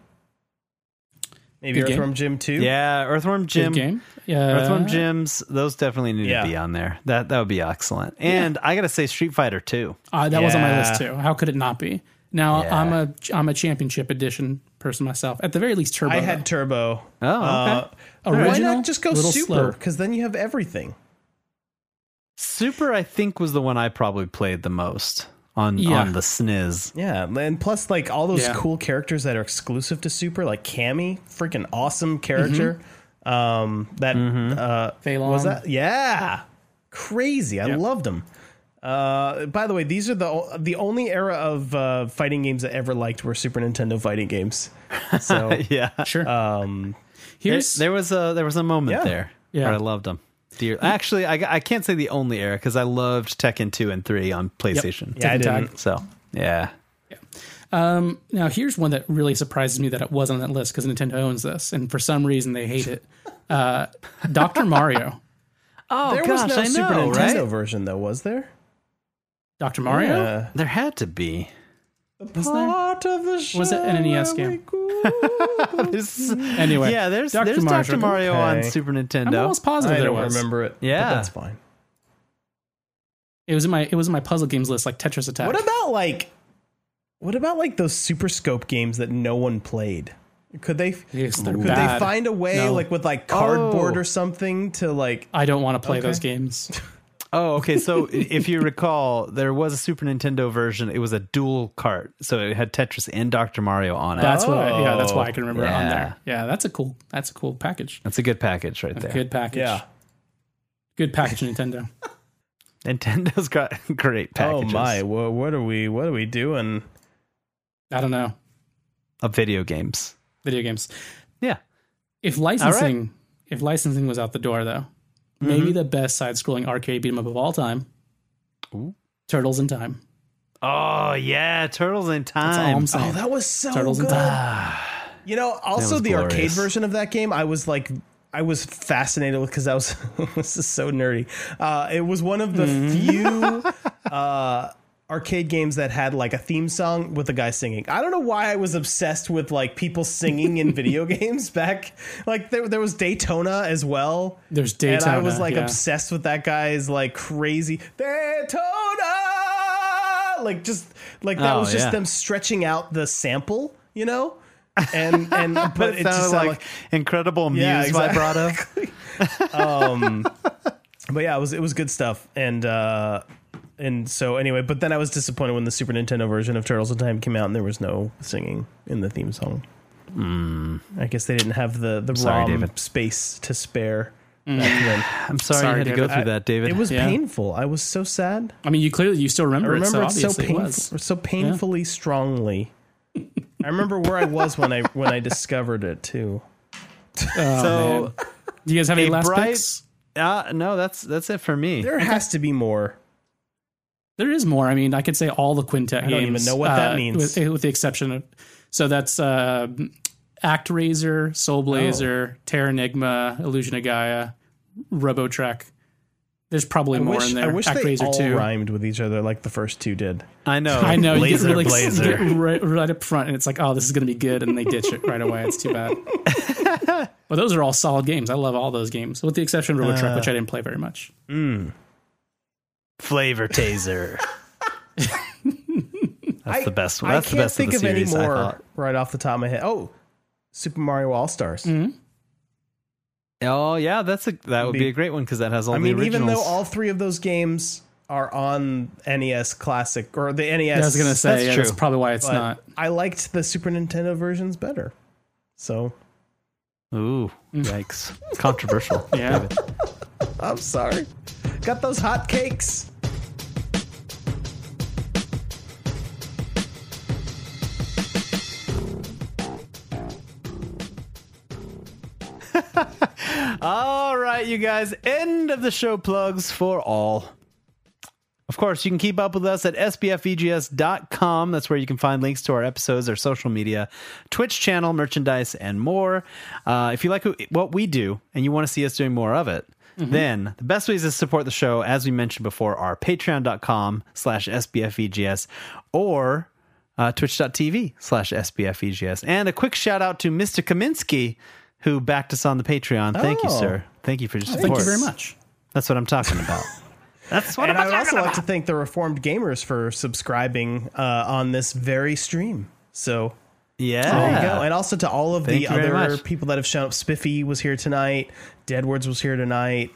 [SPEAKER 4] Maybe
[SPEAKER 3] Good game.
[SPEAKER 4] Earthworm Jim too.
[SPEAKER 2] yeah, Earthworm Jim.
[SPEAKER 3] Good game. Yeah.
[SPEAKER 2] Earthworm Gyms, those definitely need
[SPEAKER 4] Yeah.
[SPEAKER 2] to be on there. That that would be excellent. And I gotta say, Street Fighter Two.
[SPEAKER 3] Uh, that was on my
[SPEAKER 4] Yeah.
[SPEAKER 3] list too. How could it not be? Now
[SPEAKER 2] Yeah.
[SPEAKER 3] I'm a I'm a championship edition person myself. At the very least, Turbo.
[SPEAKER 4] I had Turbo. Uh,
[SPEAKER 2] Oh, okay.
[SPEAKER 4] Why
[SPEAKER 3] original.
[SPEAKER 4] not just go
[SPEAKER 3] little
[SPEAKER 4] super?
[SPEAKER 3] slow.
[SPEAKER 4] Because then you have everything.
[SPEAKER 2] Super, I think, was the one I probably played the most on
[SPEAKER 3] Yeah.
[SPEAKER 2] on the SNIS.
[SPEAKER 4] Yeah, and plus like all those
[SPEAKER 3] Yeah.
[SPEAKER 4] cool characters that are exclusive to Super, like Cammy, freaking awesome character. Um, that uh,
[SPEAKER 3] Phelan.
[SPEAKER 4] was that. Yeah, crazy. I loved them. Uh, by the way, these are the o- the only era of uh, fighting games I ever liked were Super Nintendo fighting games. So
[SPEAKER 2] Yeah,
[SPEAKER 3] Sure.
[SPEAKER 4] um,
[SPEAKER 2] There,
[SPEAKER 3] Here's
[SPEAKER 2] there was a there was a moment
[SPEAKER 4] Yeah.
[SPEAKER 2] there
[SPEAKER 3] Yeah.
[SPEAKER 2] where I loved them. Dear, actually, I, I can't say the only era because I loved Tekken two and three on PlayStation.
[SPEAKER 4] yeah, I
[SPEAKER 3] Tekken Tag.
[SPEAKER 4] didn't.
[SPEAKER 2] So yeah,
[SPEAKER 3] Um, now here's one that really surprises me that it wasn't on that list because Nintendo owns this, and for some reason they hate it. Uh, Doctor Mario,
[SPEAKER 2] oh
[SPEAKER 4] there was no Super Nintendo version though, was there?
[SPEAKER 3] Doctor Mario.
[SPEAKER 4] Uh,
[SPEAKER 2] There had to be.
[SPEAKER 4] part of the show
[SPEAKER 3] Was it an NES
[SPEAKER 4] where we
[SPEAKER 3] game?
[SPEAKER 4] go.
[SPEAKER 2] There's-
[SPEAKER 3] Anyway,
[SPEAKER 2] yeah, there's
[SPEAKER 3] Dr.
[SPEAKER 2] there's
[SPEAKER 3] Mario.
[SPEAKER 2] Doctor Mario on
[SPEAKER 4] Okay.
[SPEAKER 2] Super
[SPEAKER 3] I'm
[SPEAKER 2] Nintendo.
[SPEAKER 3] almost positive
[SPEAKER 4] I
[SPEAKER 3] there
[SPEAKER 4] don't
[SPEAKER 3] was.
[SPEAKER 4] remember it. but
[SPEAKER 2] Yeah.
[SPEAKER 4] that's fine.
[SPEAKER 3] It was in my it was in my puzzle games list, like Tetris Attack.
[SPEAKER 4] What about like, what about like those Super Scope games that no one played? Could they?
[SPEAKER 3] Yes, they're
[SPEAKER 4] could
[SPEAKER 3] bad.
[SPEAKER 4] they find a way,
[SPEAKER 3] No.
[SPEAKER 4] like with like cardboard
[SPEAKER 2] Oh.
[SPEAKER 4] or something, to like?
[SPEAKER 3] I don't want to play
[SPEAKER 4] Okay.
[SPEAKER 3] those games.
[SPEAKER 2] Oh, okay. So i- if you recall, there was a Super Nintendo version. It was a dual cart, so it had Tetris and Doctor Mario on it.
[SPEAKER 3] That's what. I, yeah, that's why I can remember it on
[SPEAKER 2] Yeah.
[SPEAKER 3] there.
[SPEAKER 4] Oh,
[SPEAKER 3] Yeah, that's a cool. That's a cool package.
[SPEAKER 2] That's a good package right there.
[SPEAKER 3] Good package.
[SPEAKER 4] Yeah.
[SPEAKER 3] Good package, Nintendo.
[SPEAKER 2] Nintendo's got great packages
[SPEAKER 4] Oh my! Wha what are we? What are we doing?
[SPEAKER 3] I don't know.
[SPEAKER 2] of video games.
[SPEAKER 3] Video games.
[SPEAKER 2] Yeah.
[SPEAKER 3] If licensing, if licensing was out the door though,
[SPEAKER 4] Mm-hmm.
[SPEAKER 3] maybe the best side-scrolling arcade beat 'em up of all time. Turtles in Time.
[SPEAKER 2] Oh yeah, Turtles in
[SPEAKER 3] That's all
[SPEAKER 2] Time.
[SPEAKER 3] I'm saying.
[SPEAKER 4] Oh, that was so
[SPEAKER 3] Turtles in
[SPEAKER 4] good.
[SPEAKER 3] Time.
[SPEAKER 4] You know, also
[SPEAKER 2] was
[SPEAKER 4] the arcade
[SPEAKER 2] glorious.
[SPEAKER 4] version of that game, I was like, I was fascinated with because I was this is so nerdy. Uh, it was one of the
[SPEAKER 2] Mm-hmm.
[SPEAKER 4] few uh, arcade games that had like a theme song with a guy singing. I don't know why I was obsessed with like people singing in video games back. Like there, there was Daytona as well.
[SPEAKER 3] There's
[SPEAKER 4] and I
[SPEAKER 3] Daytona,
[SPEAKER 4] was like
[SPEAKER 3] yeah.
[SPEAKER 4] obsessed with that guy's like crazy Daytona. Like just like that
[SPEAKER 2] Oh,
[SPEAKER 4] was just
[SPEAKER 2] yeah.
[SPEAKER 4] them stretching out the sample, you know? And and but,
[SPEAKER 2] But
[SPEAKER 4] it just sounded
[SPEAKER 2] like,
[SPEAKER 4] like,
[SPEAKER 2] incredible muse
[SPEAKER 4] Yeah, exactly.
[SPEAKER 2] vibrato.
[SPEAKER 4] but yeah, it was it was good stuff. And uh and so anyway, but then I was disappointed when the Super Nintendo version of Turtles in Time came out and there was no singing in the theme song.
[SPEAKER 3] Hmm.
[SPEAKER 4] I guess they didn't have the the
[SPEAKER 2] Sorry,
[SPEAKER 4] ROM
[SPEAKER 2] David.
[SPEAKER 4] space to spare. back then.
[SPEAKER 2] I'm sorry,
[SPEAKER 3] Sorry,
[SPEAKER 2] you had to
[SPEAKER 3] Mm. Uh, David.
[SPEAKER 2] go through
[SPEAKER 3] I-
[SPEAKER 2] that, David.
[SPEAKER 4] It was
[SPEAKER 3] Yeah.
[SPEAKER 4] painful. I was so sad.
[SPEAKER 3] I mean, you clearly you still
[SPEAKER 4] I
[SPEAKER 3] remember,
[SPEAKER 4] remember
[SPEAKER 3] it,
[SPEAKER 4] it
[SPEAKER 3] so
[SPEAKER 4] so
[SPEAKER 3] obviously it was.
[SPEAKER 4] painful, so painfully strongly. I remember where I was when I when I discovered it too.
[SPEAKER 3] Oh,
[SPEAKER 2] so
[SPEAKER 3] man. do you guys have any
[SPEAKER 2] a
[SPEAKER 3] last
[SPEAKER 2] bright-
[SPEAKER 3] picks?
[SPEAKER 2] uh, no, that's that's it for me.
[SPEAKER 4] There has to be more.
[SPEAKER 3] There is more. I mean, I could say all the quintet
[SPEAKER 4] I
[SPEAKER 3] games.
[SPEAKER 4] don't even know what that
[SPEAKER 3] uh,
[SPEAKER 4] means.
[SPEAKER 3] with, with the exception of so that's uh, Act Razor,
[SPEAKER 4] Oh.
[SPEAKER 3] Soul Blazer, Terra Terranigma, Illusion of Gaia, Robotrek. There's probably
[SPEAKER 4] I
[SPEAKER 3] more
[SPEAKER 4] wish,
[SPEAKER 3] in
[SPEAKER 4] I
[SPEAKER 3] there.
[SPEAKER 4] wish
[SPEAKER 3] Act
[SPEAKER 4] they
[SPEAKER 3] Razor
[SPEAKER 4] all
[SPEAKER 3] too.
[SPEAKER 4] rhymed with each other like the first two did.
[SPEAKER 2] I know.
[SPEAKER 3] I know
[SPEAKER 2] Laser
[SPEAKER 3] you get really
[SPEAKER 2] Blazer.
[SPEAKER 3] get right, right up front, and it's like, oh, this is going to be good, and they ditch it right away. It's too bad. but those are all solid games. I love all those games, with the exception of Robotrek,
[SPEAKER 2] Uh,
[SPEAKER 3] which I didn't play very much.
[SPEAKER 2] Flavor Taser. That's the best one.
[SPEAKER 4] I
[SPEAKER 2] That's
[SPEAKER 4] can't
[SPEAKER 2] the best
[SPEAKER 4] think
[SPEAKER 2] of
[SPEAKER 4] of,
[SPEAKER 2] the series.
[SPEAKER 4] any
[SPEAKER 2] I
[SPEAKER 4] more
[SPEAKER 2] thought.
[SPEAKER 4] right off the top of my head. Oh, Super Mario All Stars.
[SPEAKER 2] Mm. Oh yeah, that's a that would be a great one because that has all
[SPEAKER 4] I mean,
[SPEAKER 2] the originals.
[SPEAKER 4] even though all three of those games are on NES Classic or the E
[SPEAKER 3] I
[SPEAKER 4] NES,
[SPEAKER 3] was going to say
[SPEAKER 2] that's
[SPEAKER 3] yeah, that's
[SPEAKER 2] true.
[SPEAKER 3] probably why it's
[SPEAKER 4] but
[SPEAKER 3] not.
[SPEAKER 4] I liked the Super Nintendo versions better. So
[SPEAKER 2] Ooh, yikes! Controversial.
[SPEAKER 3] Yeah.
[SPEAKER 4] I'm sorry. Got those hot cakes.
[SPEAKER 2] All right, you guys. End of the show plugs for all. Of course, you can keep up with us at sbfvgs.com. That's where you can find links to our episodes, our social media, Twitch channel, merchandise, and more. Uh, if you like wh- what we do and you want to see us doing more of it,
[SPEAKER 4] Mm-hmm.
[SPEAKER 2] then the best ways to support the show, as we mentioned before, are patreon.com slash sbfvgs E or uh, twitch.tv slash sbfegs. E And a quick shout out to Mr. Kaminsky, who backed us on the Patreon. Thank you,
[SPEAKER 4] Oh.
[SPEAKER 2] sir. Thank you for your support.
[SPEAKER 3] Thank you very much.
[SPEAKER 2] That's what I'm talking about. That's what
[SPEAKER 4] And I
[SPEAKER 2] I'm
[SPEAKER 4] would
[SPEAKER 2] talking
[SPEAKER 4] also
[SPEAKER 2] about.
[SPEAKER 4] like to thank the Reformed Gamers for subscribing uh, on this very stream. So
[SPEAKER 2] yeah.
[SPEAKER 4] There you go. And also to all of
[SPEAKER 2] Thank
[SPEAKER 4] the
[SPEAKER 2] you very
[SPEAKER 4] other
[SPEAKER 2] much.
[SPEAKER 4] people that have shown up. Spiffy was here tonight. Deadwards was here tonight.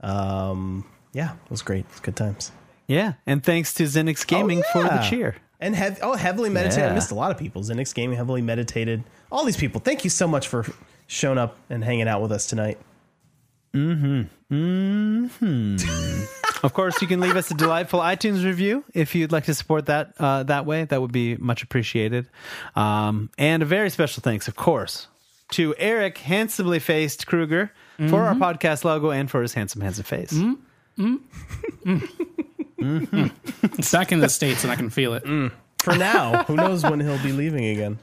[SPEAKER 4] Um, yeah, it was great. It was good times.
[SPEAKER 2] Yeah, and thanks to Zenix Gaming
[SPEAKER 4] Oh,
[SPEAKER 2] for the
[SPEAKER 4] yeah.
[SPEAKER 2] cheer.
[SPEAKER 4] And hev- oh, heavily meditated.
[SPEAKER 2] Yeah.
[SPEAKER 4] I missed a lot of people. Zenix Gaming heavily meditated. All these people. Thank you so much for showing up and hanging out with us tonight.
[SPEAKER 2] Of course, you can leave us a delightful iTunes review if you'd like to support that uh, that way. That would be much appreciated. Um, and a very special thanks, of course, to Eric Handsomely Faced Kruger for
[SPEAKER 4] Mm-hmm.
[SPEAKER 2] our podcast logo and for his handsome, handsome face.
[SPEAKER 3] It's back in the States and I can feel it.
[SPEAKER 2] Mm.
[SPEAKER 4] For now, who knows when he'll be leaving again?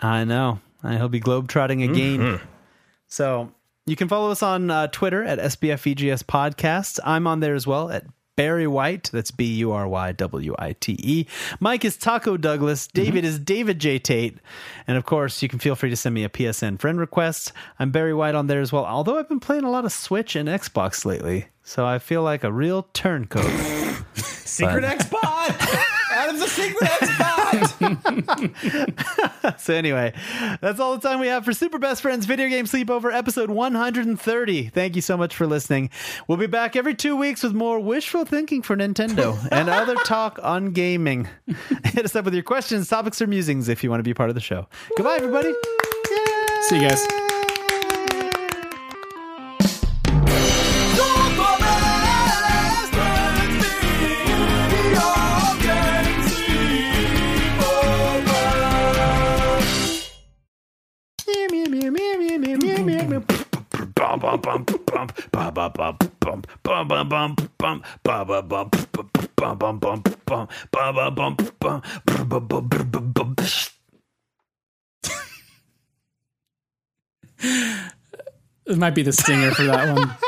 [SPEAKER 2] I know. I he'll be
[SPEAKER 4] Mm-hmm.
[SPEAKER 2] globetrotting again. So you can follow us on uh, Twitter at SBFEGS Podcast. I'm on there as well at Barry White. That's B U R Y W I T E. Mike is Taco Douglas. David is David J. Tate. And of course, you can feel free to send me a PSN friend request. I'm Barry White on there as well, although I've been playing a lot of Switch and Xbox lately. So I feel like a real turncoat.
[SPEAKER 4] Secret X Pod! Adam's a Secret X Pod!
[SPEAKER 2] So anyway, that's all the time we have for Super Best Friends Video Game Sleepover episode 130. Thank you so much for listening. We'll be back every two weeks with more wishful thinking for Nintendo and other talk on gaming. Hit us up with your questions, topics, or musings if you want to be part of the show. Goodbye, everybody.
[SPEAKER 3] See you guys.
[SPEAKER 6] bump bump bump bump bump bump bump bump bump bump bump bump bump bump bump bump bump bump bump bump bump bump bump bump bump
[SPEAKER 3] It might be the stinger for that one.